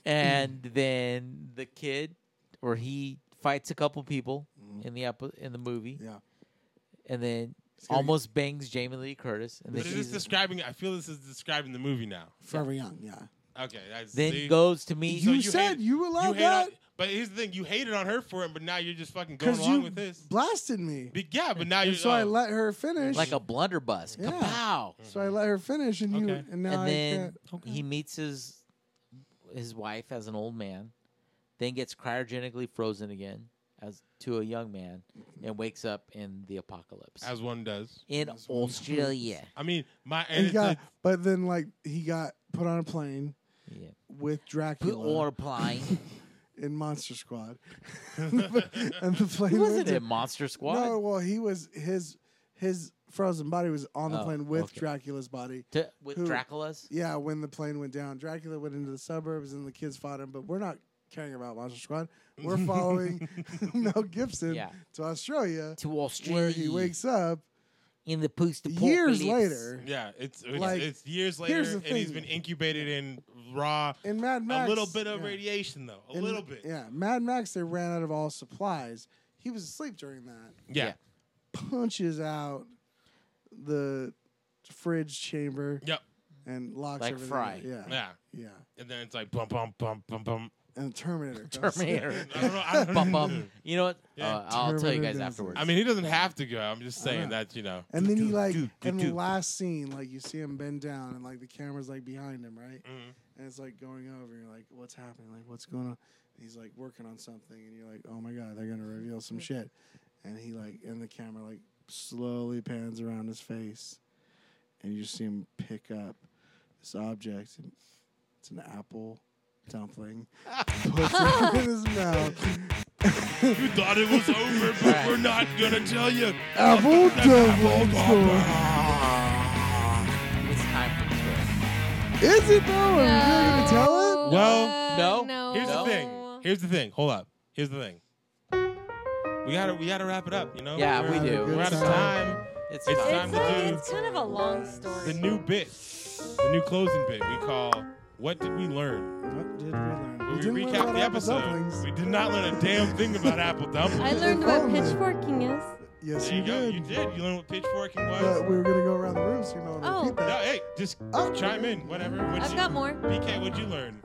and then the kid, or he fights a couple people in the epi- in the movie. Mm-hmm. Yeah. and then It's gonna almost bangs Jamie Lee Curtis, and But then is this she's, describing? I feel this is describing the movie now. get Forever Young. Yeah. Okay. That's, then see? goes to meet. You, you said hate- you allowed You hate that on, but here's the thing: you hated on her for it, but now you're just fucking going because along you with this. blasted me. Be- yeah, but now you're And so I oh. let her finish. like a blunderbuss. Yeah. Kapow! so I let her finish, and you Okay. and now and I then can't. he meets his his wife as an old man, then gets cryogenically frozen again as to a young man, Mm-hmm. and wakes up in the apocalypse as one does. in as one does. [LAUGHS] Australia. I mean, my and And he it's got, a- but then like he got put on a plane Yeah. with Put Dracula or [LAUGHS] plane. in Monster Squad, [LAUGHS] and the plane He wasn't went to- in Monster Squad. No, well, he was his his frozen body was on the Oh, plane with okay. Dracula's body. To- with Who? Dracula's. Yeah, when the plane went down, Dracula went into the suburbs and the kids fought him. But we're not caring about Monster Squad. We're following [LAUGHS] Mel Gibson Yeah. to Australia, To Australia. where he wakes up in the post years later yeah, it's it's, Like, it's years later, here's the and he's thing. been incubated in raw. in Mad Max. a little bit of yeah. radiation, though. A In- little bit. Yeah. Yeah, Mad Max. They ran out of all supplies. He was asleep during that. Yeah. Punches out the fridge chamber. Yep. And locks Like everything. Fry. up. Yeah. Yeah. And then it's like bum bum bum bum bum. And [LAUGHS] Terminator. comes. Terminator. I don't know. I don't [LAUGHS] bum know. bum. You know what? Yeah. Uh, I'll tell you Terminator guys does it. afterwards. I mean, he doesn't have to go. I'm just saying know. that you know. And then he like Doo, doo, in the doo. last scene, like you see him bend down and like the camera's like behind him, right? Mhm. And it's like going over. You're like, what's happening? Like, what's going on? And he's like working on something, and you're like, oh my god, they're gonna reveal some shit. And he like, and the camera like slowly pans around his face, and you just see him pick up this object. And it's an apple dumpling. puts it in his mouth. You thought it was over, but Right. we're not gonna tell you. Apple dumpling. it's time for the story. Is it though? Are we really gonna tell it? Well, no. no. Here's No. the thing. Here's the thing. Hold up. Here's the thing. We gotta we gotta wrap it up. You know. Yeah, We're we out- do. We're out of time. It's, It's time. It's, time to like, do- it's kind of a long story. The new bit, the new closing bit, we call "What Did We Learn." What did we learn? Where didn't we learn recap about the apple episode. dumplings. We did not learn a damn thing about apple dumplings. I learned what pitchforking is. [LAUGHS] Yes, There you you go. did. You did. You learned what pitchforking was. But we were gonna go around the room, so you might want to Oh. repeat No, that. hey, just Oh. chime in. Whatever. What'd I've you, got more. BK, what'd you learn?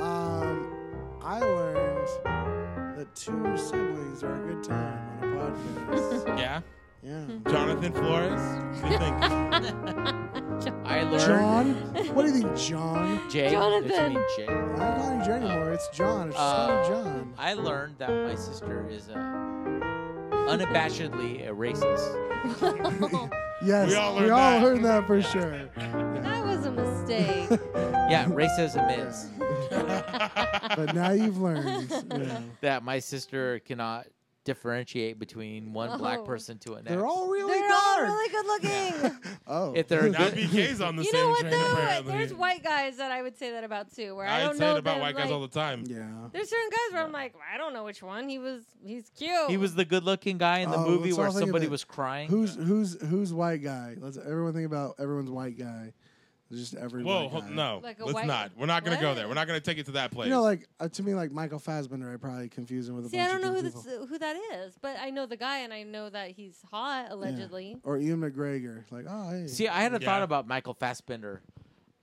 Um, I learned that two siblings are a good time on [LAUGHS] a podcast. Yeah. yeah. Jonathan Flores. [LAUGHS] What do you think? I learned. John, what do you think, John? Jay, Jonathan. It's me, Jay. I'm not calling you Jay anymore. It's John. It's just call me Uh, John. I learned that my sister is uh, unabashedly a racist. [LAUGHS] that Yes, we all learned that. heard that for [LAUGHS] sure. [LAUGHS] was a mistake. Yeah, racism is But now you've learned. yeah. that my sister cannot differentiate between one black Oh. person to another. They're all really They're all dark. really [LAUGHS] good looking. Oh, [LAUGHS] If they're Now good- BK's on the you same know what train though? apparently. There's white guys that I would say that about too, where I, I don't say know it about them, white guys like- all the time. yeah. There's certain guys where I'm like, I don't know which one. He was, he's cute. He was the good-looking guy in the Oh, movie let's where all think of somebody it. was crying. Who's who's who's white guy? Let's everyone think about everyone's white guy. Just every Whoa, white hold, guy. no. Like a let's white- not. We're not gonna go What? there. We're not gonna take it to that place. You know, like uh, to me, like Michael Fassbender, I probably confuse him with a See, bunch I don't of know who different this, people. who that is, but I know the guy and I know that he's hot allegedly. Or Ian McGregor, like oh hey. See, I had a Yeah. thought about Michael Fassbender.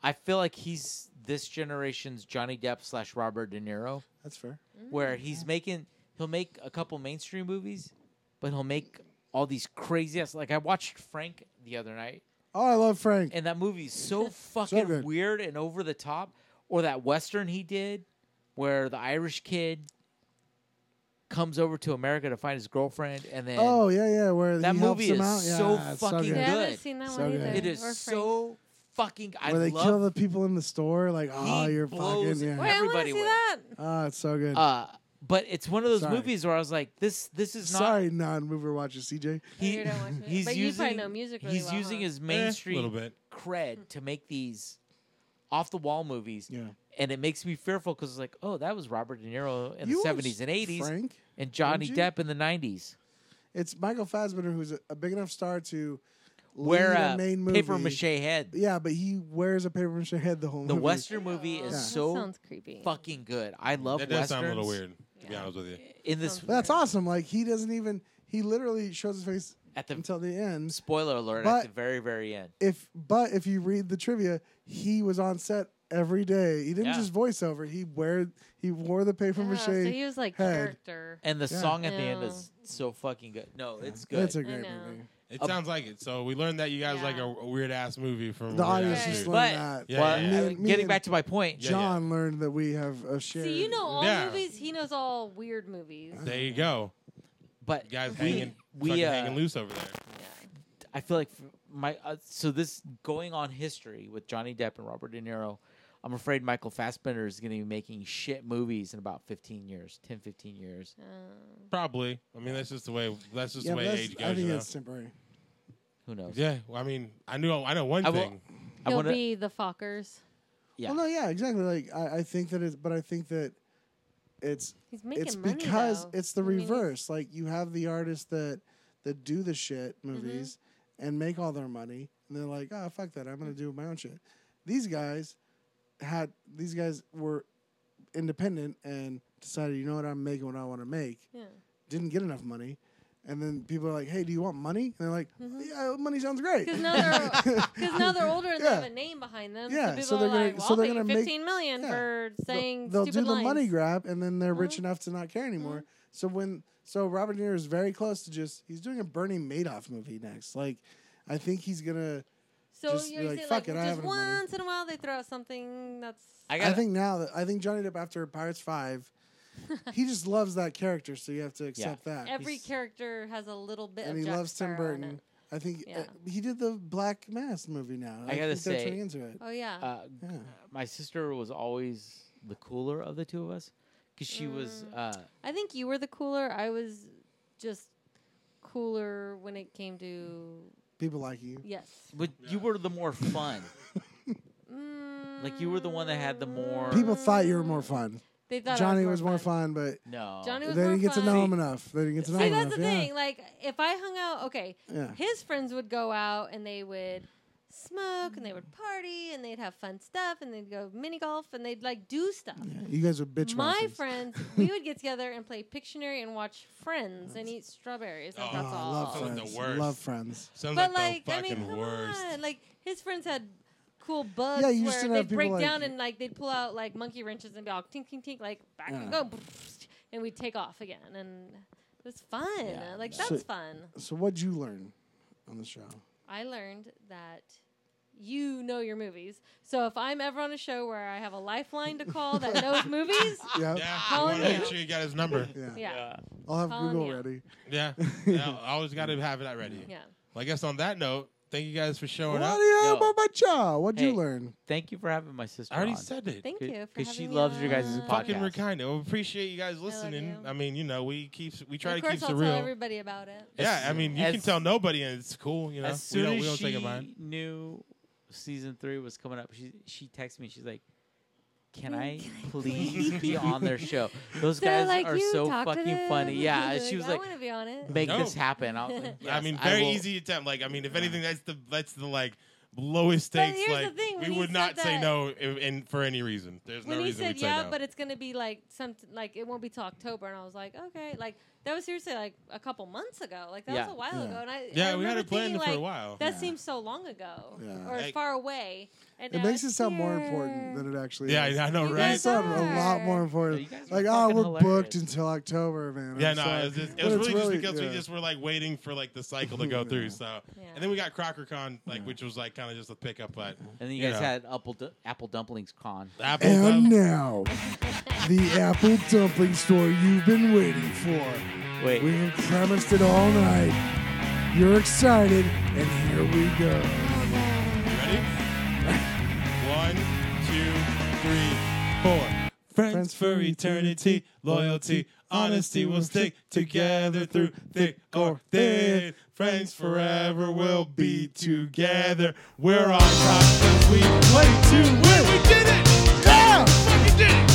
I feel like he's this generation's Johnny Depp slash Robert De Niro, that's fair. where he's making he'll make a couple mainstream movies, but he'll make all these crazy ass. Like I watched Frank the other night, Oh, I love Frank. and that movie's so fucking good. weird and over the top. Or that western he did, where the Irish kid comes over to America to find his girlfriend, and then oh yeah, yeah. Where That he movie helps him is out. so yeah, it's fucking Yeah, I good. good. haven't seen that So one good. either. it is Or Frank. so fucking. I Where they love kill the people in the store, like oh, He you're fucking blows yeah. Wait, I want Everybody to see wins. that. Ah, it's so good. Uh, but it's one of those Sorry. movies where I was like, this this is not. Sorry, non-mover watcher CJ. Oh, you don't watch it. he's But you using probably know music really he's well, using huh? Eh, his Eh, a mainstream little bit. cred to make these off the wall movies, Yeah, and it makes me fearful because it's like, oh, that was Robert De Niro in You the watched seventies and eighties, Frank. and Johnny you? Depp in the nineties. It's Michael Fassbender who's a, a big enough star to Wear lead a a main movie. uh, paper mache head. Yeah, but he wears a paper mache head the whole The movie. western movie is That so sounds creepy. fucking good. I love That does westerns. sound a little weird, to be Yeah. honest with you. In this, Sounds But that's awesome. Like he doesn't even he literally shows his face at the until the end. spoiler alert, But- at the very very end, If but if you read the trivia, he was on set every day. He didn't Yeah. just voice over. He wear he wore the paper Yeah, mache. so he was like head. character. and the Yeah. song at the end No. is so fucking good. No, it's good. It's a great know. movie. It A- sounds like it. So we learned that you guys Yeah. like a, weird ass movie from The a weird-ass audience Right. just dude. learned- learned But- that. Yeah, Well, yeah, Me- yeah. me getting and back to my point, Yeah, John learned that we have a shared. See, you know all Yeah. Uh-huh. movies. He knows all weird movies. There you go. but You guys we- hanging, we, fucking uh, hanging loose over there. I feel like f- my uh, so this going on history with Johnny Depp and Robert De Niro. I'm afraid Michael Fassbender is going to be making shit movies in about 15 years, 10, 15 years. Um, Probably. I mean, that's just the way. That's just yeah, the way but that's- age I goes. think You know? that's temporary. Who knows? Yeah. Well, I mean, I knew. I know one I will- thing. I he'll wanna- be the Fockers. Yeah. Well, no, yeah, exactly. Like I, I think that it's, but I think that it's He's making it's money because though. it's the I mean, reverse. like you have the artists that that do the shit Mm-hmm. movies and make all their money, and they're like, oh fuck that, I'm gonna do my own shit. These guys had these guys were independent and decided, you know what, I'm making what I want to make. Yeah. Didn't get enough money. And then people are like, "Hey, do you want money?" And they're like, Mhm. "Yeah, money sounds great." Because now [LAUGHS] they're because now they're older and Yeah. they have a name behind them. Yeah, so people so they're are gonna- like, well, so they're I'll pay gonna you make- 15 million yeah. for saying they'll stupid do the lines. Mm-hmm. money grab and then they're rich Mhm. enough to not care anymore. So when so Robert De Niro is very close to just he's doing a Bernie Madoff movie next. Like I think he's gonna. So Just you're be like, saying, "Fuck it, I have just enough money." once in a while they throw out something that's I I, got think now that I think Johnny Depp after Pirates [LAUGHS] Five, he just loves that character. So you have to accept that. every he's- character has a little bit. and of he Jack loves Tim Sparrow in Burton. it. I think uh, Yeah. he did the Black Mass movie now. I gotta think they're say- turning into it. Oh yeah. uh, Yeah. my sister was always the cooler of the two of us because she was Mm. uh, I think you were the cooler. I was just cooler when it came to People like you. yes. but you were the more fun. Like, you were the one that had the more- People thought you were more fun. They Mm. thought I Johnny was more fun, fun. but no, they Johnny was didn't more get to fun. know him enough. They didn't get to know See, him that's enough. the yeah. thing. Like, if I hung out, okay, Yeah. his friends would go out and they would smoke and they would party and they'd have fun stuff and they'd go mini golf and they'd like do stuff. Yeah, you guys are bitch My mouthers. friends, we would get together and play Pictionary and watch Friends and eat strawberries. And Oh, that's Oh, I all. love Sounds like the friends. worst. Love friends. Sounds But like like, the I fucking mean, come worst. on. Like his friends had cool bugs Yeah, you just where didn't have they'd people break like- down and like they'd pull out like monkey wrenches and be all tink tink tink like back and Yeah. go, and we'd take off again and it was fun. Yeah. Like So- that's fun. So what'd you learn on the show? I learned that you know your movies. So if I'm ever on a show where I have a lifeline to call that [LAUGHS] knows movies, yeah, Yeah. you Calling want to make you. sure you got his number. Yeah. yeah, I'll have Calling Google you. ready. Yeah, [LAUGHS] yeah. I always got to have that ready. yeah. Well, I guess on that note, thank you guys for showing What up. do you No. have on my jaw? What'd Hey. you learn? Thank you for having my sister. I already on. said it. Thank Good, you for 'cause having she me loves your guys' on. Fucking podcast. Rekindo. We appreciate you guys listening. you. I, mean, you know, we keep we try of to course, keep I'll it tell real. everybody about it. Yeah, I mean, you As- can tell nobody, and it's cool. You know, As we soon don't we don't as take it mind. she knew season three was coming up, she she texted me. She's like, "Can I please be on [LAUGHS] their show? Those They're guys like, are you so talk to fucking them. [LAUGHS] funny." Yeah, They're she was I like, want to be on it. "Make No. this happen." I, was like, I [LAUGHS] "Yes, I mean, very will." easy attempt. Like, I mean, if anything, that's the that's the like lowest But stakes. here's the Like, thing, we when he would not said say that- no, if, and for any reason, there's when no he reason said we'd say yeah, no. but it's gonna be like something like it won't be till October, and I was like, okay, like that was seriously like a couple months ago, like that Yeah. was a while Yeah. ago, and I yeah, I we had remember it planned thinking, for like, a while. That Yeah. seems so long ago Yeah. or Hey. far away. And It now makes it it's sound more here. important than it actually yeah, is. I know, You It right? makes guys it sound a lot are. more important. You guys are Like, oh, fucking we're booked hilarious." until October, man. Yeah, I'm no, sorry. it was, just, it But was it's really, really- just because yeah. we just were like waiting for like the cycle to go [LAUGHS] through. So, Yeah. and then we got Crocker Con, like, which was like kind of just a pickup, but And then you You guys know. had apple du- apple dumplings con. Apple. And Club- now, the apple dumpling store you've been waiting for. Wait. We have promised it all night. You're excited, and here we go. Ready? One, two, three, four. Friends for eternity, loyalty, honesty will stick together through thick or thin. Friends forever will be together. We're on top 'cause we play to win. We did it! Yeah! We did it!